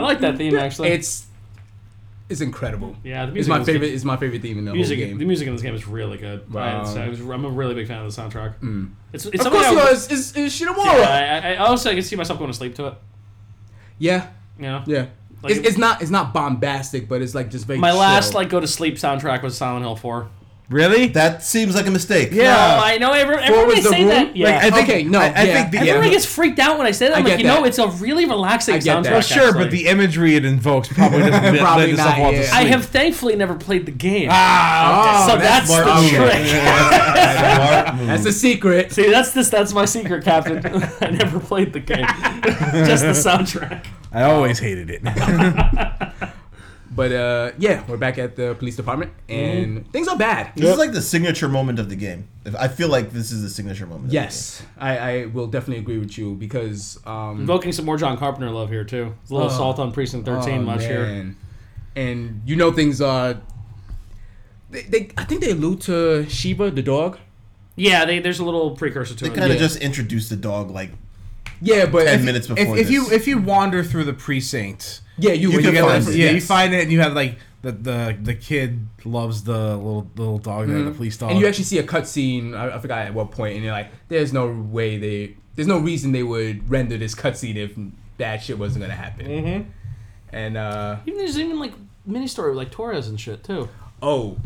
like that theme actually.
It's it's incredible.
Yeah, the
it's
music
my
was good.
favorite. It's my favorite theme in the
music,
whole game.
the music in this game is really good.
Wow. Mm.
I, it's- I was, I'm a really big fan of the soundtrack. It's, it's
of
something
course,
I,
you are. It's, it's, it's Shinamura. Yeah,
Yeah, I, I also I can see myself going to sleep to it.
yeah.
You know. Like,
it's, it's not. It's not bombastic, but it's like just very.
My last
chill.
like go to sleep soundtrack was Silent Hill Four.
Really?
That seems like a mistake.
Yeah.
Oh, I know everyone. Everyone
was the
say
room?
that. Yeah.
Like, I think,
Okay, no,
I, I
yeah.
think the
Everybody
yeah.
gets freaked out when I say that. I'm
I get
like, you know,
that.
it's a really relaxing
I get
soundtrack.
that.
Well, sure, but
actually.
the imagery it invokes probably doesn't lend
Probably
itself
not,
well to
yeah.
sleep.
I have thankfully never played the game.
Ah,
Oh,
so that's,
smart
the
move.
trick.
That's a secret.
See, that's this. That's my secret, Captain. I never played the game, just the soundtrack.
I always hated it.
But uh, yeah, we're back at the police department,
Mm-hmm.
and things are bad.
This is like the signature moment of the game. If- I feel like this is the signature moment.
Yes, I, I will definitely agree with you because um,
Invoking some more John Carpenter love here too. It's a little
Oh.
salt on Precinct 13
Oh,
much here.
man. And you know things are. They, they, I think they allude to Shiba the dog.
Yeah, they, there's a little precursor to
They
it.
kind of
Yeah.
just introduced the dog like
Yeah, but
Ten
if-
minutes
if-
before
if you
this.
if you wander through the precinct,
Yeah, you,
You
you
can
get
find
like-
it,
yeah, you
yes.
find it, and you have like the the, the kid loves the little little dog there, the police dog.
and you actually see a cutscene. I, I forgot at what point, and you're like, "There's no way they. There's no reason they would render this cutscene if that shit wasn't gonna happen." Mm-hmm. And uh
Even there's even like mini story with like Torres and shit too.
oh,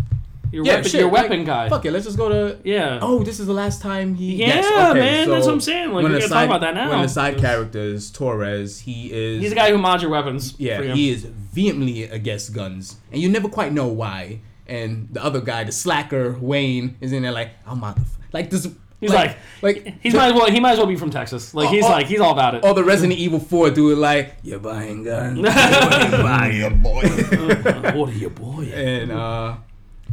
Your
yeah,
weapon,
shit,
your
like,
weapon guy.
Fuck it, let's just go to.
Yeah.
Oh, this is the last time he.
Yeah, man, that's what I'm saying, like,
one
we
of the
gotta talk
side-
about that now.
One of the side characters, Torres, he is.
He's the guy who mods your weapons.
Yeah,
for you.
he is vehemently against guns, and you never quite know why. And the other guy, the slacker Wayne, is in there like, "I'm out the f-. like this."
He's like, like he's might as well he might as well be from Texas. Like he's
Oh, oh.
like he's all about it.
all the Resident Evil Four dude like, "You're buying guns, you're buying
yeah, boy.
what are you, boy?
and uh,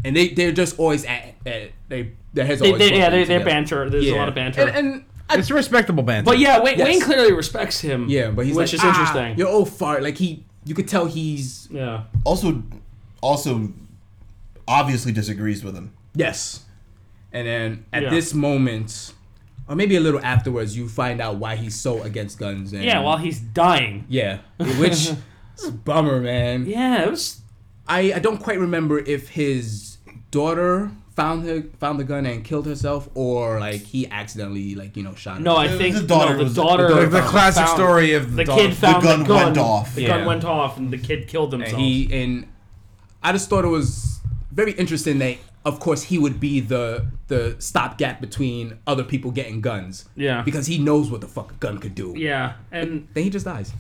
and they they're just always at, at they their heads
They,
always
they, yeah,
bumping
they, they're
together.
banter. There's a lot of banter.
and, and I,
it's a respectable band.
but yeah, Wayne,
Yes.
Wayne clearly respects him.
yeah, but he's like,
which is
"Ah,
interesting.
You're old fart. Like he, you could tell he's
yeah,
also, also, obviously disagrees with him.
Yes. And then at
Yeah.
this moment, or maybe a little afterwards, you find out why he's so against guns. And,
yeah. While he's dying.
yeah, which is a bummer, man.
Yeah, it was.
I, I don't quite remember if his daughter found her found the gun and killed herself, or like he accidentally like you know shot.
No,
her.
I
The-
think
the daughter
no, the
was-
daughter.
the-
the classic
found-
story of
the
the
kid
daughter-
found
the
the
gun
gun,
went off.
The
Yeah.
gun went off, and the kid killed himself.
and he and I just thought it was very interesting that of course he would be the the stopgap between other people getting guns.
Yeah.
because he knows what the fuck a gun could do.
yeah, and
Then he just dies.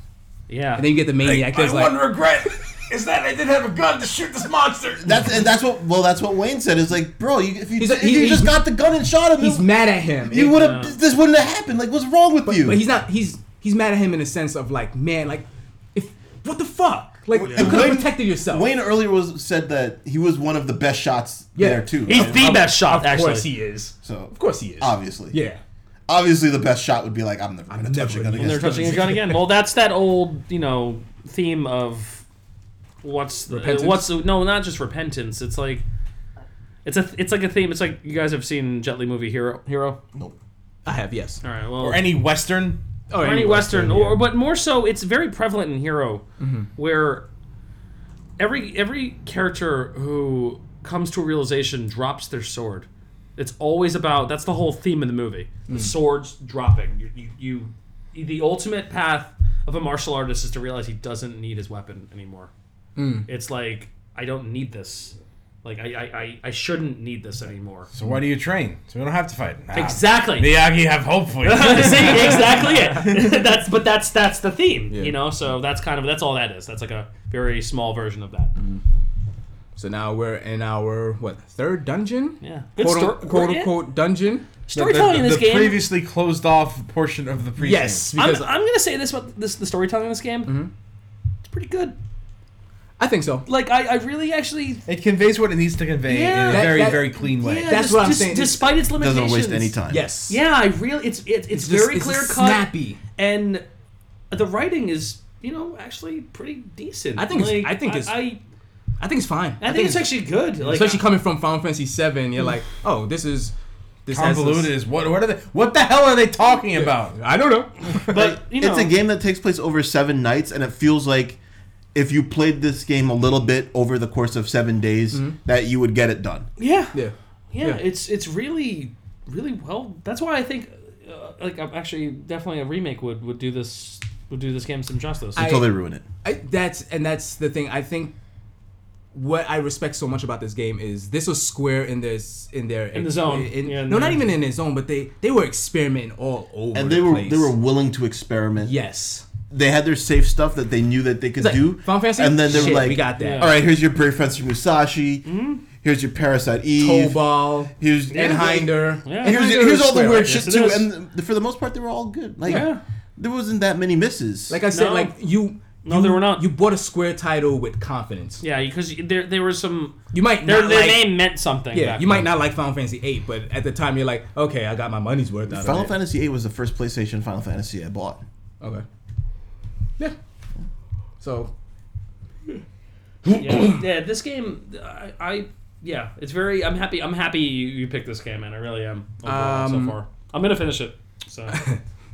yeah,
And then you get the maniac that's like,
regret is that I didn't have a gun to shoot this monster.
That's and that's what well that's what Wayne said is like bro you, if you,
He's
if
like-
you
he-
just
he-
got the gun and shot him
he's
you-
mad at him.
you would have
Yeah.
this wouldn't have happened like what's wrong with you
but he's not. He's he's mad at him in a sense of like, man, like, if what the fuck? Like, you could have
Wayne-
protected yourself.
Wayne earlier was said that he was one of the best shots
Yeah.
there too
he's the best shot.
of
actually,
course he is.
so
Of course he is.
obviously
Yeah.
obviously the best shot would be like I'm never gonna touch
never
a gun
gonna-
again
they're touching his gun again. Well, that's that old, you know, theme of what's the,
Repentance?
what's the, no, not just repentance. It's like it's a it's like a theme. It's like you guys have seen Jet Li movie Hero Hero.
Nope.
I have yes.
All right, well,
Or any western.
Oh,
or any Western, or but more so, it's very prevalent in Hero, where every every character who comes to a realization drops their sword. It's always about that's the whole theme of the movie: the swords dropping. You, you, you- you- the ultimate path of a martial artist is to realize he doesn't need his weapon anymore. It's like I don't need this. Like I, I, I, I shouldn't need this anymore.
So why do you train? So we don't have to fight. Nah.
Exactly.
Miyagi have hope for you.
See, exactly it. that's but that's that's the theme,
Yeah.
you know. So that's kind of that's all that is. That's like a very small version of that.
Mm. So now we're in our what third dungeon?
Yeah, good
quote,
sto-
un- quote
yeah.
unquote dungeon.
storytelling in
the,
this game.
previously closed off portion of the precinct.
Yes, Mm-hmm.
I'm,
because I,
I'm gonna say this about this the storytelling in this game. It's pretty good.
think so.
Like I, I really actually
It conveys what it needs to convey
Yeah.
in a
That-
very,
that-
very clean way.
yeah,
That's
just-
what I'm
just-
saying.
Despite its limitations,
doesn't waste any time
Yes.
Yeah, I really it's it,
just-
it's, very
it's
clear cut
Snappy.
and the writing is you know actually pretty decent.
I think it's-
Like,
I think it's-
I, I,
I think it's fine.
I think it's actually good. Like,
especially coming from Final Fantasy Seven. You're like, oh, this is this has this-
Convoluted is what? What are they? What the hell are they talking about?
I don't know.
but you know,
it's a game that takes place over seven nights and it feels like if you played this game a little bit over the course of seven days,
Mm-hmm.
that you would get it done.
Yeah.
Yeah.
yeah,
Yeah.
It's it's really really well. That's why I think uh, like I'm actually definitely a remake would would do this would do this game some justice.
I-
Until they ruin it.
I, that's and that's the thing. I think what I respect so much about this game is this was Square in this in their in
the zone.
in-
Yeah, in
no,
the-
not even in his own, but they they were experimenting all over.
And
the
they were
place.
they were willing to experiment.
yes.
They had their safe stuff that they knew that they could
Like,
do.
Final Fantasy?
And then they were
Shit,
like,
we got that. Mm-hmm.
All right, here's your Brave Fencer Musashi. Here's your Parasite Eve.
Cobal,
Here's
Enhinder.
Yeah.
And here's,
Enhinder
here's
was
all the
Square,
weird
right?
shit
Yes, it
too,
is.
and th- for the most part, they were all good. Like,
Yeah.
there wasn't that many misses.
Like I said,
No.
like you.
No,
you,
they were not.
You bought a Square title with confidence.
yeah, because there there were some
You might
their,
not
their
like.
name meant something.
yeah,
back
you might
then.
not like Final Fantasy VIII, but at the time you're like, okay, I got my money's worth out
Final
of it.
Fantasy VIII was the first PlayStation Final Fantasy I bought.
Okay. Yeah. So
Yeah, yeah this game, I, I yeah, it's very. I'm happy. I'm happy you, you picked this game, man. I really am. Overall,
Um,
so far, I'm gonna finish it. So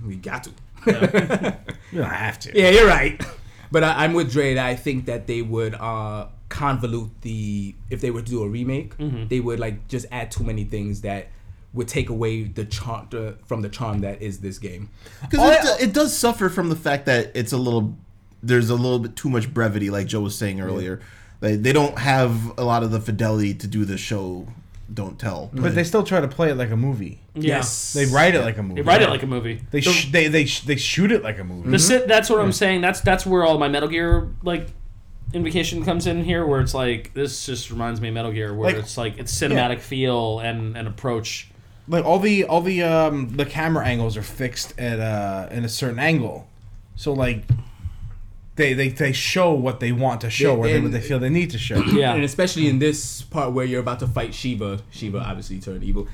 we got to.
You don't have to.
Yeah, you're right. But I, I'm with Dre. that I think that they would uh, convolute the if they were to do a remake,
Mm-hmm.
they would like just add too many things that would take away the charm the, from the charm that is this game. Oh,
Because it, do- it does suffer from the fact that it's a little, there's a little bit too much brevity, like Joe was saying earlier. They, they don't have a lot of the fidelity to do the show, don't tell.
Mm-hmm.
But they still try to play it like a movie.
yeah.
They write it like a movie.
They write it like a movie.
They sh- they they sh- they shoot it like a movie.
The
Mm-hmm.
sit, that's what I'm saying. That's that's where all my Metal Gear like invocation comes in here, where it's like this just reminds me of Metal Gear, where
Like-
it's like it's cinematic feel and and approach.
like all the all the um the camera angles are fixed at uh in a certain angle so like they they, they show what they want to show or they, what they feel they need to show
Yeah,
And especially in this part where you're about to fight Shiva, Shiva obviously turned evil.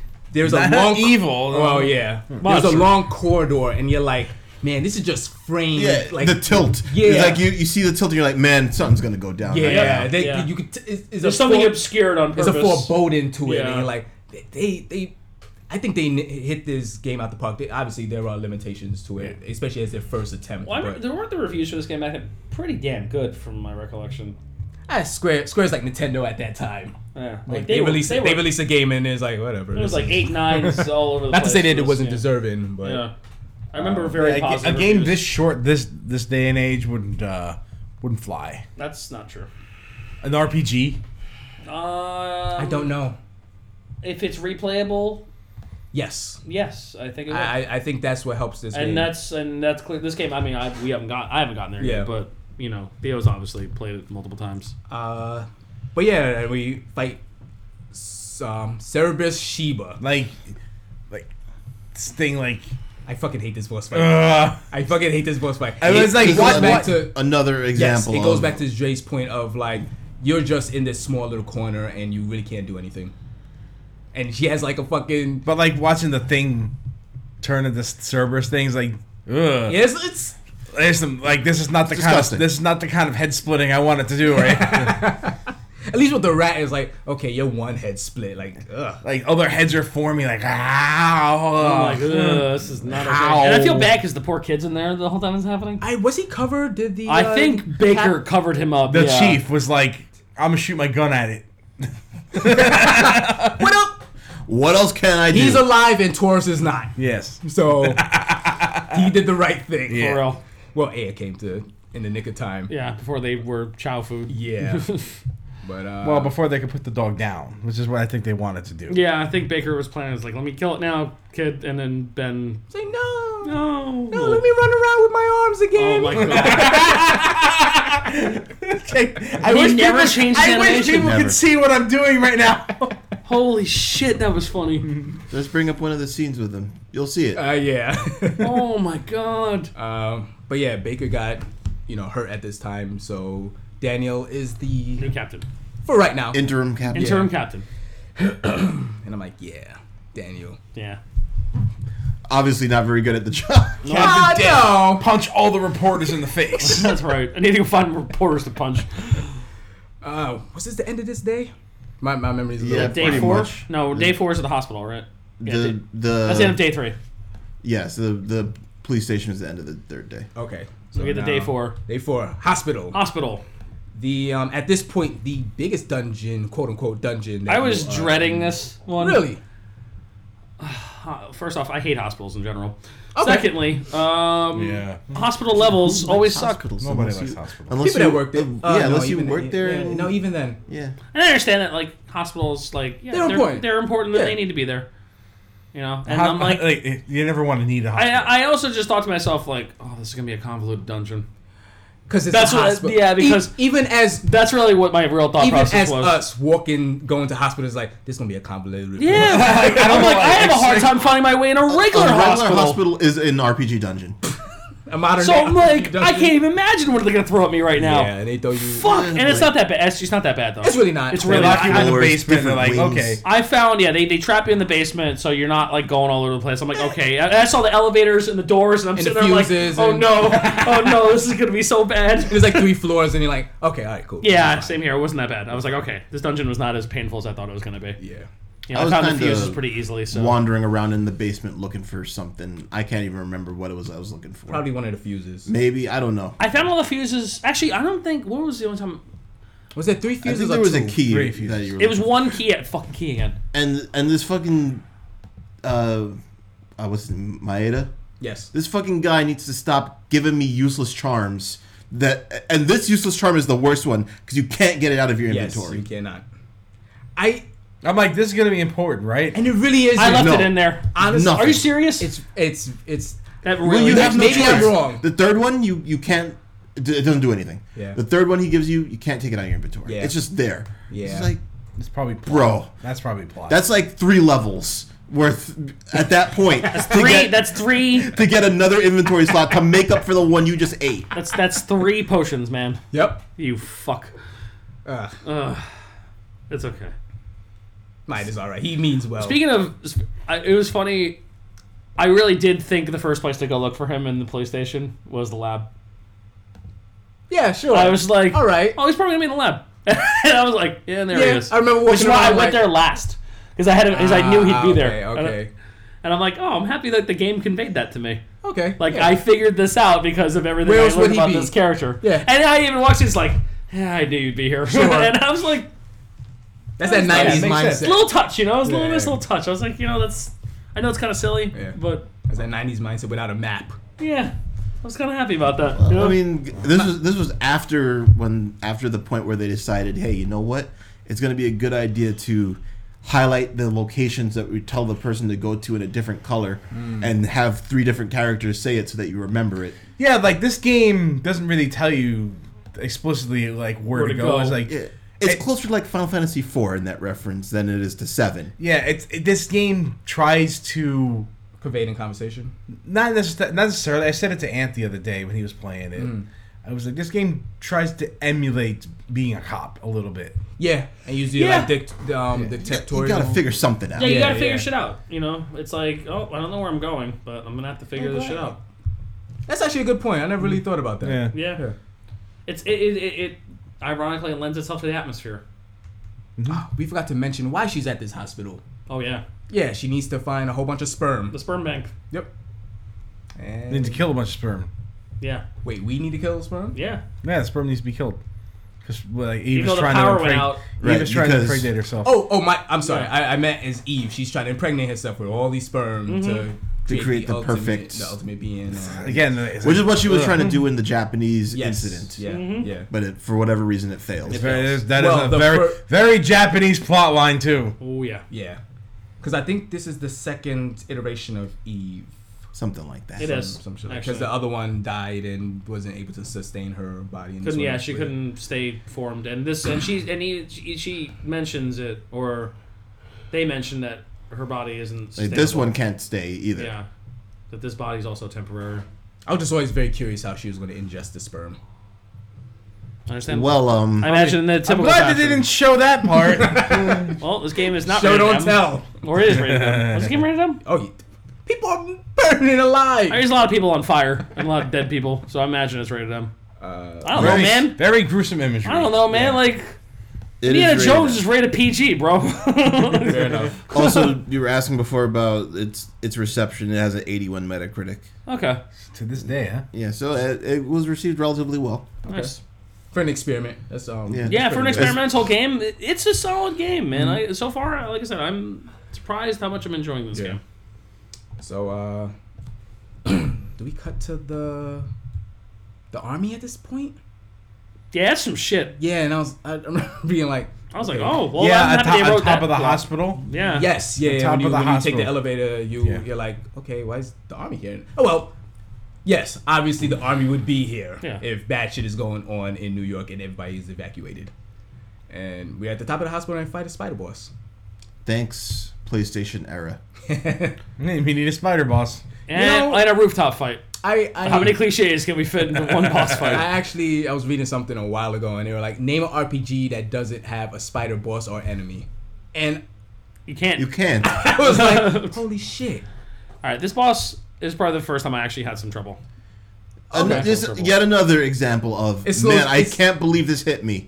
There's a
Not
long
evil,
Oh
no.
yeah, there's
Monster.
a long corridor, and you're like, man, this is just framed.
yeah,
like
the tilt.
Yeah.
It's like you, you see the tilt and you're like, man, something's going to go down.
Yeah,
right now."
they,
Yeah.
you could. T- it's, it's
there's
a
something
full-
obscured on purpose.
there's a foreboding to it, and
Yeah.
you're like, they, they, they, I think they n- hit this game out the park. They, obviously, there are limitations to it, especially as their first attempt.
Well, I remember-
but-
there weren't the reviews for this game back then pretty damn good from my recollection.
Ah, Square, Square's like Nintendo at that time.
Yeah,
Like they, release, they,
were-
release a game, and it's like whatever.
It was like eight nines all over the
Not to
place.
say that
for
it
this
wasn't Uh,
game.
deserving, but
Yeah, I remember very
Like, a,
positive.
a game
reviews.
this short this this day and age wouldn't uh wouldn't fly
that's not true.
an rpg
Um,
I
I
don't know.
Um, If it's replayable,
Yes,
yes, I think it would.
I, I- I think that's what helps this game.
and that's and that's clear. This game, I mean, I, we haven't got, I haven't gotten there
Yeah.
yet, but you know, Theo's obviously played it multiple times.
uh, but yeah, we fight s- um, Cerberus Sheba.
like like this thing like
I fucking hate this boss fight.
uh,
I fucking hate this boss fight.
I was like,
it goes
what-
back
what-
to
Another
yes,
example.
it goes
of-
back to Dre's point of like you're just in this small little corner and you really can't do anything. And she has like a fucking
but like watching the thing turn into this Cerberus things like ugh.
yes, it's
There's some like this is not the
Disgusting.
kind of this is not the kind of head splitting I wanted to do right
at least with the rat is like okay, your one head split like ugh.
like other heads are forming like
I'm
ow
Uh,
like,
hmm.
Ugh, this is not.
How?
Okay. And I feel bad because the poor kids in there the whole time it's happening.
I was he covered? Did the
I
uh,
think Baker covered him up.
the
yeah.
chief was like i'm gonna shoot my gun at it
what up?
What else can I do?
He's alive and Taurus is not.
yes
So he did the right thing.
for
Yeah.
real.
Well, A it came to in the nick of time.
Yeah, before they were chow food.
Yeah. But uh,
well before they could put the dog down which is what i think they wanted to do
Yeah, I think Baker was planning. It's like, let me kill it now, kid, and then Ben.
say no.
No.
No, let me run around with my arms
Oh
again.
my god. He
i wish
never
people,
changed
I wish
animation.
people
Never.
could see what i'm doing right now
Holy shit, that was funny.
Let's bring up one of the scenes with him. You'll see it.
Uh, yeah.
oh my god.
um, but yeah, Baker got you know hurt at this time, so Daniel is
New
the
captain.
for right now.
Interim captain.
Interim captain.
and I'm like, yeah, Daniel.
Yeah.
Obviously, not very good at the job.
Ah, no.
punch all the reporters in the face
That's right. I need to go find reporters to punch.
Uh, was this the end of this day? My my memory's a
Yeah,
little.
Day
Pretty
four?
much.
No, day four is at the hospital, right? Yeah, day-
The, the,
that's the end of day three.
Yes, the, the police station is the end of the third day.
Okay.
So we get the
now-
day four Ah.
Day four. Hospital.
hospital.
the um, at this point the biggest dungeon, quote unquote dungeon. that
I was
you, uh,
dreading this one.
Really?
Uh, First off, I hate hospitals in general.
Okay.
Secondly, um,
Yeah.
Hospital levels always suck.
Hospitals,
Nobody
unless
likes
you-
hospitals.
Unless
People
you
that worked there.
uh,
Uh,
yeah,
no,
unless you
even-
worked there.
yeah,
and-
no, even then.
yeah.
And I understand that, like hospitals, like yeah,
They're important.
They're important, and
Yeah.
they need to be there. You know, and
How-
I'm like,
like, you never want to need a hospital.
I, I also just thought to myself, like, oh, this is gonna be a convoluted dungeon.
Because it's
That's
a
what-
hospital.
yeah, because-
E- even as
That's really what my real thought
even
process
as
was.
us walking going to hospital is like this is gonna be a convoluted. report.
Yeah, like,
I don't
I'm
know
like,
why
I have a hard
it's-
time finding my way in a regular,
A regular
hospital.
hospital. is an RPG dungeon.
a modern.
So
day
I'm like, I
dungeon.
can't even imagine what they're gonna throw at me right now.
Yeah, and they throw you.
Fuck, and it's not that bad. It's, it's not that bad though.
It's really not.
It's
They
they
really
lock you
not.
in the
Doors,
basement. They're like,
different wings.
okay.
I found, yeah, they, they trap you in the basement, so you're not like going all over the place. I'm like, okay, I, I saw the elevators and the doors, and I'm
Eh. And
sitting
the
there like,
fuses
oh
and-
no, oh no, this is gonna be so bad.
There's like three floors, and you're like, okay, all right, cool.
Yeah, same here. It wasn't that bad. I was like, okay, this dungeon was not as painful as I thought it was gonna be.
Yeah.
You
I
know, I,
was
found the
kinda
fuses pretty easily. So
Wandering around in the basement looking for something. I can't even remember what it was I was looking for.
Probably one of the fuses.
Maybe I don't know.
I found all the fuses. Actually, I don't think. When was the only time?
Was there three
I
fuses?
think
or
there was a
two?
key
Three
that you were
It was
looking
one key at fucking key again.
for. and and this fucking uh, I was Maeda.
Yes.
This fucking guy needs to stop giving me useless charms. That and this useless charm is the worst one because you can't get it out of your
Yes.
inventory.
You cannot. I
I'm like, this is gonna be important, right?
and it really is.
I left
No.
it in there.
Honestly,
Nothing.
Are you serious?
It's it's it's.
that
Well,
really.
you have no
Maybe I'm
choice.
wrong.
The third one, you you can't. It it doesn't do anything.
Yeah.
The third one he gives you, you can't take it out of your inventory.
Yeah.
It's just there.
Yeah.
It's like
It's probably plot.
Bro.
That's probably plot.
that's like three levels worth at that point. that's
three.
To get,
that's three.
to get another inventory slot to make up for the one you just ate.
That's that's three potions, man.
Yep.
You fuck.
Ugh.
It's okay.
Mine is all right. He means well.
Speaking of, sp- I, it was funny. I really did think the first place to go look for him in the police station was the lab.
yeah, sure.
I was like,
all right.
oh, he's probably gonna be in the lab. and I was like, yeah, there
Yeah,
he is.
I remember
Which is
walking
why I
around
went
like-
there last because I had because I knew he'd
Ah,
be there.
Okay.
And, I,
Okay.
and I'm like, oh, I'm happy that the game conveyed that to me.
okay.
Like
yeah.
I figured this out because of everything
Where
I
else would
learned
he
about
be?
this character.
Yeah.
And I even watched it, it's like, yeah, I knew you'd be here. and I was like,
That's that '90s
makes sense.
mindset.
little touch, you know, it was a little
Yeah.
nice little touch. I was like, you know, that's I know it's kinda silly,
Yeah.
but
That's that '90s mindset without a map.
yeah. I was kinda happy about that. you know?
I mean, this was this was after when after the point where they decided, hey, you know what? It's going to be a good idea to highlight the locations that we tell the person to go to in a different color and have three different characters say it so that you remember it.
yeah, like this game doesn't really tell you explicitly like where, to
to
go.
go.
It's like
Yeah. It's
It-
closer to like Final Fantasy IV in that reference than it is to seven.
yeah, it's it, this game tries to
Conveyed in conversation.
not necessarily, not necessarily. I said it to Ant the other day when he was playing it.
Hmm.
I was like, this game tries to emulate being a cop a little bit.
Yeah, and use the
Yeah.
like dict, um, dictatorial.
You got to figure something out.
yeah, you
yeah,
gotta
yeah.
figure shit out. You know? It's like, oh, I don't know where I'm going, but I'm gonna have to figure
Oh,
this shit out.
That's actually a good point. I never really thought about that.
Yeah. It's it, it, it, it ironically lends itself to the atmosphere.
Mm-hmm.
Ah, we forgot to mention why she's at this hospital.
Oh yeah.
Yeah, she needs to find a whole bunch of sperm.
The sperm bank.
Yep. And
need to kill a bunch of sperm.
Yeah.
Wait, we need to kill sperm?
Yeah.
Yeah, the sperm needs to be killed because like Eve
Even
was
though the
trying
power
to
went
impregnate.
out.
Eve
Right,
was trying to
because-
impregnate herself.
Oh, oh my! I'm sorry. I, I meant as Eve. She's trying to impregnate herself with all these sperm to create,
create the
ultimate-
perfect-
the ultimate being. uh,
again, it's
Which is what she was
Ugh.
trying to do in the Japanese
yes.
incident.
Yeah, yeah.
But it, for whatever reason, it failed.
It-
That is, that is
Well, the
a very
fir-
very Japanese plot line too.
Oh yeah.
Yeah. Because I think this is the second iteration of Eve.
Something like that.
It is.
Because
actually.
the other one died and wasn't able to sustain her body. And this
Couldn't,
one
yeah,
was
she
with-
couldn't stay formed, and this, and she, and he, she, she mentions it, or they mention that her body isn't.
Like, this
sustainable.
one can't stay either.
yeah, that this body's also temporary.
I was just always very curious how she was going to ingest the sperm.
Understand?
Well, um,
I imagine the
I'm
typical.
glad they
fashion.
didn't show that part.
Well, this game is not.
Show
rated
don't
M,
tell.
Or it is rated M. Was this game rated M?
Oh, you- people are burning alive.
There's a lot of people on fire and a lot of dead people, so I imagine it's rated M.
Uh,
I don't know,
very,
man.
very gruesome imagery.
I don't know, man. Like
it is
Indiana
rated
Jones
M.
is rated PG, bro.
fair enough.
also, you were asking before about its its reception. It has an 81 Metacritic.
okay,
To this day, huh?
Yeah, so it, it was received relatively well.
nice.
for an experiment. That's um.
Yeah.
Yeah, for an
Pretty good.
experimental game, it- it's a solid game, man. I, so far, like I said, I'm surprised how much I'm enjoying this
Yeah.
game.
So uh, do we cut to the the army at this point?
Yeah, that's some shit.
Yeah, and I was I, I'm being like,
I was like, oh, well,
yeah,
I'm happy
on top,
they wrote
on top
that.
of the
Yeah.
hospital.
Yeah.
yes, yeah. yeah,
top
when
of
you,
the
when you take the
hospital.
elevator, you
Yeah.
you're like, okay, why is the army here? Oh well, yes, obviously the army would be here
Yeah.
if bad shit is going on in New York and everybody's evacuated. And we're at the top of the hospital and fight a spider boss.
Thanks, PlayStation era.
We need a spider boss.
know-
And,
Mm.
and a rooftop fight.
I, I
How many cliches can we fit into one boss
I
fight?
actually I was reading something a while ago and they were like name an RPG that doesn't have a spider boss or enemy, and
You can't.
You can't.
I was like holy shit.
All right, this boss is probably the first time I actually had some trouble.
An-
Okay.
this is yet another example of
It's
man.
those-
I
it's-
can't believe this hit me,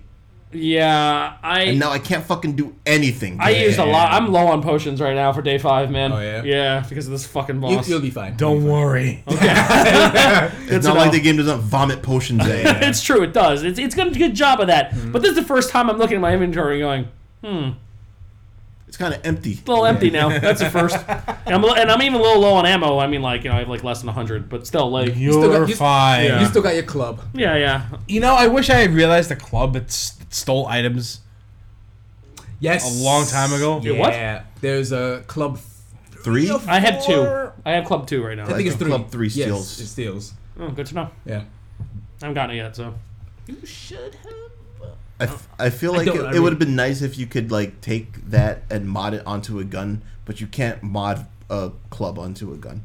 Yeah,
and
I
now I can't fucking do anything.
I used a lot. I'm low on potions right now for day five, man.
Oh, yeah?
yeah, because of this fucking
You,
boss.
you'll be fine.
Don't worry.
it's not like the game doesn't vomit potions. at you.
it's true. It does. It's it's got a good job of that. But this is the first time I'm looking at my inventory going,
It's kind of empty.
a little empty now. That's the first. And I'm, a li- and I'm even a little low on ammo. I mean, like you know, I have like less than hundred, but still, like yeah,
still got-
You're
you-
fine.
You still got your club.
yeah.
You know, I wish I had realized the club that s- stole items.
Yes.
A long time ago?
Yeah.
Wait,
what?
There's a club.
Three.
or
I have two.
four-
I have club two right now.
I think it's
a
three.
club three
Yes,
steals.
it steals.
Oh, good to know.
Yeah.
I haven't gotten it yet, so
You should have.
I, f- I feel like
don't-
it,
I
it
mean-
would have been nice if you could like take that and mod it onto a gun, but you can't mod a club onto a gun.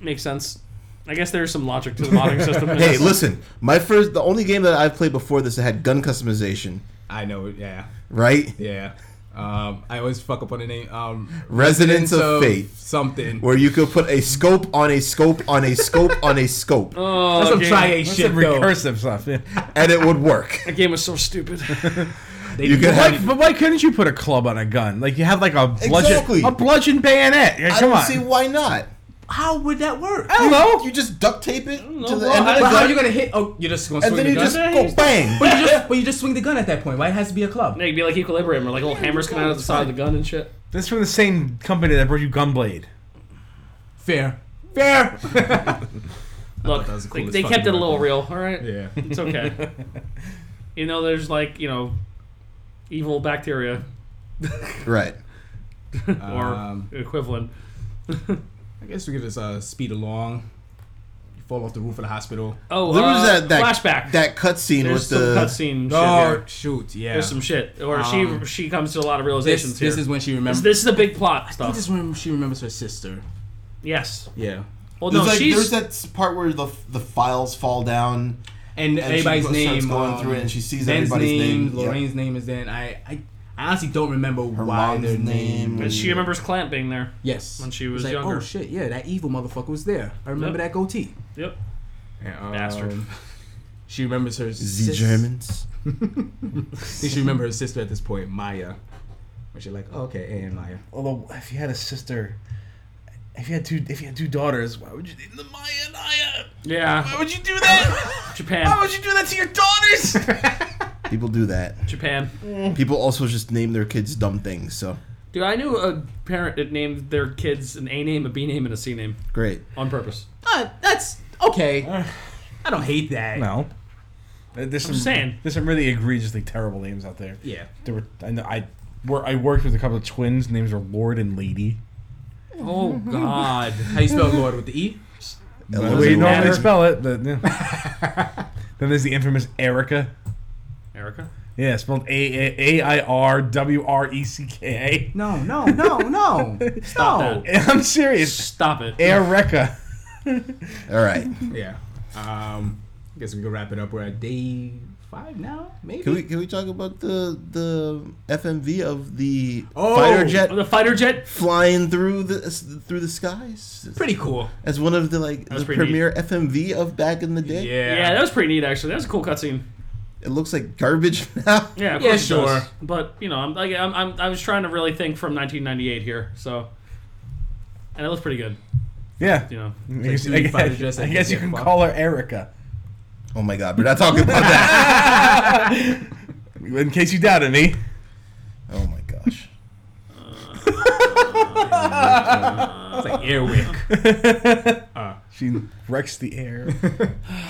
makes sense. I guess there's some logic to the modding system.
Hey, listen, my first, the only game that I've played before this that had gun customization,
I know. it, Yeah.
right?
Yeah. Um, I always fuck up on the name. Um,
Residence of Fate.
Something.
Where you could put a scope on a scope on a scope on a scope,
Oh,
That's some
game.
try a
That's
shit
some
though.
recursive stuff. yeah.
and it would work.
That game was so stupid.
They
You
do
could
that.
have-
Why, but why couldn't you put a club on a gun? Like you have like a bludgeon,
Exactly.
a bludgeon bayonet. Yeah,
I
come
don't
on.
see why not.
How would that work?
I don't know.
You just duct tape it to the end
well, I-
of the
But how are
gun,
you gonna hit? Oh, you're just gonna
and
swing
then
the
you
gun.
just
Yeah,
go
he's-
bang.
but you just, but you just swing the gun at that point. Why it has to be a club?
It'd be like equilibrium, or like little hammers coming out of the side of the gun and shit.
That's from the same company that brought you Gunblade.
Fair. Fair.
Look,
Oh, that was the
they,
coolest
they kept it
fucking
a little
weapon.
real. All right,
yeah.
it's okay. you know, there's like you know, evil bacteria
Right.
or
Um,
equivalent.
I guess we could just uh, speed along. You fall off the roof of the hospital.
Oh,
There
uh,
was that, that
flashback.
that cutscene
There's
with
some
the
cutscene shit
Oh
here.
shoot! Yeah.
There's some shit, or
Um,
she she comes to a lot of
this,
realizations here.
this is when she
this,
remembers.
this is the big plot
I think
stuff.
this is when she remembers her sister.
yes.
Yeah.
Well,
There's,
no,
like,
she's
there's that s- part where the the files fall down. And
And,
she
everybody's
go- starts
name.
going
um,
through it and she sees
Ben's
everybody's
name.
name, yeah.
Lorraine's name is then. I, I I honestly don't remember why
mom's
their
name.
name.
and she remembers Clamp being there.
Yes.
when she
It's
was
like,
younger.
Oh shit! Yeah, that evil motherfucker was there. I remember
Yep.
that goatee.
Yep.
Yeah,
Bastard.
She remembers her.
The
sis-
Germans.
I think she remembers her sister at this point, Maya. When she's like, oh, okay, and Maya.
Although, if you had a sister, if you had two, if you had two daughters, why would you name them Maya and Aya?
Yeah.
would you do that?
Japan.
you do that to your daughters?
People do that.
Japan.
People also just name their kids dumb things. So
Dude, I knew a parent that named their kids an A name, a B name, and a C name
great.
on purpose.
Uh, that's okay. I don't hate that.
no. There's some,
saying.
there's some really egregiously terrible names out there.
Yeah.
There were I know I were I worked with a couple of twins. Names were Lord and Lady.
Oh God.
How you spell Lord with the E?
Well,
The way
doesn't
you normally
matter.
spell it, but yeah. then there's the infamous Erica.
Erica.
Yeah, spelled A A I R W R E C K
No, no, no, no.
Stop
no.
that.
A. I'm serious.
Stop it.
Erica.
All right.
Yeah. Um, I guess we can wrap it up. We're at day five now, maybe.
Can we can we talk about the the FMV of the
Oh!
fighter jet
the fighter jet.
flying through the through the skies
Pretty cool.
as one of the like the
was pretty
premier FMV of back in the day?
Yeah.
Yeah. that was pretty neat actually. That was a cool cutscene.
It looks like garbage now.
Yeah, of
Yeah,
course it
sure.
does. But you know, I'm like, I'm, I'm I was trying to really think from 1998 here, so and it looks pretty good.
Yeah.
You know,
I guess,
Like,
I
fighter
guess-
jets
I
that
guess
can
you
get
can
fucked.
call her Erica.
Oh my god, we're not talking about that.
In case you doubted me,
Oh my gosh.
It's like Airwick.
she wrecks the air.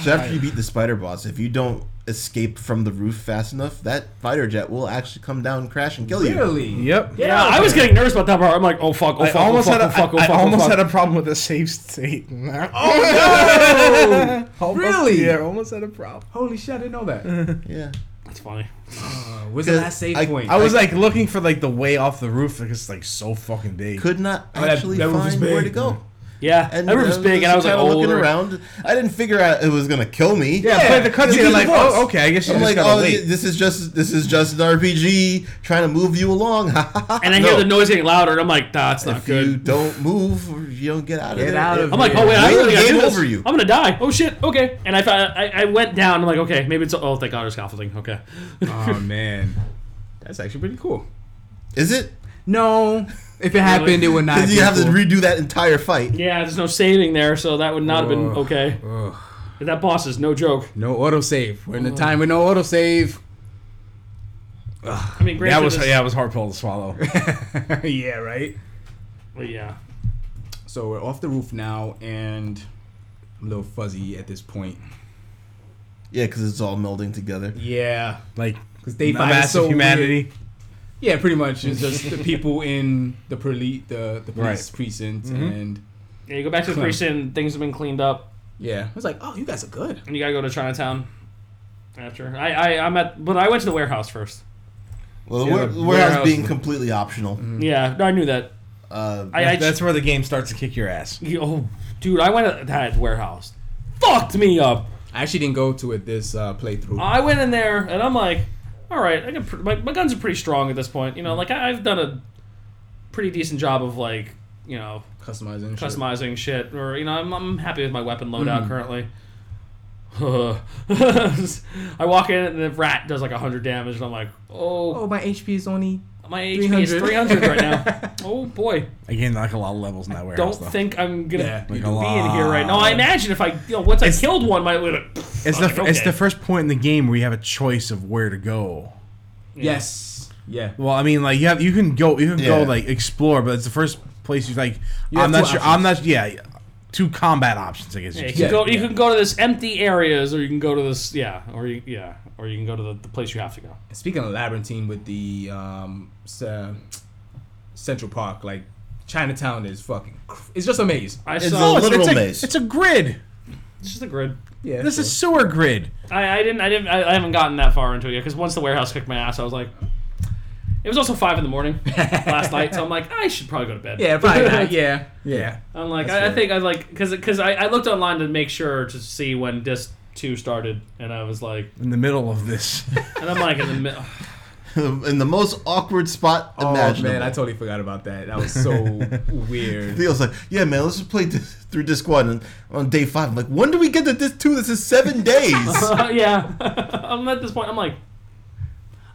So after you beat the spider boss, if you don't escape from the roof fast enough, that fighter jet will actually come down, and crash, and kill you.
Really?
yep.
Yeah, I was getting nervous about that part. I'm like, oh fuck, oh
I
fuck, oh
almost
fuck,
had
oh
a,
fuck, oh
I- I
fuck, oh
almost
fuck.
had a problem with the safe state. Oh,
Really?
Yeah, almost had a problem.
Holy shit! I didn't know that.
Yeah.
That's funny.
Uh, Where's the last save
I-
point?
I was like looking for like the way off the roof because it's like so fucking big.
Could not
Oh, that-
actually
that roof is
find where to
big.
go.
Yeah, and that room's
uh,
big, and I was like,
kinda
oh,
looking
we're-
around. I didn't figure out it was gonna kill me.
yeah, play the
You
cutscene.
did
Like,
the voice.
oh, okay. I guess you
I'm
just
like,
gotta
oh,
wait.
this is just this is just an RPG trying to move you along.
and I hear the noise getting louder, and I'm like, nah, it's not
If
good.
you don't move, or you don't get out of
Get
there.
out
it-
of
I'm like, oh wait, I
Will,
really gotta
game
do this.
over you.
I'm gonna die. Oh shit. Okay. And I thought I, I went down. I'm like, okay, maybe it's oh thank God it's scaffolding. Okay.
oh man, that's actually pretty cool.
Is it?
Ah,
No, if it happened, it would not.
Because
be
you have to
cool.
redo that entire fight.
yeah, there's no saving there, so that would not have been
Oh.
okay.
Ugh.
But that boss is no joke.
No autosave. We're in a
Oh.
time with no autosave.
I mean,
That
granted,
was
this-
yeah, it was a hard pill to swallow.
yeah, right.
but yeah.
So we're off the roof now, and I'm a little fuzzy at this point.
Yeah, because it's all melding together.
Yeah,
like,
because they
a
find
mass
so
of humanity.
weird. Yeah, pretty much. It's just the people in the pre- the the police
Right.
precinct,
Mm-hmm.
and
Yeah, you go back to the
Clean.
precinct. Things have been cleaned up,
yeah, I was like, oh, you guys are good.
and you gotta go to Chinatown. After I, I I'm at, but I went to the warehouse first.
Well, the
Yeah,
ware-
the
warehouse
warehouse
being
is-
completely optional.
Mm-hmm.
Yeah, no, I knew that.
Uh,
I, I
Hmm. That's where the game starts to kick your ass.
oh, dude, I went to that warehouse. Fucked me up.
I actually didn't go to it this uh, playthrough.
I went in there and I'm like, all right, I can. Pr- my, my guns are pretty strong at this point. You know, like I, I've done a pretty decent job of like, you know,
customizing. and shit.
customizing shit, or you know, I'm, I'm happy with my weapon
Hmm.
loadout currently. I walk in and the rat does like hundred damage, and I'm like, oh,
Oh, my HP is only.
my HP is
300.
300 right now. oh boy,
Again, like a lot of levels in that warehouse.
don't
though.
think I'm gonna
Yeah,
be
like
in
a lot.
here right now. I imagine if I, you know, once I killed one, my
it's the
okay,
it's the
okay.
first point in the game where you have a choice of where to go.
Yes. Yeah.
Well, I mean, like you have you can go you can go
Yeah.
like explore, but it's the first place you like.
have
I'm not
two
sure. I'm not. Yeah, two combat options. I guess.
Yeah,
you
you
could
can
Yeah,
go. You can go to this empty areas, or you can go to this. Yeah, or you yeah, or you can go to the, the place you have to go.
Speaking of labyrinthine with the um, ce- Central Park, like Chinatown is fucking. cr- It's just a maze.
I
It's a
saw. It's,
little-
Oh, it's, a,
maze.
it's a grid.
just the grid.
Yeah.
This is sewer grid.
I, I didn't. I didn't. I, I haven't gotten that far into it yet. Because once the warehouse kicked my ass, I was like. It was also five in the morning last night, so I'm like, I should probably go to bed.
Yeah, probably not. Yeah. Yeah.
I'm like,
That's
I, I
fair.
think I like because because I, I looked online to make sure to see when disc two started, and I was like,
In the middle of this,
and I'm like in the middle.
in the most awkward spot
Oh
imaginable.
man, I totally forgot about that. That was so weird.
Theo's like, yeah, man, let's just play this through disc one. And on day five, I'm like, when do we get to disc two? This is seven days.
yeah, I'm at this point. I'm like,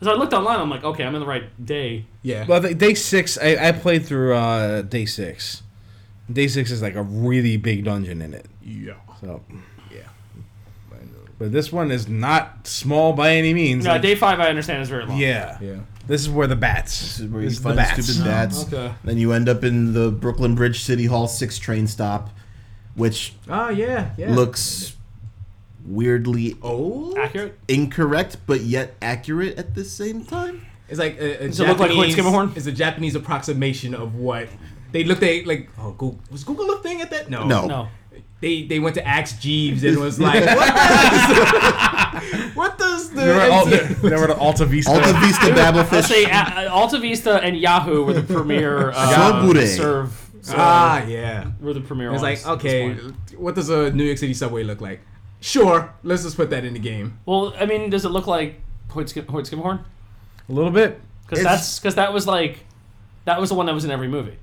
so I looked online. I'm like, okay, I'm in the right day.
Yeah.
well, the- day six. I, I played through uh, day six. Day six is like a really big dungeon in it.
yeah.
So,
Yeah.
but this one is not small by any means.
No,
Like,
day five I understand is very long.
yeah.
Yeah.
This is where the bats. This
This is where you find stupid bats.
okay.
Then you end up in the Brooklyn Bridge City Hall six train stop, which
Oh yeah. Yeah.
looks weirdly
old.
accurate.
incorrect, but yet accurate at the same time.
It's like a, a
Does it look like Hoyt Skimmerhorn?
It's a Japanese approximation of what they looked at. Like, oh, Google, was Google a thing at that? No.
No.
No.
They they went to ask Jeeves and was like, what does, what does the
Remember, Al-
MTA
remember the Alta Vista?
Alta Vista
I'll
Babelfish.
say uh, Alta Vista and Yahoo were the premier uh,
Subway.
serve. serve-
ah yeah?
were the premier.
It's
ones
like
at this
okay,
point.
what does a New York City subway look like? Sure, let's just put that in the game.
Well, I mean, does it look like Hoyt Skim- Hoyt Skimmerhorn?
a little bit.
Because
It's-
that's because that was like that was the one that was in every movie.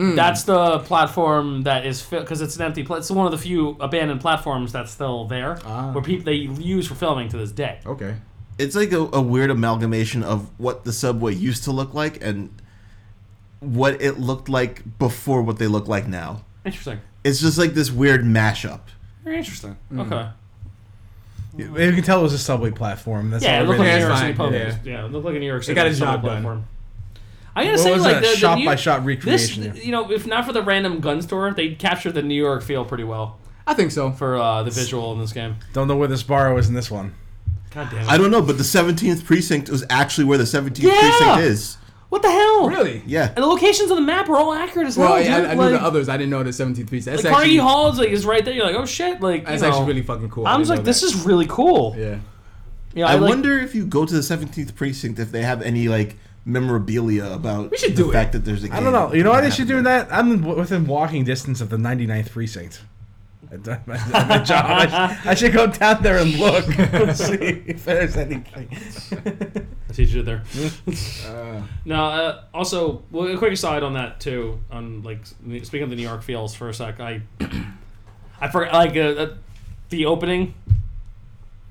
That's the platform that is filled because it's an empty. Pla- it's one of the few abandoned platforms that's still there,
Ah. Oh.
where people they use for filming to this day.
Okay.
It's like a, a weird amalgamation of what the subway used to look like and what it looked like before what they look like now.
Interesting.
It's just like this weird mashup.
Very interesting. Okay.
You can tell it was a subway platform. That's
Yeah,
all
it
it
looked like
really
a
is.
New York
that's
City
fine,
pub.
yeah.
Yeah, it looked like a New York City.
got his
subway
job done.
I gotta
What
say,
was
like
that?
the, the
Shop
New-
by shop
This,
recreation, yeah.
you know, if not for the random gun store, they captured the New York feel pretty well
I think so.
for uh, the visual in this game.
Don't know where this bar was in this one.
God damn it!
I don't know, but the 17th precinct was actually where the 17th
Yeah!
precinct is.
what the hell?
Really?
Yeah.
And the locations on the map are all accurate as
Well,
well.
yeah,
dude.
I, I knew
like,
the others. I didn't know the 17th piece. That's
like
actually
Carnegie Hall is like is right there. You're like, oh shit! Like
that's
you know.
actually really fucking cool.
I was like, this
is
is really cool. Yeah,
yeah.
I,
like-
wonder if you go to the 17th precinct if they have any like memorabilia about
should
the
do it.
fact that there's a
I don't know. You know why they should do that? I'm in- within walking distance of the 99th precinct. I done my- I done my job. I, sh- I should go down there and look. see if there's anything.
I see you there.
Uh,
No, uh, also, well, a quick aside on that too. On like speaking of the New York feels for a sec, I, I forgot like uh, uh, the opening,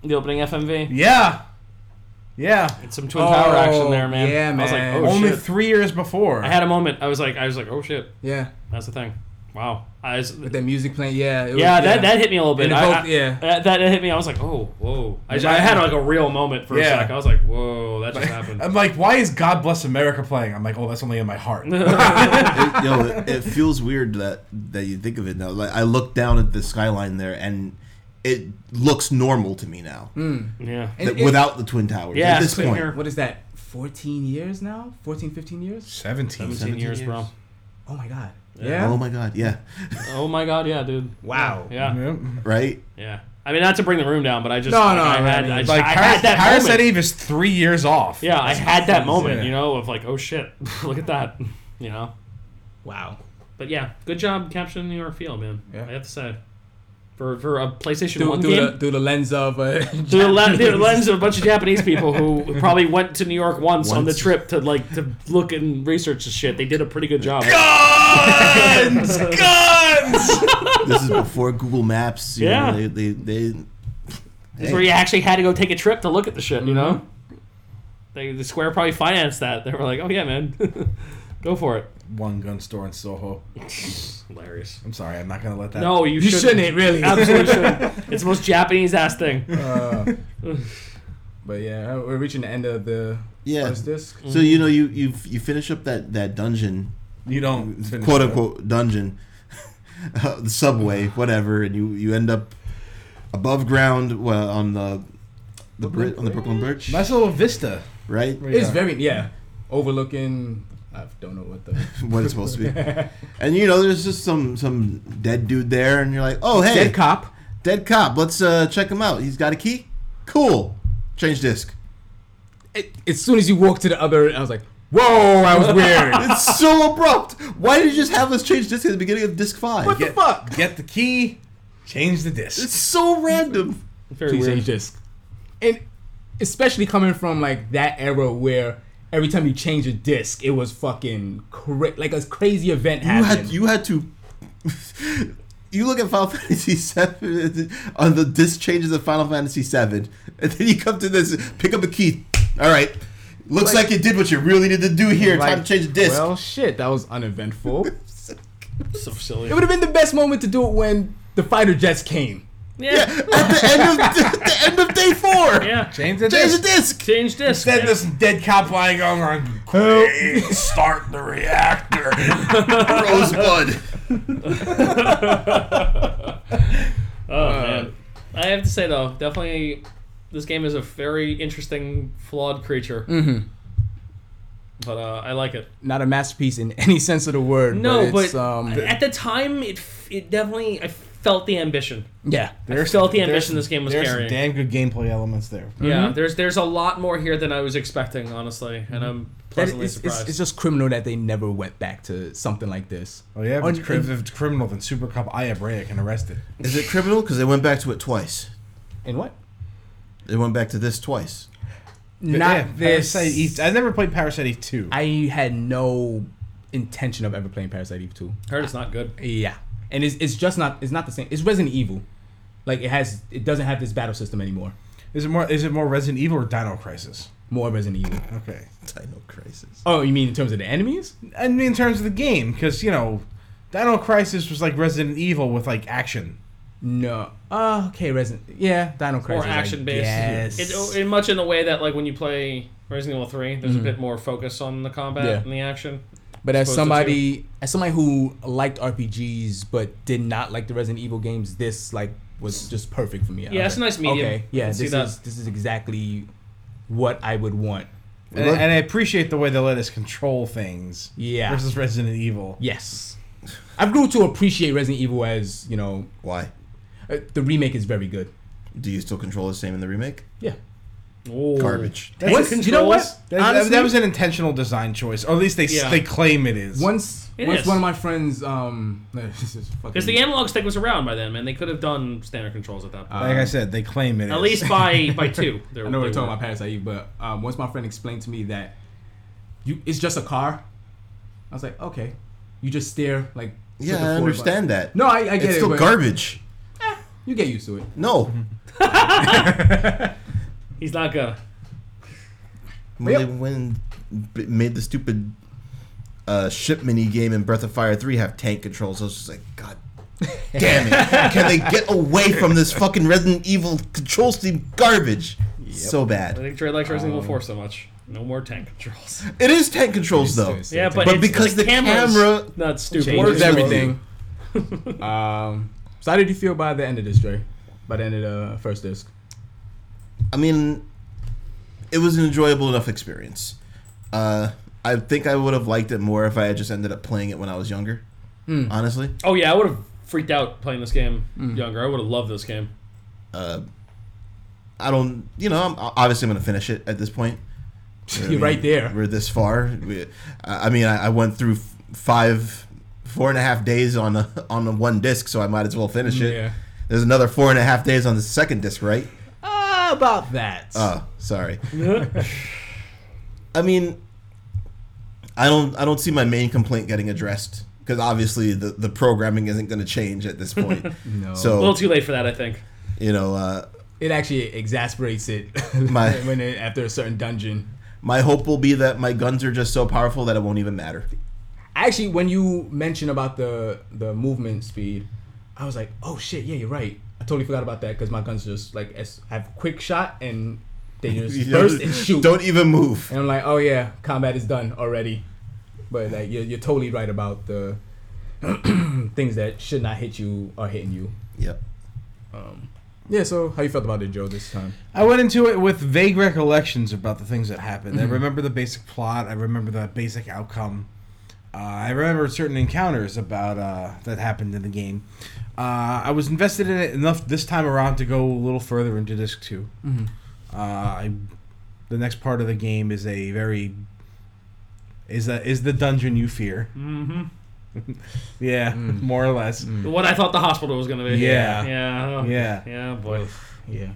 the opening FMV.
Yeah. Yeah.
It's some twin power
Oh,
action there, man.
yeah,
I was like,
man.
oh
Only
shit.
three years before.
I had a moment. I was like, I was like, oh shit,
yeah.
that's the thing. Wow. I was,
With that music playing, yeah. It was,
yeah, that that hit me a little bit.
It
I-
evoked-
I- uh,
yeah.
that, that hit me. I was like, oh, whoa. I, I had like a real moment for
Yeah.
a sec. I was like, whoa, that just happened.
I'm like, why is God Bless America playing? I'm like, oh, that's only in my heart.
It, yo, it, it feels weird that that you think of it now. Like I look down at the skyline there, and it looks normal to me now,
yeah.
And
That-
it-
without the twin towers.
Yeah,
at this
clear.
point,
What is that? 14 years now? 14, 15 years?
17.
17 years, bro.
Oh my god. Yeah.
oh my god, yeah,
Oh my god, yeah, dude.
Wow.
Yeah.
Yep.
right.
Yeah, I mean not to bring the room down, but I just
No,
like,
no,
I
no,
had,
I mean,
I, just-
Like,
I
Paris,
had that
Paris
moment.
Eve is three years off.
yeah, I had that moment,
yeah.
you know, of like, oh shit, look at that, you know.
Wow.
But yeah, good job capturing the New York feel, man.
Yeah.
I have to say, for for a PlayStation
Through,
One
through,
game.
the, through the lens of. Uh,
through the, le- through the lens of a bunch of Japanese people who probably went to New York once, on the
Once.
trip to like to look and research this shit. They did a pretty good job.
Guns! Guns!
This is before Google Maps. You
Yeah.
know, they, they, they
That's where you actually had to go take a trip to look at the shit, you know? They, the Square probably financed that. They were like, oh yeah, man, go for it.
One gun store in Soho.
Hilarious.
I'm sorry, I'm not gonna let that.
No, you,
you shouldn't, really.
Absolutely shouldn't. It's the most Japanese ass thing.
Uh, but yeah, we're reaching the end of the
yeah.
first disc.
So you know you you you finish up that that dungeon
you don't finish
quote
that.
unquote dungeon, uh, the subway, whatever, and you you end up above ground well, on the the Brit on the Brooklyn Bridge,
Nice little vista.
right?
It's
Yeah.
very, yeah. Overlooking. I don't know what the.
What it's supposed to be, and you know there's just some some dead dude there, and you're like, oh hey,
Dead cop.
dead cop, let's uh, check him out. He's got a key, cool. Change disc.
It- as soon as you walk to the other, I was like, whoa, that was weird.
It's so abrupt. Why did you just have us change disc at the beginning of disc five?
What the
Get-
fuck?
Get the key, change the
It's
disc.
so random.
Very
Please
weird.
change disc. And especially coming from like that era where every time you change a disc, it was fucking cra- like a crazy event
You had
happened.
you had to. You look at Final Fantasy VII on the disc changes of Final Fantasy VII, and then you come to this, pick up a key. All right, looks like,
Like-
you did what you really needed to do here. Time to
Like,
change the disc.
Well, shit, that was uneventful. it
So silly.
would have been the best moment to do it when the fighter jets came.
at
Yeah.
the end of at the end of day four,
Yeah.
Change the
change the
disc.
disc.
Change disc.
Then
yeah.
this dead cop lying on on quick, start the reactor.
Rosebud.
Oh man. I have to say though, definitely, this game is a very interesting, flawed creature. Mm-hmm. But uh, I like it.
Not a masterpiece in any sense of the word.
No, but,
it's, um,
at the time, it f- it definitely I felt the ambition.
yeah,
I felt the ambition this game was
there's
carrying.
some damn good gameplay elements there.
yeah, there's there's a lot more here than I was expecting, honestly, and I'm
That
pleasantly
is- it's,
surprised.
it's just criminal that they never went back to something like this.
Oh yeah, if
On-
it's, cri- if it's criminal, then Super Cop Iabrea can arrest it.
Is it criminal? Because they went back to it twice.
And what?
They went back to this twice.
Not
yeah,
this.
Parasite Eve. I never played Parasite Eve two.
I had no intention of ever playing Parasite Eve 2.
Heard it's not good.
Yeah. And it's, it's just not it's not the same. It's Resident Evil. Like it has it doesn't have this battle system anymore.
Is it more? Is it more Resident Evil or Dino Crisis?
More Resident Evil.
Okay.
Dino crisis.
Oh, you mean in terms of the enemies?
I mean, in terms of the game, because you know, Dino Crisis was like Resident Evil with like action.
No. Uh, okay, Resident. Yeah, Dino
or
Crisis. I
action based. oh,
guess.
It's in much in the way that like when you play Resident Evil Three, there's a bit more focus on the combat
Mm-hmm. Yeah.
and the action.
But as
Supposed to
somebody, as somebody who liked RPGs but did not like the Resident Evil games, this like was just perfect for me. I was
it's a
like,
nice medium.
Okay,
I
yeah,
can see
this
that.
is this is exactly what I would want.
And,
Look-
and I appreciate the way they let us control things.
Yeah.
Versus Resident Evil.
Yes, I've grew to appreciate Resident Evil as you know
Why?
uh, the remake is very good.
Do you still control the same in the remake?
Yeah,
Ooh.
Garbage.
That's
Once- you know what?
That- That,
Honestly-
that was an intentional design choice, or at least they s-
Yeah.
they claim it is.
once
It
once
is.
one of my friends um this is fucking-
Because the analog stick was around by then, man. They could have done standard controls at that point.
like I said, they claim it.
at
is.
least by by two.
I know we're talking about Paris Eve, but um, once my friend explained to me that you it's just a car, I was like, okay, you just stare like
Yeah,
to the
I
floor,
understand that.
but- No, I, I get
it's
it.
still
but Mm-hmm.
garbage.
You get used to it.
No.
He's not gonna.
When
Yep.
they went and b- made the stupid uh, ship mini game in Breath of Fire 3 have tank controls, I was just like, God damn it. Can they get away from this fucking Resident Evil control scheme garbage? So
I
bad.
think Trey likes Resident Evil Four so much. No more tank controls.
It is tank controls, though.
It's-
Yeah,
it's-
but,
But
it's-
because the
camera's
camera
not stupid.
changes
words
Words everything.
everything. um, so how did you feel by the end of this, Dre? By the end of the first disc?
I mean, it was an enjoyable enough experience. Uh, I think I would have liked it more if I had just ended up playing it when I was younger. Honestly,
Oh yeah, I would have freaked out playing this game younger. I would have loved this game.
I don't. You know, I'm obviously I'm gonna finish it at this point. You know what I
You're right
mean?
there.
We're this far. We, I I mean, I, I went through f- five, four and a half days on a, on a one disc, so I might as well finish it.
Yeah.
There's another four and a half days on the second disc, right?
Ah, about that.
Oh, sorry. I mean, I don't I don't see my main complaint getting addressed because obviously the, the programming isn't going to change at this point.
No.
A little
So
too late for that, I think.
you know, uh,
it actually exasperates it
My-
when it, after a certain dungeon.
my hope will be that my guns are just so powerful that it won't even matter.
actually when you mentioned about the the movement speed i was like oh shit yeah you're right i totally forgot about that because my guns just like as, have quick shot and they
You
just
know,
burst and shoot
Don't even move.
and i'm like oh yeah combat is done already but like you're, you're totally right about the things that should not hit you are hitting you
Yep.
yeah so how you felt about it joe this time
I went into it with vague recollections about the things that happened.
Mm-hmm.
I remember the basic plot. I remember the basic outcome. Uh, I remember certain encounters about uh, that happened in the game. Uh, I was invested in it enough this time around to go a little further into disc 2
Mm-hmm.
Uh, I, the next part of the game is a very is a, is the dungeon you fear.
Mm.
Mm-hmm. yeah, more or less.
What I thought the hospital was gonna be.
Yeah.
Yeah.
Yeah.
Yeah, boy.
yeah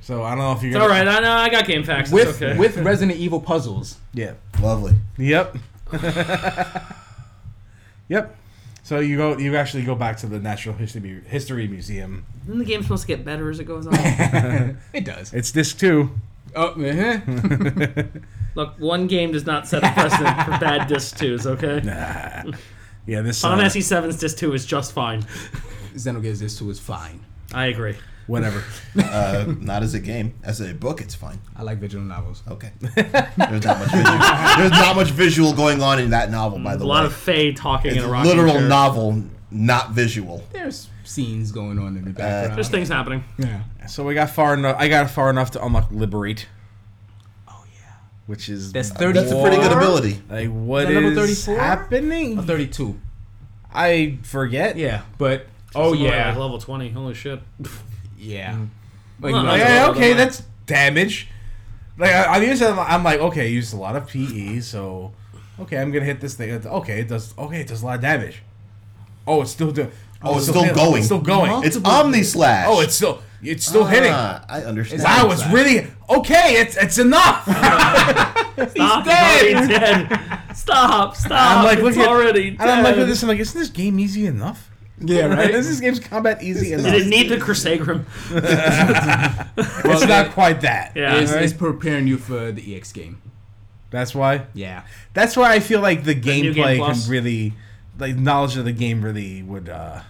So I don't know if you're
It's all right. I know. I got game facts.
with
it's okay.
with resident evil puzzles
Yeah.
Lovely.
Yep. yep. So you go. You actually go back to the Natural History History Museum.
Isn't the game supposed to get better as it goes on?
it does
It's disc two.
oh uh-huh.
Look, one game does not set a precedent for bad disc twos. Okay.
Yeah, this
Final
uh,
Fantasy VII's disc two is just fine.
xenogears this too is fine
I agree.
whatever.
Uh, not as a game, as a book, it's fine.
i like visual novels
Okay. There's not much. Visual, there's not much visual going on in that novel, by the
A
way.
lot of Faye talking
it's
in
a
a rocking
literal
chair.
novel, not visual.
there's scenes going on in the background.
There's things happening.
yeah.
So we got far enough. I got far enough to unlock Liberate.
Oh yeah.
Which is
That's
uh,
30
That's a pretty good
Or-
ability.
Like what
that level
is
34?
happening?
Thirty-two.
I forget.
Yeah, but oh
Like
yeah,
level twenty. Holy shit.
yeah. Like,
Well,
Like,
like,
I-
Oh, yeah,
Well,
okay,
then, like-
that's damage. Like I, I'm using, I'm like, okay, I used a lot of PE, so okay, I'm gonna hit this thing. Okay, it does. Okay, it does a lot of damage. Oh, it's still doing.
Oh, it's still going.
It's still going.
Uh-huh.
It's Omni Slash.
oh, it's still. It's still hitting.
Ah, I understand.
Wow, it's
Slash.
really okay. It's it's enough.
Stop. He's
dead.
already dead. Stop. Stop.
I'm like,
it's
look at-
already
and I'm like
dead.
with this. I'm like, isn't this game easy enough?
yeah, right.
Is this game's combat easy
Did
enough?
it need the Crusagram?
it's not quite that.
Yeah.
It's,
Alright.
it's preparing you for the EX game.
That's why.
Yeah.
That's why I feel like the
New Game
gameplay
Plus.
can really, like knowledge of the game really would uh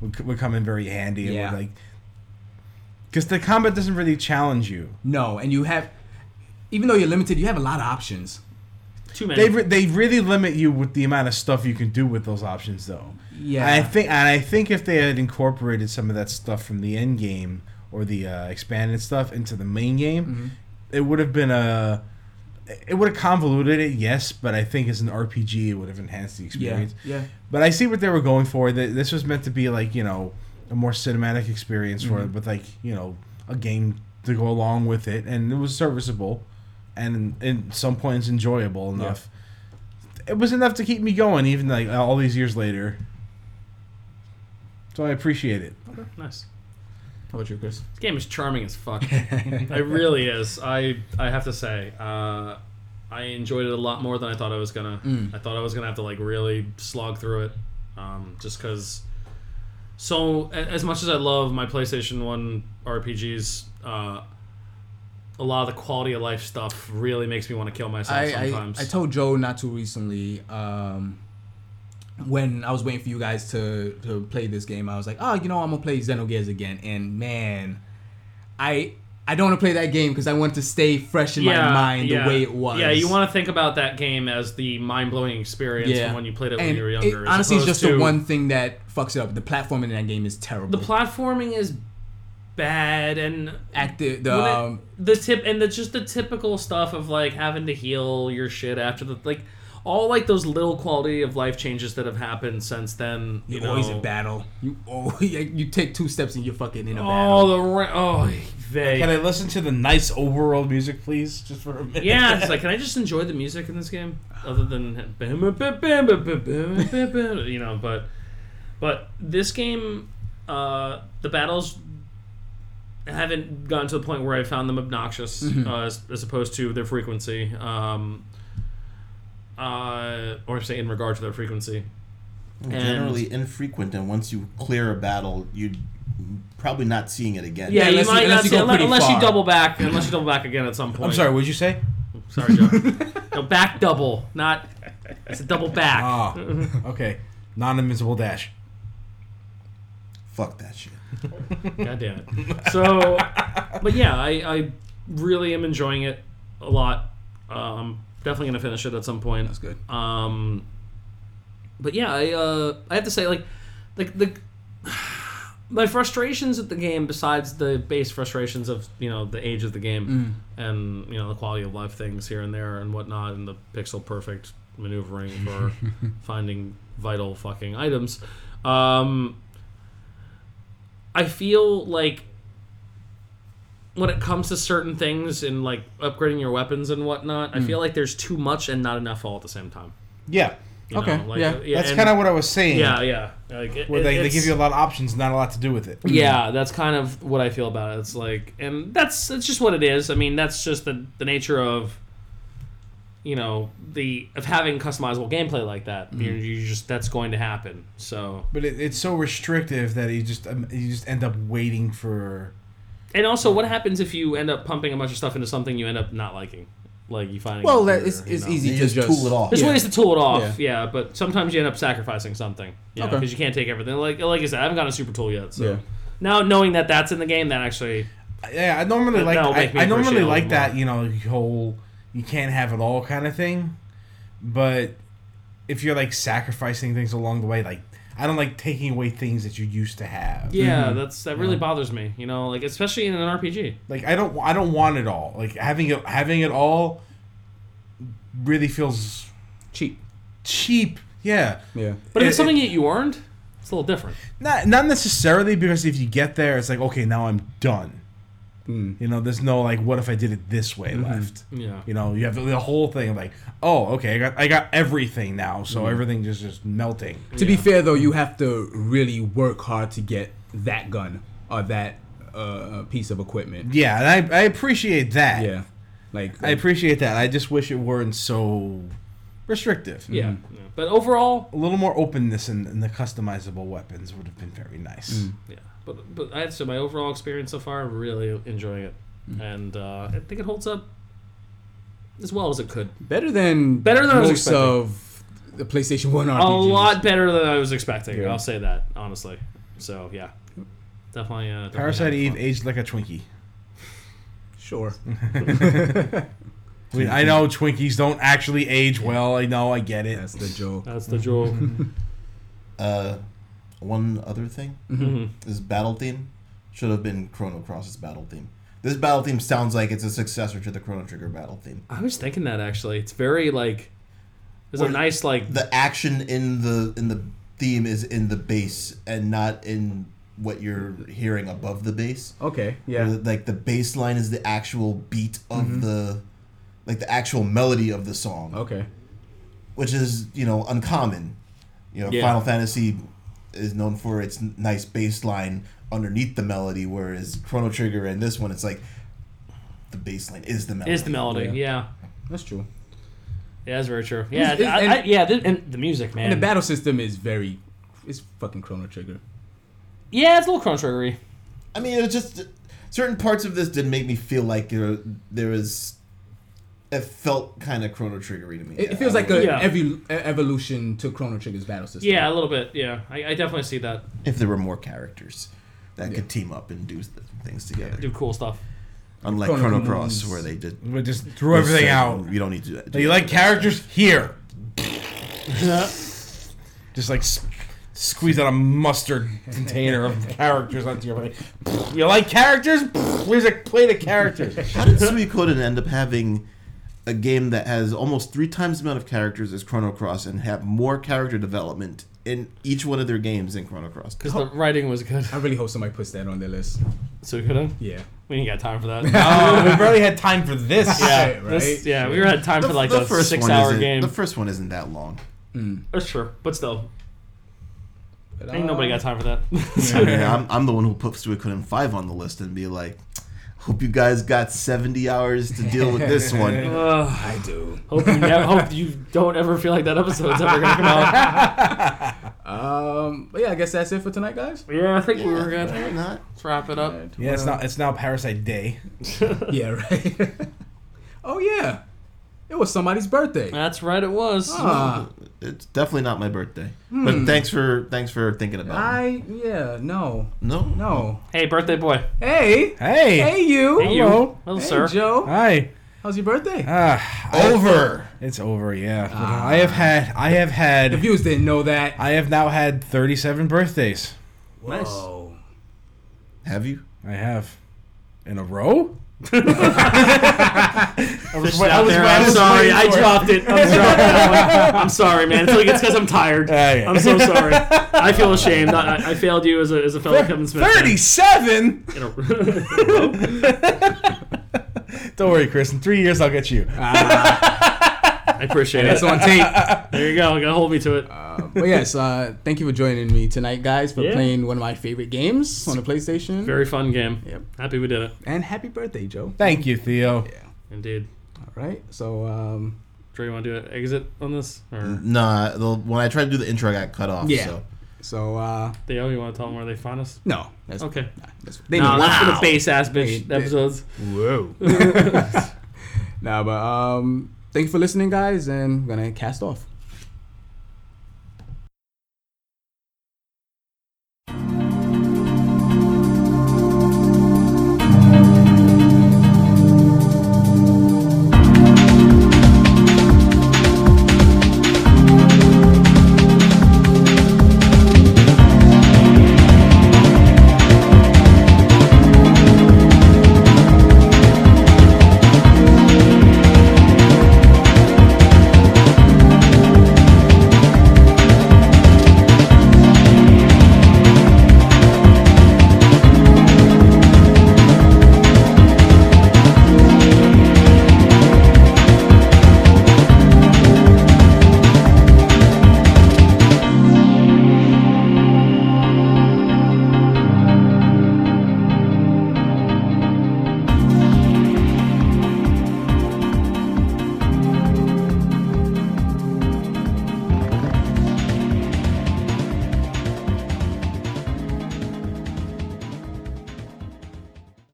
would, c- would come in very handy.
Yeah.
And would, like, because the combat doesn't really challenge you.
No, and you have, even though you're limited, you have a lot of options.
Too many.
They re- they really limit you with the amount of stuff you can do with those options, though.
Yeah.
And I think and I think if they had incorporated some of that stuff from the end game or the uh, expanded stuff into the main game, it would have been a it would have convoluted it, yes, but I think as an RPG, it would have enhanced the
Yeah,
experience.
yeah,
But I see what they were going for. That this was meant to be like you know a more cinematic experience for it, with like you know a game to go along with it, and it was serviceable, and in some points enjoyable enough. It was enough to keep me going, even like all these years later. So I appreciate it.
nice.
How about you, Chris?
This game is charming as fuck. it really is. I I have to say, uh, I enjoyed it a lot more than I thought I was gonna.
Mm.
I thought I was gonna have to like really slog through it, um, just because. So a- as much as I love my PlayStation One RPGs, uh, a lot of the quality of life stuff really makes me want to kill myself
I, I,
sometimes.
I told Joe not too recently um, when I was waiting for you guys to, to play this game. I was like, oh, you know, I'm gonna play Xenogears again, and man, I I don't want to play that game because I want to stay fresh in my mind the way it was.
Yeah, you want to think about that game as the mind blowing experience
Yeah.
from when you played it when
And
you were
it
younger. as
honestly, it's just
opposed
the
to-
one thing that fucks it up. The platforming in that game is terrible.
The platforming is bad and
active, the
when it-
um,
the tip and the just the typical stuff of like having to heal your shit after the like all like those little quality of life changes that have happened since then. You
you're
know,
always in battle. You oh, you take two steps and you're fucking in a battle.
All the ra- oh they
Can I listen to the nice overworld music, please, just for a minute?
yeah, it's like, can I just enjoy the music in this game, other than you know? But but this game, uh, the battles haven't gotten to the point where I found them obnoxious,
Mm-hmm.
uh, as, as opposed to their frequency, um, uh, or say in regard to their frequency.
Generally infrequent, and once you clear a battle, you are probably not seeing it again.
Yeah,
unless
you
you-
might
unless
not
you
see,
go
unless,
pretty
unless you
far.
double back, unless you double back again at some point.
I'm sorry. What'd you say?
sorry, Joe. no, back double, not it's a double back.
Ah, okay. Non-invincible dash.
Fuck that shit.
God damn it. So, but yeah, I, I really am enjoying it a lot. Um, definitely gonna finish it at some point.
That's good.
Um, but yeah, I uh, I have to say like, like the my frustrations at the game, besides the base frustrations of you know the age of the game
Mm.
and you know the quality of life things here and there and whatnot, and the pixel perfect maneuvering for finding vital fucking items. Um, I feel like when it comes to certain things and like upgrading your weapons and whatnot,
Hmm.
I feel like there's too much and not enough all at the same time.
Yeah,
you
Okay,
like,
yeah.
uh,
that's
and-
kind of what I was saying.
yeah, yeah. Like, it-
Where they,
it-
they
it's-
give you a lot of options, not a lot to do with it.
yeah, that's kind of what I feel about it. It's like, and that's that's just what it is. I mean, that's just the the nature of, you know, the of having customizable gameplay like that.
Hmm.
You're, you just that's going to happen. So,
But it, it's so restrictive that you just um, you just end up waiting for.
and also, what happens if you end up pumping a bunch of stuff into something you end up not liking? Like you finding
Well, that, it's, it's
You know,
easy
you
to
just
just
tool it off.
There's
Yeah.
ways to tool it off, yeah. but sometimes you end up sacrificing something, you
Okay.
because you can't take everything. Like like I said, I haven't gotten a super tool yet, so
Yeah.
now knowing that that's in the game, that actually
Yeah, I normally like
that'll make me
I, I normally
appreciate it a
like
lot
that you know whole you can't have it all kind of thing, but if you're like sacrificing things along the way, like I don't like taking away things that you used to have.
yeah, that's that really bothers me. You know, like especially in an RPG.
Like I don't I don't want it all. Like having it having it all really feels
cheap.
cheap. Yeah.
Yeah.
But if
It-
it's something that you earned, it's a little different.
Not not necessarily because if you get there, it's like okay, now I'm done.
Mm.
You know, there's no like, what if I did it this
Mm-hmm.
way left?
Yeah.
You know, you have the whole thing of like, oh, okay, I got I got everything now, so
Mm-hmm.
everything just just melting.
To be fair, though, you have to really work hard to get that gun or that uh, piece of equipment.
Yeah, and I I appreciate that.
Yeah, like
I appreciate that. I just wish it weren't so restrictive.
Yeah. yeah. But overall,
A little more openness in, in the customizable weapons would have been very nice.
Mm.
yeah. But but I have to say, my overall experience so far, I'm really enjoying it, and uh, I think it holds up as well as it could.
better than
Better than I was
most
expecting.
of the PlayStation One RPGs.
A lot better than I was expecting.
Yeah.
I'll say that honestly. So yeah, definitely. Uh, definitely
Parasite
having
Eve
fun.
aged like a Twinkie.
Sure.
I, mean, I know Twinkies don't actually age well. I know. I get it.
That's the joke.
That's the jewel.
Uh, one other thing
Mhm.
this battle theme should have been Chrono Cross's battle theme. This battle theme sounds like it's a successor to the Chrono Trigger battle theme.
I was thinking that actually. It's very like. There's
Well,
a nice like.
The action in the in the theme is in the bass and not in what you're hearing above the bass.
Okay.
Where,
Yeah.
Like the bass line is the actual beat of the like the actual melody of the song.
Okay.
which is you know uncommon. You know,
Yeah.
Final Fantasy is known for its n- nice bass line underneath the melody, whereas Chrono Trigger and this one, it's like the bass line is the melody.
Is the melody?
Yeah.
Yeah. yeah.
That's true.
that's very true. Yeah,
It's- it's-
I- I-
and-
yeah, th- and the music, man.
And the battle system is very, it's fucking Chrono Trigger.
yeah, it's a little Chrono Triggery.
I mean, it just certain parts of this did make me feel like there, there was. It felt kind of Chrono Triggery to me.
It, it
I
feels like
don't
a
Uh, Yeah.
evu- e- evolution to Chrono Trigger's battle system.
Yeah, a little bit. Yeah, I, I definitely see that.
know, if there were more characters that could team up and do th- things together,
Do cool stuff.
unlike
Chrono
Chrono
Cross.
Cross where they did
We just threw everything out.
You don't need to. Do that.
Do you like characters here? just like s- squeeze out a mustard container of characters onto your plate. You like characters? Here's a plate of characters.
How did Suikoden end up having a game that has almost three times the amount of characters as Chrono Cross and have more character development in each one of their games than Chrono Cross?
Because
Oh.
the writing was good.
I really hope somebody puts that on their list.
So we couldn't.
Yeah.
We ain't got time for that.
Oh, we barely had time for this.
yeah,
Right,
this-
right?
yeah, we were at time for like a six-hour
isn't-
game.
The first one isn't that long.
That's true, but still,
But,
ain't nobody got time for that.
Yeah, I'm, I'm the one who put Suikoden five on the list and be like, hope you guys got 70 hours to deal with this one.
Ugh.
I do.
hope, you never, hope you don't ever feel like that episode's ever gonna come out.
Um. But yeah, I guess that's it for tonight, guys.
Yeah, I think we were good.
Why not?
Let's wrap it up.
Yeah, it's now it's now Parasite Day.
Yeah. Right. oh yeah. It was somebody's birthday.
That's right, it was.
Ah,
It's definitely not my birthday.
Hmm.
But thanks for thanks for thinking about it.
I yeah no
No.
no
Hey, birthday boy.
hey
Hey.
hey you
Hey, you.
Hello.
Hello,
Hey,
sir.
Joe
Hi.
how's your birthday
Ah,
Over.
it's over. Yeah.
Ah.
I have had. I have
the
had.
viewers didn't know that
I have now had 37 birthdays.
Nice.
Whoa.
Have you?
I have. In a row?
Fished
wait- I
out
was-
there.
I
I'm
was
sorry.
waiting
I
for it.
dropped it. I'm sorry. I'm sorry, man. It's like it's because I'm tired.
Hey.
I'm so sorry. I feel ashamed. I, I- I failed you as a, as a fellow Kevin Smith. fan.
37?
In a- Hello?
Don't worry, Chris. In three years, I'll get you.
Ah. I appreciate
That's
it.
on tape.
There you go. Gotta hold me to it.
but yes, uh, thank you for joining me tonight, guys, for
Yeah.
playing one of my favorite games on the PlayStation.
Very fun game.
Yep.
Happy we did it.
and happy birthday, Joe.
Thank you, Theo.
Indeed.
All right. So, um,
Dre, you want to do an exit on this? Or
Nah, the, when I tried to do the intro, I got cut off.
Yeah.
So.
so uh,
Theo, you want to tell them where they find us?
no. That's,
Okay.
That's, they
No,
know.
that's for the base ass
Hey,
bitch
they-
episodes.
Whoa. nah, but um, thank you for listening, guys, and we're going to cast off.